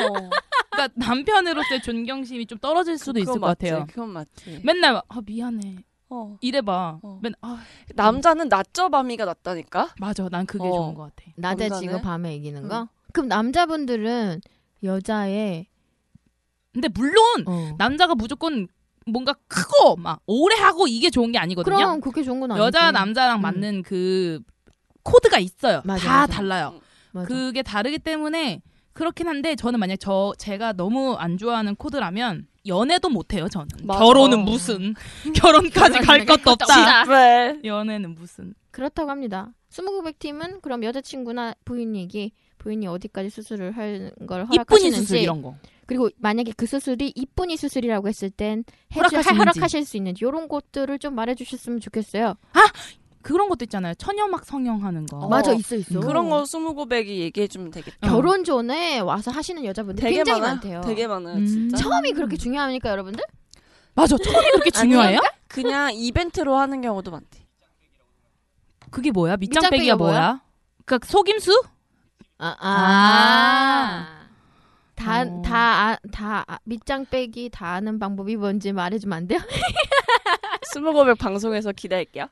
Speaker 2: 그러니까 남편으로서의 존경심이 좀 떨어질 수도 있을
Speaker 3: 그건
Speaker 2: 것
Speaker 3: 맞지,
Speaker 2: 같아요.
Speaker 3: 그건 맞지
Speaker 2: 맨날 막, 아 미안해
Speaker 3: 어.
Speaker 2: 이래봐.
Speaker 3: 어.
Speaker 2: 맨 아,
Speaker 3: 남자는 낮저 밤이가 낫다니까
Speaker 2: 맞아 난 그게
Speaker 3: 어.
Speaker 2: 좋은 것 같아.
Speaker 1: 낮에
Speaker 3: 남자는?
Speaker 1: 지고 밤에 이기는
Speaker 3: 응.
Speaker 1: 거. 그럼 남자분들은 여자의
Speaker 2: 근데 물론
Speaker 1: 어.
Speaker 2: 남자가 무조건 뭔가 크고 막 오래 하고 이게 좋은 게 아니거든요.
Speaker 1: 그럼 그게 좋은 건 아니지.
Speaker 2: 여자 남자랑
Speaker 1: 음.
Speaker 2: 맞는 그 코드가 있어요.
Speaker 1: 맞아,
Speaker 2: 다
Speaker 1: 맞아.
Speaker 2: 달라요.
Speaker 1: 맞아.
Speaker 2: 그게 다르기 때문에 그렇긴 한데 저는 만약 저 제가 너무 안 좋아하는 코드라면 연애도 못 해요. 저는
Speaker 3: 맞아.
Speaker 2: 결혼은 무슨 결혼까지 갈 것도 없다.
Speaker 3: 왜
Speaker 2: 연애는 무슨
Speaker 1: 그렇다고 합니다. 스무고백 팀은 그럼 여자친구나 부인 얘기, 부인이 어디까지 수술을 할 걸
Speaker 2: 이쁜이 수술
Speaker 1: 허락하시는지,
Speaker 2: 이런 거.
Speaker 1: 그리고 만약에 그 수술이 이쁜이 수술이라고 했을 땐
Speaker 2: 허락하시는지.
Speaker 1: 허락하실, 허락하실 수 있는지 이런 것들을 좀 말해주셨으면 좋겠어요.
Speaker 2: 그런 것도 있잖아요. 천연막 성형하는 거.
Speaker 3: 어,
Speaker 1: 맞아, 있어 있어.
Speaker 3: 그런 거 스무고백이 얘기해주면 되겠다
Speaker 1: 어. 결혼 전에 와서 하시는 여자분들
Speaker 3: 되게
Speaker 1: 굉장히
Speaker 3: 많아.
Speaker 1: 많대요
Speaker 3: 되게 많아요
Speaker 2: 음.
Speaker 3: 진짜
Speaker 1: 처음이 그렇게 중요합니까, 여러분들?
Speaker 2: 맞아. 처음이 그렇게 중요해요?
Speaker 3: 그냥 이벤트로 하는 경우도 많대
Speaker 2: 그게 뭐야?
Speaker 1: 밑장
Speaker 2: 밑장빼기가
Speaker 1: 빼기가 뭐야?
Speaker 2: 뭐야? 그러니까 속임수?
Speaker 1: 아,
Speaker 2: 아.
Speaker 1: 아. 다,
Speaker 2: 어.
Speaker 1: 다, 아, 다, 아, 밑장 빼기 다 아는 방법이 뭔지 말해주면 안 돼요?
Speaker 3: 스무고백 방송에서 기대할게요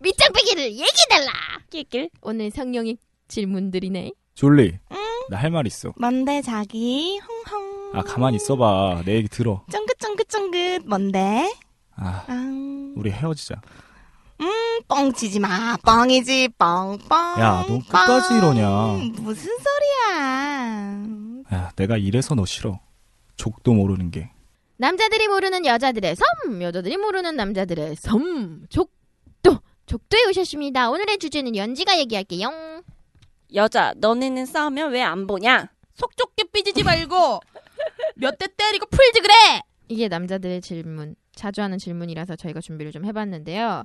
Speaker 1: 밑장 빼기를 얘기해달라! 끼낄. 오늘 성령의 질문들이네.
Speaker 9: 졸리 나 할 말 있어
Speaker 5: 뭔데 자기? 흥흥.
Speaker 9: 아 가만히 있어봐 내 얘기 들어
Speaker 5: 쫑긋쫑긋쫑긋. 뭔데?
Speaker 9: 아
Speaker 5: 음,
Speaker 9: 우리 헤어지자
Speaker 5: 아, 뻥치지 마. 뻥이지. 뻥뻥.
Speaker 9: 야,
Speaker 10: 아,
Speaker 9: 너 끝까지
Speaker 5: 뻥.
Speaker 9: 이러냐.
Speaker 5: 무슨 소리야.
Speaker 9: 야 내가 이래서 너 싫어 족도 모르는 게
Speaker 1: 남자들이 모르는 여자들의 섬, 여자들이 모르는 남자들의 섬, 족도, 족도에 오셨습니다. 오늘의 주제는 연지가 얘기할게요.
Speaker 3: 여자 너네는 싸우면 왜 안 보냐
Speaker 2: 속 좁게 삐지지 말고 몇 대 때리고 풀지 그래.
Speaker 1: 이게 남자들의 질문, 자주 하는 질문이라서 저희가 준비를 좀 해봤는데요.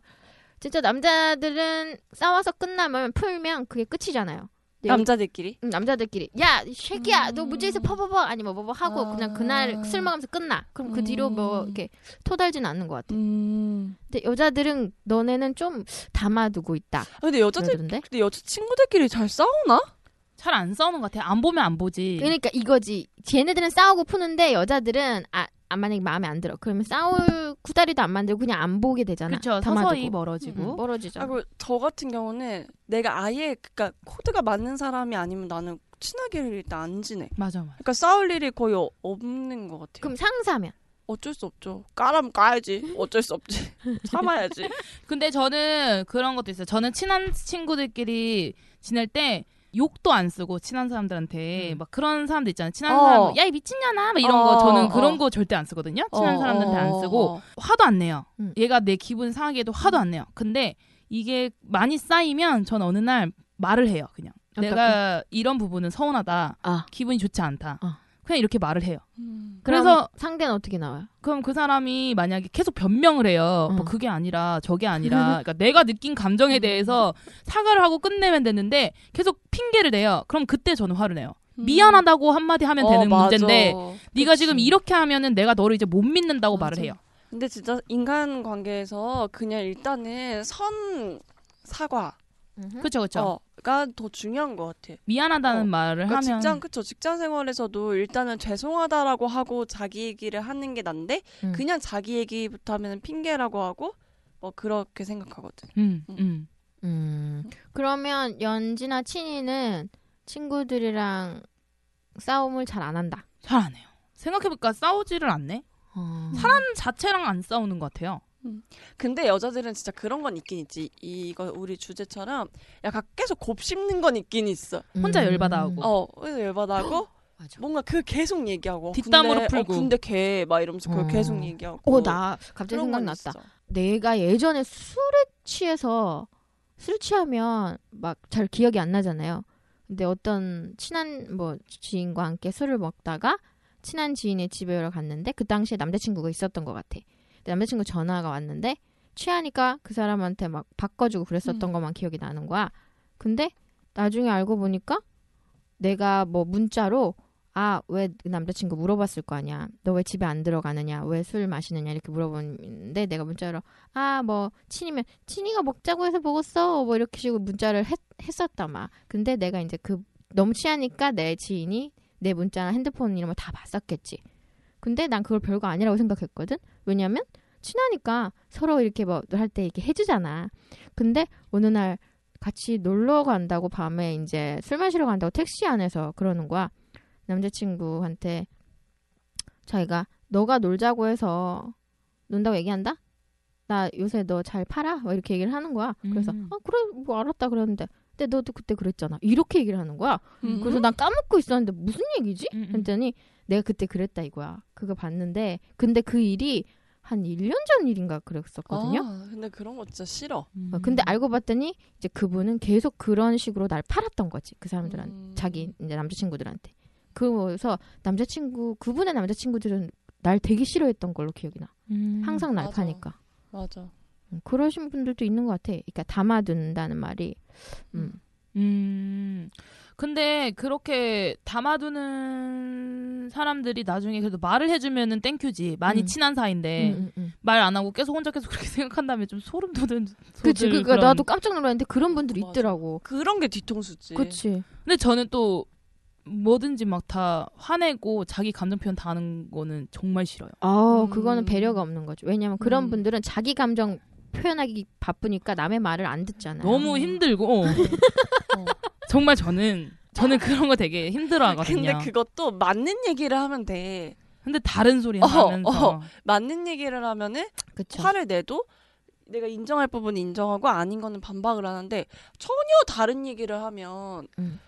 Speaker 1: 진짜 남자들은 싸워서 끝나면 풀면 그게 끝이잖아요.
Speaker 3: 네.
Speaker 1: 근데
Speaker 3: 남자들끼리?
Speaker 1: 음, 남자들끼리 야 이 새끼야 너 문제에서
Speaker 7: 음.
Speaker 1: 퍼버버 아니 뭐 뭐뭐 하고 그냥 그날 술 먹으면서 끝나 그럼 그 뒤로 뭐
Speaker 7: 음.
Speaker 1: 이렇게 토달진 않는 것 같아
Speaker 3: 음.
Speaker 1: 근데 여자들은 너네는 좀 담아두고 있다
Speaker 3: 아, 근데 여자들
Speaker 1: 그러던데
Speaker 3: 근데 여자 친구들끼리 잘 싸우나?
Speaker 2: 잘 안 싸우는 것 같아. 안 보면 안 보지.
Speaker 1: 그러니까 이거지 쟤네들은 싸우고 푸는데 여자들은 아, 아 만약에 마음에 안 들어 그러면 싸울 구다리도 안 만들고 그냥 안 보게 되잖아
Speaker 2: 그렇죠.
Speaker 1: 담아두고.
Speaker 2: 서서히
Speaker 1: 음,
Speaker 2: 멀어지고.
Speaker 1: 멀어지죠
Speaker 3: 아, 그리고 저 같은 경우는 내가 아예 그니까 코드가 맞는 사람이 아니면 나는 친하게를 일단 안 지내.
Speaker 2: 맞아 맞아.
Speaker 3: 그러니까 싸울 일이 거의 어- 없는 것 같아요.
Speaker 1: 그럼 상사면
Speaker 3: 어쩔 수 없죠. 까라면 까야지. 어쩔 수 없지. 참아야지.
Speaker 2: 근데 저는 그런 것도 있어요. 저는 친한 친구들끼리 지낼 때 욕도 안 쓰고 친한 사람들한테 막 그런 사람들 있잖아요. 친한
Speaker 3: 음. 어.
Speaker 2: 사람 야이 미친년아 막 이런
Speaker 3: 어,
Speaker 2: 거 저는
Speaker 3: 어.
Speaker 2: 그런 거 절대 안 쓰거든요. 친한
Speaker 3: 어,
Speaker 2: 사람들한테 안
Speaker 3: 어,
Speaker 2: 쓰고
Speaker 3: 어.
Speaker 2: 화도 안 내요.
Speaker 1: 음.
Speaker 2: 얘가 내 기분 상하게도 화도
Speaker 3: 음.
Speaker 2: 안 내요. 근데 이게 많이 쌓이면 전 어느 날 말을 해요. 그냥
Speaker 1: 어떻게?
Speaker 2: 내가 이런 부분은 서운하다.
Speaker 1: 아.
Speaker 2: 기분이 좋지 않다.
Speaker 1: 어.
Speaker 2: 그냥 이렇게 말을 해요.
Speaker 3: 음.
Speaker 1: 그래서
Speaker 2: 그래서-
Speaker 1: 상대는 어떻게 나와요
Speaker 2: 그럼 그 사람이 만약에 계속 변명을 해요.
Speaker 1: 어.
Speaker 2: 뭐 그게 아니라 저게 아니라 그러니까 내가 느낀 감정에 대해서 사과를 하고 끝내면 되는데 계속 핑계를 대요. 그럼 그때 저는 화를 내요. 미안하다고 한마디 하면
Speaker 3: 음. 어,
Speaker 2: 되는
Speaker 3: 맞아.
Speaker 2: 문제인데 네가
Speaker 3: 그치.
Speaker 2: 지금 이렇게 하면은 내가 너를 이제 못 믿는다고 말을
Speaker 3: 맞아.
Speaker 2: 해요.
Speaker 3: 근데 진짜 인간 관계에서 그냥 일단은 선 사과.
Speaker 2: 그렇죠, 그렇죠.
Speaker 3: 어, 가더 중요한 것 같아.
Speaker 2: 미안하다는
Speaker 3: 어.
Speaker 2: 말을
Speaker 3: 그러니까
Speaker 2: 하면
Speaker 3: 직장 그쵸 직장 생활에서도 일단은 죄송하다라고 하고 자기 얘기를 하는 게 난데
Speaker 1: 음.
Speaker 3: 그냥 자기 얘기부터 하면 핑계라고 하고 뭐 그렇게 생각하거든.
Speaker 2: 음, 음.
Speaker 1: 음 그러면 연지나 친이는 친구들이랑 싸움을 잘 안 한다
Speaker 2: 잘 안 해요. 생각해보니까 싸우지를 않네.
Speaker 1: 어.
Speaker 2: 사람 자체랑 안 싸우는 것 같아요.
Speaker 3: 근데 여자들은 진짜 그런 건 있긴 있지. 이거 우리 주제처럼 약간 계속 곱씹는 건 있긴 있어.
Speaker 1: 음.
Speaker 2: 혼자 열받아하고.
Speaker 3: 어 그래서 열받아하고
Speaker 1: 맞아.
Speaker 3: 뭔가 그 계속 얘기하고
Speaker 2: 뒷담으로
Speaker 3: 군대,
Speaker 2: 풀고.
Speaker 3: 어, 군대 개막 이러면서 그걸
Speaker 1: 어.
Speaker 3: 계속 얘기하고.
Speaker 1: 오나 갑자기
Speaker 3: 그런 건
Speaker 1: 생각났다
Speaker 3: 있어.
Speaker 1: 내가 예전에 술에 취해서 술 취하면 막 잘 기억이 안 나잖아요. 근데 어떤 친한 뭐 지인과 함께 술을 먹다가 친한 지인의 집에 갔는데 그 당시에 남자친구가 있었던 것 같아. 근데 남자친구 전화가 왔는데 취하니까 그 사람한테 막 바꿔주고 그랬었던 것만 기억이 나는 거야. 근데 나중에 알고 보니까 내가 뭐 문자로 아 왜 남자친구 물어봤을 거 아니야 너 왜 집에 안 들어가느냐 왜 술 마시느냐 이렇게 물어보는데 내가 문자로 아 뭐 친이면 친이가 먹자고 해서 먹었어 뭐 이렇게 식으로 문자를 했, 했었다 막 근데 내가 이제 그 너무 취하니까 내 지인이 내 문자나 핸드폰 이런 걸 다 봤었겠지 근데 난 그걸 별거 아니라고 생각했거든 왜냐면 친하니까 서로 이렇게 뭐 할 때 이렇게 해주잖아 근데 어느 날 같이 놀러 간다고 밤에 이제 술 마시러 간다고 택시 안에서 그러는 거야 남자친구한테 자기가 너가 놀자고 해서 논다고 얘기한다? 나 요새 너 잘 팔아? 막 이렇게 얘기를 하는 거야. 그래서
Speaker 2: 음.
Speaker 1: 아 그래 뭐 알았다 그랬는데 근데 너도 그때 그랬잖아. 이렇게 얘기를 하는 거야.
Speaker 3: 음.
Speaker 1: 그래서 난 까먹고 있었는데 무슨 얘기지?
Speaker 2: 음, 음.
Speaker 1: 했더니 내가 그때 그랬다 이거야. 그거 봤는데 근데 그 일이 한 1년 전 일인가 그랬었거든요.
Speaker 3: 아, 음. 근데 그런 거 진짜 싫어.
Speaker 2: 음.
Speaker 1: 어, 근데 알고 봤더니 이제 그분은 계속 그런 식으로 날 팔았던 거지. 그 사람들한테.
Speaker 3: 음.
Speaker 1: 자기 이제 남자친구들한테. 그래서 남자친구 그분의 남자친구들은 날 되게 싫어했던 걸로 기억이 나.
Speaker 2: 음.
Speaker 1: 항상 날
Speaker 3: 맞아.
Speaker 1: 파니까.
Speaker 3: 맞아.
Speaker 1: 음, 그러신 분들도 있는 것 같아. 그러니까 담아둔다는 말이. 음.
Speaker 2: 음. 근데 그렇게 담아두는 사람들이 나중에 그래도 말을 해주면은 땡큐지. 많이
Speaker 1: 음.
Speaker 2: 친한
Speaker 3: 네.
Speaker 2: 사이인데
Speaker 1: 음, 음, 음.
Speaker 2: 말 안 하고 계속 혼자 계속 그렇게 생각한다면 좀 소름 돋은.
Speaker 1: 그치.
Speaker 2: 돋을
Speaker 1: 그니까
Speaker 2: 그런-
Speaker 1: 나도 깜짝 놀랐는데 그런 분들 이
Speaker 3: 맞아.
Speaker 1: 있더라고.
Speaker 3: 그런 게 뒤통수지.
Speaker 1: 그치.
Speaker 2: 근데 저는 또 뭐든지 막 다 화내고 자기 감정 표현 다 하는 거는 정말 싫어요.
Speaker 1: 아,
Speaker 3: 음.
Speaker 1: 그거는 배려가 없는 거죠. 왜냐면 그런
Speaker 3: 음.
Speaker 1: 분들은 자기 감정 표현하기 바쁘니까 남의 말을 안 네. 듣잖아요. 네.
Speaker 2: 너무 힘들고 어. 어. 정말 저는 저는 그런 거 되게
Speaker 3: 근데
Speaker 2: 힘들어하거든요. 근데,
Speaker 3: 그것도 맞는 얘기를 하면 돼.
Speaker 2: 다른 소리
Speaker 3: 어,
Speaker 2: 하면서
Speaker 3: 어. 맞는 얘기를 하면은
Speaker 1: 그쵸.
Speaker 3: 화를 내도 내가 인정할 부분 인정하고 아닌 거는 반박을 하는데 전혀 다른 얘기를 하면
Speaker 1: 음.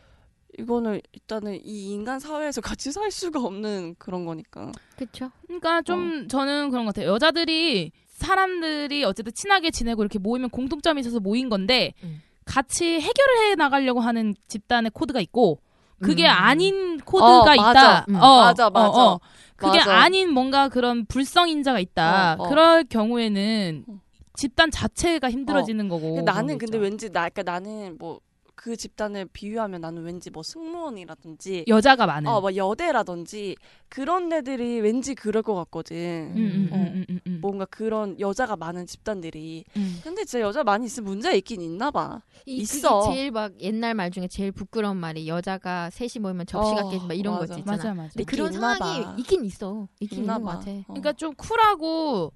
Speaker 3: 이거는 일단은 이 인간 사회에서 같이 살 수가 없는 그런 거니까.
Speaker 1: 그쵸.
Speaker 2: 그러니까
Speaker 3: 어.
Speaker 2: 좀 저는 그런 것 같아요. 여자들이 사람들이 어쨌든 친하게 지내고 이렇게 모이면 공통점이 있어서 모인 건데
Speaker 1: 음.
Speaker 2: 같이 해결해 나가려고 하는 집단의 코드가 있고 그게
Speaker 1: 음.
Speaker 2: 아닌 코드가
Speaker 3: 어, 맞아.
Speaker 2: 있다.
Speaker 1: 음.
Speaker 2: 어,
Speaker 3: 맞아, 맞아.
Speaker 2: 어, 어. 그게
Speaker 3: 맞아.
Speaker 2: 아닌 뭔가 그런 불성인자가 있다.
Speaker 3: 어, 어.
Speaker 2: 그럴 경우에는
Speaker 3: 어.
Speaker 2: 집단 자체가 힘들어지는 거고.
Speaker 3: 나는
Speaker 2: 그런 게
Speaker 3: 근데
Speaker 2: 있죠.
Speaker 3: 왠지 나 그러니까 나는 뭐 그 집단을 비유하면 나는 왠지 뭐 승무원이라든지
Speaker 2: 여자가 많은.
Speaker 3: 어, 막 여대라든지 그런 애들이 왠지 그럴 것 같거든.
Speaker 2: 음, 음,
Speaker 3: 어.
Speaker 2: 음, 음, 음.
Speaker 3: 뭔가 그런 여자가 많은 집단들이.
Speaker 2: 음.
Speaker 3: 근데 진짜 여자 많이 있으면 문제 있긴 있나 봐.
Speaker 1: 이,
Speaker 3: 있어.
Speaker 1: 그게 제일 막 옛날 말 중에 제일 부끄러운 말이 여자가 셋이 모이면 접시
Speaker 3: 어,
Speaker 1: 같게 막 이런 거
Speaker 3: 맞아.
Speaker 1: 있잖아.
Speaker 2: 맞아 맞아.
Speaker 1: 근데 그런
Speaker 3: 있나
Speaker 1: 상황이
Speaker 3: 봐.
Speaker 1: 있긴 있어. 있긴
Speaker 3: 있나
Speaker 1: 있는 것
Speaker 3: 봐.
Speaker 1: 같아.
Speaker 3: 어.
Speaker 2: 그러니까 좀 쿨하고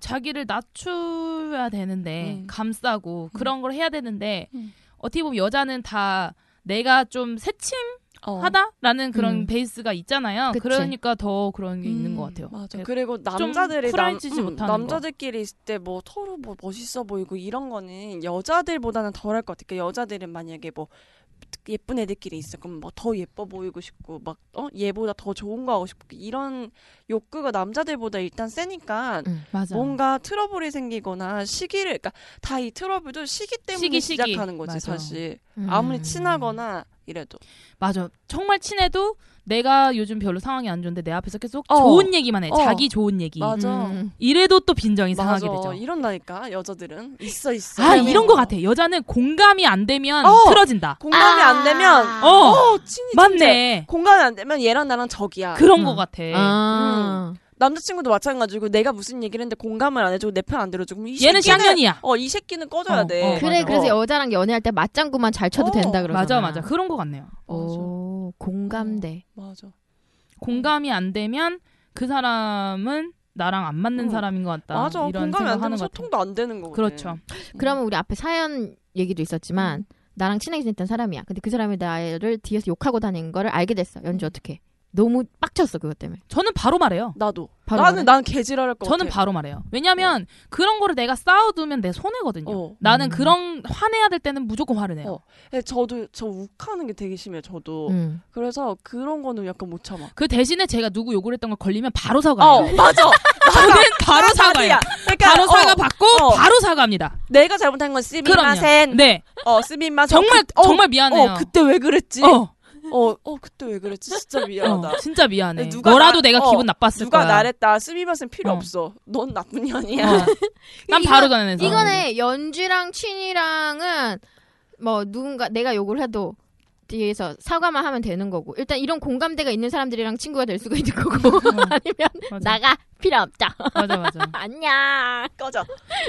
Speaker 2: 자기를 낮춰야 되는데
Speaker 3: 음.
Speaker 2: 감싸고 그런 걸 해야 되는데
Speaker 3: 음.
Speaker 2: 어떻게 보면 여자는 다 내가 좀
Speaker 3: 어.
Speaker 2: 새침하다라는 그런
Speaker 1: 음.
Speaker 2: 베이스가 있잖아요.
Speaker 1: 그치.
Speaker 2: 그러니까더 그런 게 있는
Speaker 3: 음,
Speaker 2: 것 같아요.
Speaker 3: 맞아.
Speaker 2: 네.
Speaker 3: 그리고 남자들이
Speaker 2: 쿨해지지
Speaker 3: 남,
Speaker 2: 못하는
Speaker 3: 남자들끼리 있을 때 뭐 서로 뭐 멋있어 보이고 이런 거는 여자들보다는 덜할 것 같아. 그러니까 여자들은 만약에 뭐 예쁜 애들끼리 있어. 그럼 뭐 더 예뻐 보이고 싶고 막 어? 얘보다 더 좋은 거 하고 싶고 이런 욕구가 남자들보다 일단 세니까
Speaker 2: 맞아.
Speaker 3: 뭔가 트러블이 생기거나 시기를 그러니까 다 이 트러블도 시기 때문에
Speaker 2: 시기, 시기.
Speaker 3: 시작하는 거지
Speaker 2: 맞아.
Speaker 3: 사실.
Speaker 1: 음.
Speaker 3: 아무리 친하거나 이래도.
Speaker 2: 맞아. 정말 친해도 내가 요즘 별로 상황이 안 좋은데 내 앞에서 계속
Speaker 3: 어.
Speaker 2: 좋은 얘기만 해.
Speaker 3: 어.
Speaker 2: 자기 좋은 얘기.
Speaker 3: 맞아.
Speaker 1: 음.
Speaker 2: 이래도 또 빈정이 상하게
Speaker 3: 맞아.
Speaker 2: 되죠.
Speaker 3: 이런다니까 여자들은 있어 있어.
Speaker 2: 아 이런 거 같아. 여자는 공감이 안 되면
Speaker 3: 어.
Speaker 2: 틀어진다.
Speaker 3: 공감이 안 되면
Speaker 2: 어,
Speaker 3: 어, 친이 진짜
Speaker 2: 맞네.
Speaker 3: 공감이 안 되면 얘랑 나랑 적이야.
Speaker 2: 그런
Speaker 1: 어.
Speaker 2: 거 음. 같아.
Speaker 3: 네.
Speaker 1: 아.
Speaker 3: 음. 남자친구도 마찬가지고 내가 무슨 얘기를 했는데 공감을 안 해주고 내 편 안 들어주고 그럼 이
Speaker 2: 얘는
Speaker 3: 새끼는-
Speaker 2: 쌍년이야.
Speaker 3: 어, 이 새끼는 꺼져야
Speaker 2: 어,
Speaker 3: 돼.
Speaker 2: 어,
Speaker 1: 그래
Speaker 2: 맞아.
Speaker 1: 그래서
Speaker 3: 어.
Speaker 1: 여자랑 연애할 때 맞장구만 잘 쳐도
Speaker 3: 어.
Speaker 1: 된다 그러잖아.
Speaker 2: 맞아 맞아 그런 거 같네요.
Speaker 1: 오 공감대.
Speaker 3: 맞아.
Speaker 2: 공감이 안 되면 그 사람은 나랑 안 맞는
Speaker 3: 응.
Speaker 2: 사람인 것 같다.
Speaker 3: 음. 맞아.
Speaker 2: 이런
Speaker 3: 공감이 안
Speaker 2: 생각하는
Speaker 3: 되면
Speaker 2: 것 같아.
Speaker 3: 소통도 안 되는 거거든.
Speaker 2: 그렇죠.
Speaker 1: 그러면 우리 앞에 사연 얘기도
Speaker 2: 음.
Speaker 1: 있었지만 나랑 친하게 지냈던 사람이야. 근데 그 사람이 나를 뒤에서 욕하고 다니는 거를 알게 됐어. 연주
Speaker 2: 음.
Speaker 1: 어떻게? 너무 빡쳤어 그것 때문에.
Speaker 2: 저는 바로 말해요.
Speaker 3: 나도.
Speaker 1: 바로
Speaker 3: 나는 난 개지랄할 것
Speaker 2: 저는
Speaker 3: 같아.
Speaker 2: 바로 말해요. 왜냐하면 그런 거를 내가 쌓아두면 내 손해거든요.
Speaker 3: 어.
Speaker 2: 나는
Speaker 1: 음.
Speaker 2: 그런 화내야 될 때는 무조건 화를 내요.
Speaker 3: 어. 예, 저도 저 욱하는 게 되게 심해. 저도.
Speaker 1: 음.
Speaker 3: 그래서 그런 거는 약간 못 참아.
Speaker 2: 그 대신에 제가 누구 욕을 했던 걸 걸리면 바로
Speaker 3: 어,
Speaker 2: 사과해요.
Speaker 3: 맞아.
Speaker 2: 저는 바로 사과해요.
Speaker 3: 자기야. 그러니까
Speaker 2: 바로
Speaker 3: 어,
Speaker 2: 사과 받고
Speaker 3: 어.
Speaker 2: 바로 사과합니다.
Speaker 3: 내가 잘못한 건 쓰미마센.
Speaker 2: 네,
Speaker 3: 어, 쓰미마센.
Speaker 2: 정말
Speaker 3: 어,
Speaker 2: 정말 미안해요.
Speaker 3: 어, 그때 왜 그랬지?
Speaker 2: 어,
Speaker 3: 어, 어 그때 왜 그랬지? 진짜 미안하다.
Speaker 2: 어, 진짜 미안해.
Speaker 3: 누가
Speaker 2: 너라도
Speaker 3: 나-
Speaker 2: 내가
Speaker 3: 어,
Speaker 2: 기분 나빴을
Speaker 3: 누가
Speaker 2: 거야.
Speaker 3: 나랬다. 스미마셍 필요
Speaker 2: 어.
Speaker 3: 없어. 넌 나쁜 년이야.
Speaker 2: 어. 난
Speaker 1: 이거-
Speaker 2: 바로 전해서
Speaker 1: 이거네 연주랑 친이랑은 뭐 누군가 내가 욕을 해도 뒤에서 사과만 하면 되는 거고 일단 이런 공감대가 있는 사람들이랑 친구가 될 수가 있는 거고 아니면
Speaker 2: 맞아.
Speaker 1: 나가 필요 없다
Speaker 2: 어. 맞아 맞아.
Speaker 1: 안녕
Speaker 3: 꺼져.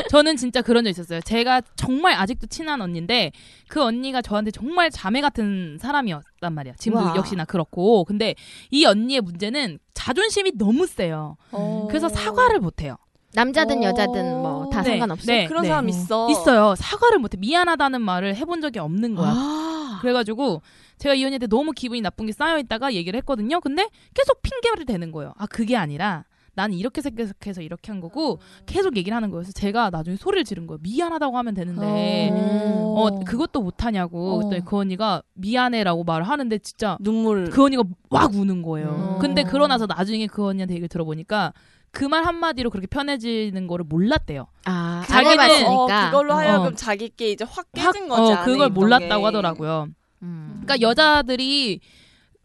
Speaker 2: 저는 진짜 그런 적 있었어요. 제가 정말 아직도 친한 언니인데 그 언니가 저한테 정말 자매 같은 사람이었단 말이야. 지금도
Speaker 1: 와.
Speaker 2: 역시나 그렇고. 근데 이 언니의 문제는 자존심이 너무 세요. 어. 그래서 사과를 못 해요.
Speaker 1: 남자든
Speaker 3: 어.
Speaker 1: 여자든 뭐 다
Speaker 2: 네,
Speaker 1: 상관없어
Speaker 2: 네,
Speaker 3: 그런
Speaker 2: 네.
Speaker 3: 사람 있어.
Speaker 2: 있어요. 사과를 못해. 미안하다는 말을 해본 적이 없는 거야.
Speaker 1: 아.
Speaker 2: 그래가지고 제가 이 언니한테 너무 기분이 나쁜 게 쌓여 있다가 얘기를 했거든요. 근데 계속 핑계를 대는 거예요. 아 그게 아니라 난 이렇게 생각해서 이렇게 한 거고 계속 얘기를 하는 거예요. 그래서 제가 나중에 소리를 지른 거예요. 미안하다고 하면 되는데
Speaker 1: 어.
Speaker 2: 어 그것도
Speaker 3: 어.
Speaker 2: 못하냐고 그랬더니 그 언니가 미안해라고 말을 하는데 진짜
Speaker 3: 눈물.
Speaker 2: 그 언니가 막 우는 거예요.
Speaker 1: 음.
Speaker 2: 근데 그러나서 나중에 그 언니한테 얘기를 들어보니까 그 말 한마디로 그렇게 편해지는 거를 몰랐대요.
Speaker 1: 아, 안
Speaker 2: 자기는-
Speaker 1: 해봤으니까
Speaker 3: 어, 그걸로 하여금
Speaker 2: 어.
Speaker 3: 자기께 이제 확
Speaker 2: 확,
Speaker 3: 깨진 거지.
Speaker 2: 어,
Speaker 3: 안에
Speaker 2: 그걸
Speaker 3: 있던
Speaker 2: 몰랐다고
Speaker 3: 게.
Speaker 2: 하더라고요.
Speaker 1: 음.
Speaker 2: 그러니까 여자들이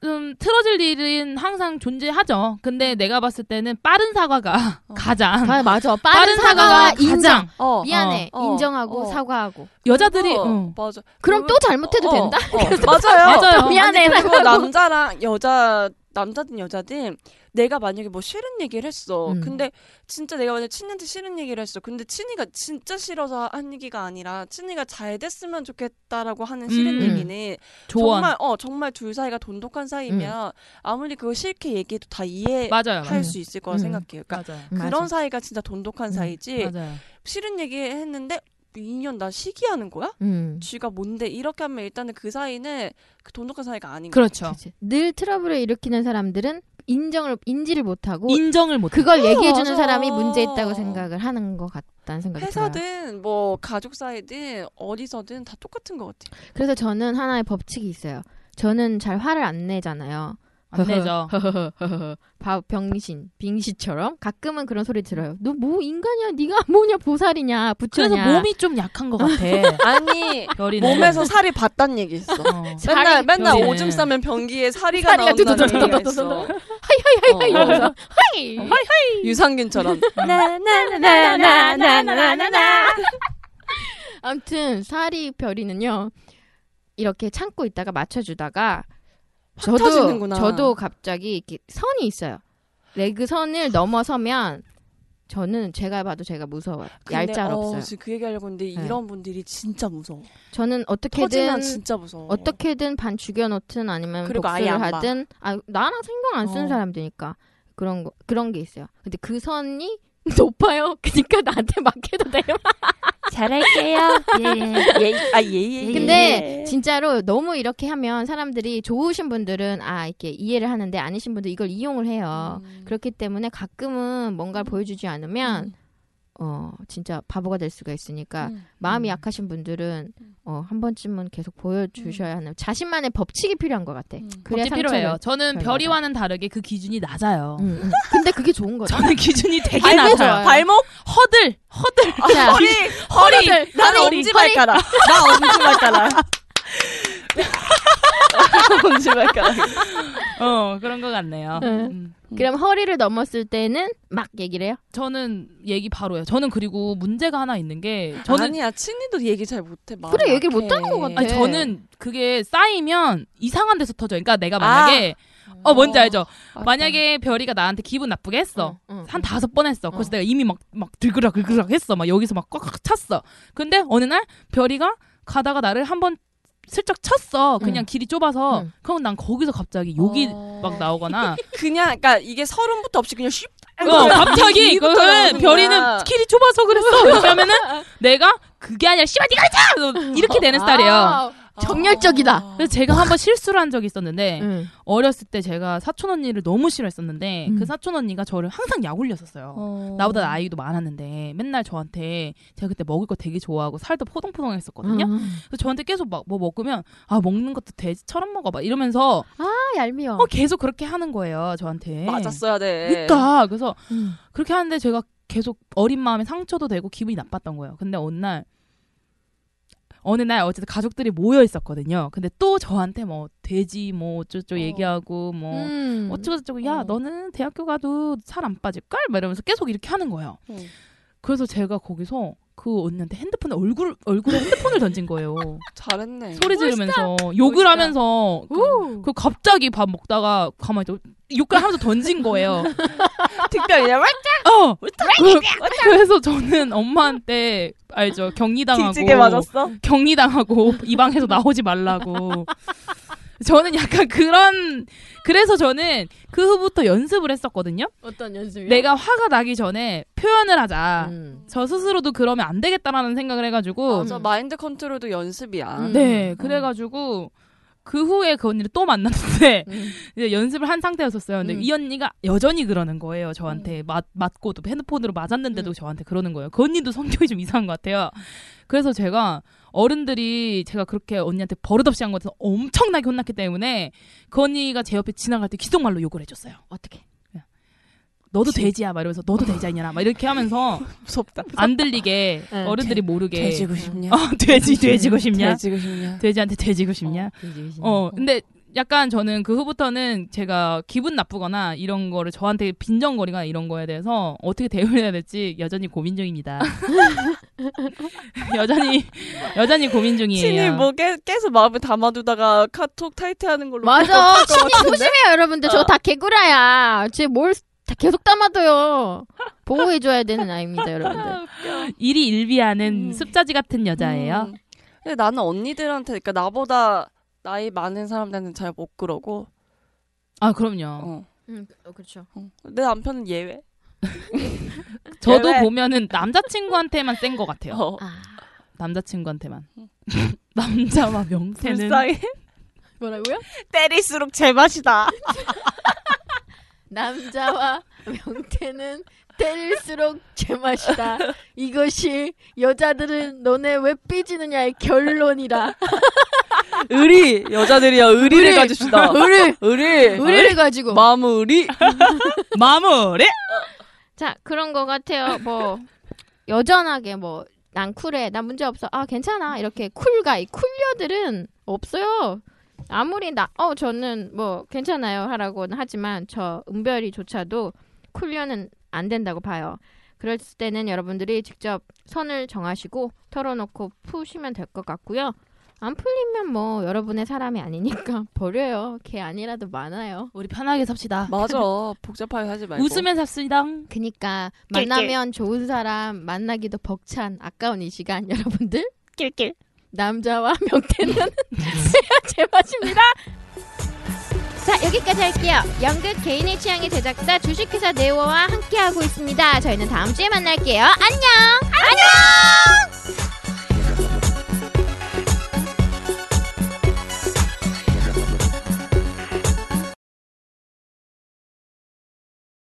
Speaker 2: 좀 틀어질 일은 항상 존재하죠. 근데 내가 봤을 때는 빠른 사과가
Speaker 3: 어.
Speaker 2: 가장
Speaker 1: 아, 맞아 빠른, 사과와 인정
Speaker 2: 가장.
Speaker 3: 어.
Speaker 1: 미안해
Speaker 3: 어, 어,
Speaker 1: 인정하고
Speaker 3: 어.
Speaker 1: 사과하고
Speaker 2: 여자들이
Speaker 3: 그거,
Speaker 2: 어.
Speaker 3: 맞아.
Speaker 1: 그럼 또 잘못해도
Speaker 3: 어,
Speaker 1: 된다
Speaker 3: 어, 맞아요.
Speaker 2: 맞아요.
Speaker 1: 또 어, 미안해
Speaker 3: 그리고 남자랑 여자 남자든 여자든 내가 만약에 뭐 싫은 얘기를 했어.
Speaker 1: 음.
Speaker 3: 근데 진짜 내가 만약에 친한테 싫은 얘기를 했어. 근데 친이가 진짜 싫어서 한 얘기가 아니라 친이가 잘 됐으면 좋겠다라고 하는 싫은
Speaker 2: 음. 뭐
Speaker 3: 얘기는
Speaker 2: 조언
Speaker 3: 정말 어 정말 둘 사이가 돈독한 사이면 아무리 그거 싫게 얘기해도 다 이해할
Speaker 2: 맞아요. 맞아요.
Speaker 3: 수 있을 거라
Speaker 1: 음.
Speaker 3: 생각해요. 예. 그러니까
Speaker 2: 맞아요.
Speaker 3: 그런 사이가 진짜 돈독한
Speaker 1: 음.
Speaker 3: 사이지
Speaker 2: 맞아요.
Speaker 3: 싫은 얘기 했는데 인연 나 시기하는 거야?
Speaker 1: 음.
Speaker 3: 쥐가 뭔데 이렇게 하면 일단은 그 사이는 그 돈독한 사이가 아닌 거야.
Speaker 2: 그렇죠.
Speaker 1: 그치. 늘 트러블을 일으키는 사람들은 인정을 인지를 못하고
Speaker 3: 뭐
Speaker 2: 인정을 못.
Speaker 1: 그걸 얘기해주는
Speaker 3: 맞아.
Speaker 1: 사람이 문제 있다고 생각을 하는 것 같다는 생각이 들어요.
Speaker 3: 회사든 뭐 가족 사이든 어디서든 다 똑같은 것 같아요.
Speaker 1: 그래서 저는 하나의 법칙이 있어요. 저는 잘 화를 안 내잖아요.
Speaker 2: 안 내죠.
Speaker 1: 바- 병신, 빙시처럼 가끔은 그런 소리 들어요. 너 뭐 인간이야? 네가 뭐냐? 보살이냐?
Speaker 2: 그래서
Speaker 1: 부처냐?
Speaker 2: 몸이 좀 약한 것 같아.
Speaker 3: 아니
Speaker 2: 별이는.
Speaker 3: 몸에서 살이 봤단 얘기 있어.
Speaker 2: 어.
Speaker 3: 맨날 맨날
Speaker 2: 그러네.
Speaker 3: 오줌 싸면 변기에 사리가
Speaker 1: 사리가
Speaker 3: 나온다는 얘기가 있어.
Speaker 1: 하이하이하이하이.
Speaker 3: 유산균처럼.
Speaker 1: 네.
Speaker 6: 나나나나나나나나나.
Speaker 1: 아무튼 사리 별이는요 이렇게 참고 있다가 맞춰주다가 저도
Speaker 3: 터지는구나.
Speaker 1: 저도 갑자기 이렇게 선이 있어요. 레그 선을 넘어서면 저는 제가 봐도 제가 무서워요.
Speaker 3: 근데,
Speaker 1: 얄짤
Speaker 3: 어,
Speaker 1: 없어요.
Speaker 3: 지금 그 얘기하려고 했는데
Speaker 1: 네.
Speaker 3: 이런 분들이 진짜 무서워.
Speaker 1: 저는 어떻게든
Speaker 3: 터지면 진짜 무서워.
Speaker 1: 어떻게든 반 죽여놓든 아니면
Speaker 3: 그리고
Speaker 1: 복수를
Speaker 3: 아예 안 봐.
Speaker 1: 하든 아 나랑 신경 안 쓰는
Speaker 3: 어.
Speaker 1: 사람들니까 그런 거 그런 게 있어요. 근데 그 선이 높아요. 그러니까 나한테 맡겨도 돼요.
Speaker 6: 잘할게요.
Speaker 3: 예, 아, 예, 예.
Speaker 1: 근데 진짜로 너무 이렇게 하면 사람들이 좋으신 분들은 아 이렇게 이해를 하는데 아니신 분들 이걸 이용을 해요.
Speaker 3: 음.
Speaker 1: 그렇기 때문에 가끔은 뭔가를 보여주지 않으면 어 진짜 바보가 될 수가 있으니까 마음이 약하신 분들은
Speaker 3: 음.
Speaker 1: 어 한 번쯤은 계속 보여주셔야 하는 자신만의 법칙이 필요한 것 같아.
Speaker 3: 음.
Speaker 1: 그래야
Speaker 2: 법이 필요해요.
Speaker 1: 상처를-
Speaker 2: 저는
Speaker 1: 잘
Speaker 2: 별이와는 다르게 그 기준이 낮아요.
Speaker 1: 음, 음. 근데 그게 좋은 거죠.
Speaker 2: 저는 기준이 되게
Speaker 1: 발목,
Speaker 2: 낮아요.
Speaker 3: 발목,
Speaker 2: 허들, 허들,
Speaker 1: 자,
Speaker 3: 허리, 허리,
Speaker 2: 허리들,
Speaker 3: 나는
Speaker 2: 허리,
Speaker 3: 엄지발가락, 나 엄지발가락. 엄지발가락.
Speaker 2: 어 그런 것 같네요.
Speaker 1: 응.
Speaker 2: 음.
Speaker 1: 그럼 허리를 넘었을 때는 막 얘기를 해요.
Speaker 2: 저는 얘기 바로 해요. 저는 그리고 문제가 하나 있는 게 저는
Speaker 3: 아니야, 친이도 얘기 잘 못해. 마음
Speaker 1: 그래, 얘기를
Speaker 3: 약해.
Speaker 1: 못하는 것 같아.
Speaker 2: 아니, 저는 그게 쌓이면 이상한 데서 터져. 그러니까 내가 만약에 어 뭔지
Speaker 3: 어,
Speaker 2: 알죠?
Speaker 3: 맞다.
Speaker 2: 만약에 별이가 나한테 기분 나쁘게 했어.
Speaker 1: 응, 응,
Speaker 2: 한 다섯 번 했어. 그래서 내가 이미 막, 막 들그락들그락 했어. 막 여기서 막 꽉꽉 찼어. 근데 어느 날 별이가 가다가 나를 한 번 슬쩍 쳤어. 그냥
Speaker 1: 응.
Speaker 2: 길이 좁아서.
Speaker 1: 응.
Speaker 2: 그럼 난 거기서 갑자기 욕이
Speaker 3: 어.
Speaker 2: 막 나오거나.
Speaker 3: 그냥 그러니까 이게 서른부터 없이 그냥 쉽.
Speaker 2: 어, 갑자기
Speaker 3: 이거
Speaker 2: 그거는
Speaker 3: 나오는 거야.
Speaker 2: 별이는 길이 좁아서 그랬어. 이렇게 하면은 내가 그게 아니라 씨발 니가 했잖아! 이렇게 되는 스타일이에요. 어.
Speaker 1: 정열적이다.
Speaker 2: 그래서 제가 한 번 실수를 한 적이 있었는데
Speaker 1: 응.
Speaker 2: 어렸을 때 제가 사촌 언니를 너무 싫어했었는데
Speaker 1: 음.
Speaker 2: 그 사촌 언니가 저를 항상 약올렸었어요. 나보다 나이도 많았는데 맨날 저한테 제가 그때 먹을 거 되게 좋아하고 살도 포동포동했었거든요.
Speaker 1: 응.
Speaker 2: 그래서 저한테 계속 막 뭐 먹으면 아 먹는 것도 돼지처럼 먹어 막 이러면서
Speaker 1: 아, 얄미워.
Speaker 2: 어, 계속 그렇게 하는 거예요
Speaker 1: 네.
Speaker 2: 저한테.
Speaker 3: 맞았어야 돼.
Speaker 2: 그러니까 그래서
Speaker 1: 음.
Speaker 2: 그렇게 하는데 제가 계속 어린 마음에 상처도 되고 기분이 나빴던 거예요. 근데 어느 날 어느 날 어쨌든 가족들이 모여 있었거든요. 근데 또 저한테 뭐 돼지 뭐 어쩌고
Speaker 3: 어.
Speaker 2: 얘기하고 뭐
Speaker 1: 음.
Speaker 2: 어쩌고저쩌고 야
Speaker 3: 어.
Speaker 2: 너는 대학교 가도 살 안 빠질걸? 막 이러면서 계속 이렇게 하는 거예요.
Speaker 3: 음.
Speaker 2: 그래서 제가 거기서 그 언니한테 핸드폰에 얼굴 얼굴에 핸드폰을 던진 거예요.
Speaker 3: 잘했네.
Speaker 2: 소리 지르면서 욕을
Speaker 3: 멋있다.
Speaker 2: 하면서 그, 그 갑자기 밥 먹다가 가만히 있다 욕을 하면서 던진 거예요.
Speaker 3: 특별이야.
Speaker 2: 어. 그, 그래서 저는 엄마한테 알죠
Speaker 3: 틱지게
Speaker 2: 격리당하고
Speaker 3: 맞았어.
Speaker 2: 격리당하고 이 방에서 나오지 말라고. 저는 약간 그런 그래서 저는 그 후부터 연습을 했었거든요.
Speaker 1: 어떤 연습이요?
Speaker 2: 내가 화가 나기 전에 표현을 하자.
Speaker 1: 음.
Speaker 2: 저 스스로도 그러면 안 되겠다라는 생각을 해가지고
Speaker 3: 맞아. 마인드 컨트롤도 연습이야.
Speaker 1: 음.
Speaker 2: 네 그래가지고 그 후에 그 언니를 또 만났는데
Speaker 1: 음.
Speaker 2: 이제 연습을 한 상태였었어요. 근데
Speaker 1: 음.
Speaker 2: 이 언니가 여전히 그러는 거예요. 저한테 맞 맞고도 핸드폰으로 맞았는데도
Speaker 1: 음.
Speaker 2: 저한테 그러는 거예요. 그 언니도 성격이 좀 이상한 것 같아요. 그래서 제가 어른들이 제가 그렇게 언니한테 버릇없이 한 것에서 엄청나게 혼났기 때문에 그 언니가 제 옆에 지나갈 때 기속말로 욕을 해줬어요.
Speaker 1: 어떻게?
Speaker 2: 너도 돼지야 막 이러면서 너도 돼지 아니냐 막 이렇게 하면서
Speaker 3: 무섭다.
Speaker 2: 안 들리게
Speaker 1: 네.
Speaker 2: 어른들이 모르게
Speaker 3: 싶냐?
Speaker 2: 어, 돼지 돼지고 싶냐?
Speaker 3: 돼지고 싶냐?
Speaker 2: 돼지한테 돼지고 싶냐? 어,
Speaker 1: 음.
Speaker 2: 근데 약간 저는 그 후부터는 제가 기분 나쁘거나 이런 거를 저한테 빈정거리거나 이런 거에 대해서 어떻게 대응해야 될지 여전히 고민 중입니다. 여전히 여전히 고민
Speaker 3: 친이
Speaker 1: 예.
Speaker 2: 중이에요.
Speaker 3: 뭐 깨, 계속 마음을 담아두다가 카톡 타이트하는 걸로.
Speaker 1: 맞아.
Speaker 3: 끝날 것
Speaker 1: 친이
Speaker 3: 같은데?
Speaker 1: 소심해요, 여러분들.
Speaker 2: 어.
Speaker 1: 저거 다 개구라야. 쟤뭘 계속 담아둬요. 보호해줘야 되는 아이입니다, 여러분들.
Speaker 2: 일이 일비하는
Speaker 3: 음.
Speaker 2: 습자지 같은 여자예요.
Speaker 3: 음. 근데 나는 언니들한테 그러니까 나보다 나이 많은 사람들한테는 잘 못 그러고.
Speaker 2: 아 그럼요.
Speaker 3: 어.
Speaker 1: 음, 그렇죠.
Speaker 3: 어. 내 남편은 예외.
Speaker 2: 저도
Speaker 3: 왜?
Speaker 2: 보면은 남자친구한테만 센 것 같아요.
Speaker 3: 어.
Speaker 1: 아,
Speaker 2: 남자친구한테만. 남자와 명태는
Speaker 3: 불쌍해.
Speaker 1: 뭐라고요?
Speaker 3: 때릴수록 제맛이다.
Speaker 1: 남자와 명태는 때릴수록 제맛이다. 이것이 여자들은 너네 왜 삐지느냐의 결론이라.
Speaker 3: 의리 여자들이야 의리를
Speaker 1: 의리.
Speaker 3: 가집시다. 네.
Speaker 1: 의리.
Speaker 3: 의리.
Speaker 1: 의리를 가지고.
Speaker 3: 마음은 의리.
Speaker 2: 마무리.
Speaker 1: 자, 그런 거 같아요. 뭐 여전하게 뭐 난 쿨해. 난 문제 없어. 아, 괜찮아. 이렇게 쿨가이 쿨녀들은 없어요. 아무리 나 어 저는 뭐 괜찮아요 하라고는 하지만 저 은별이조차도 쿨리어는 안 된다고 봐요. 그럴 때는 여러분들이 직접 선을 정하시고 털어놓고 푸시면 될 것 같고요. 안 풀리면 뭐 여러분의 사람이 아니니까 버려요. 걔 아니라도 많아요.
Speaker 2: 우리 편하게 삽시다.
Speaker 3: 맞아. 복잡하게 하지 말고.
Speaker 2: 웃으면 삽시다.
Speaker 1: 그니까 만나면 좋은 사람 만나기도 벅찬 아까운 이 시간 여러분들
Speaker 5: 낄낄.
Speaker 1: 남자와 명태는 제맛입니다. 자 여기까지 할게요. 연극 개인의 취향의 제작자 주식회사 네오와 함께하고 있습니다. 저희는 다음 주에 만날게요. 안녕. 안녕.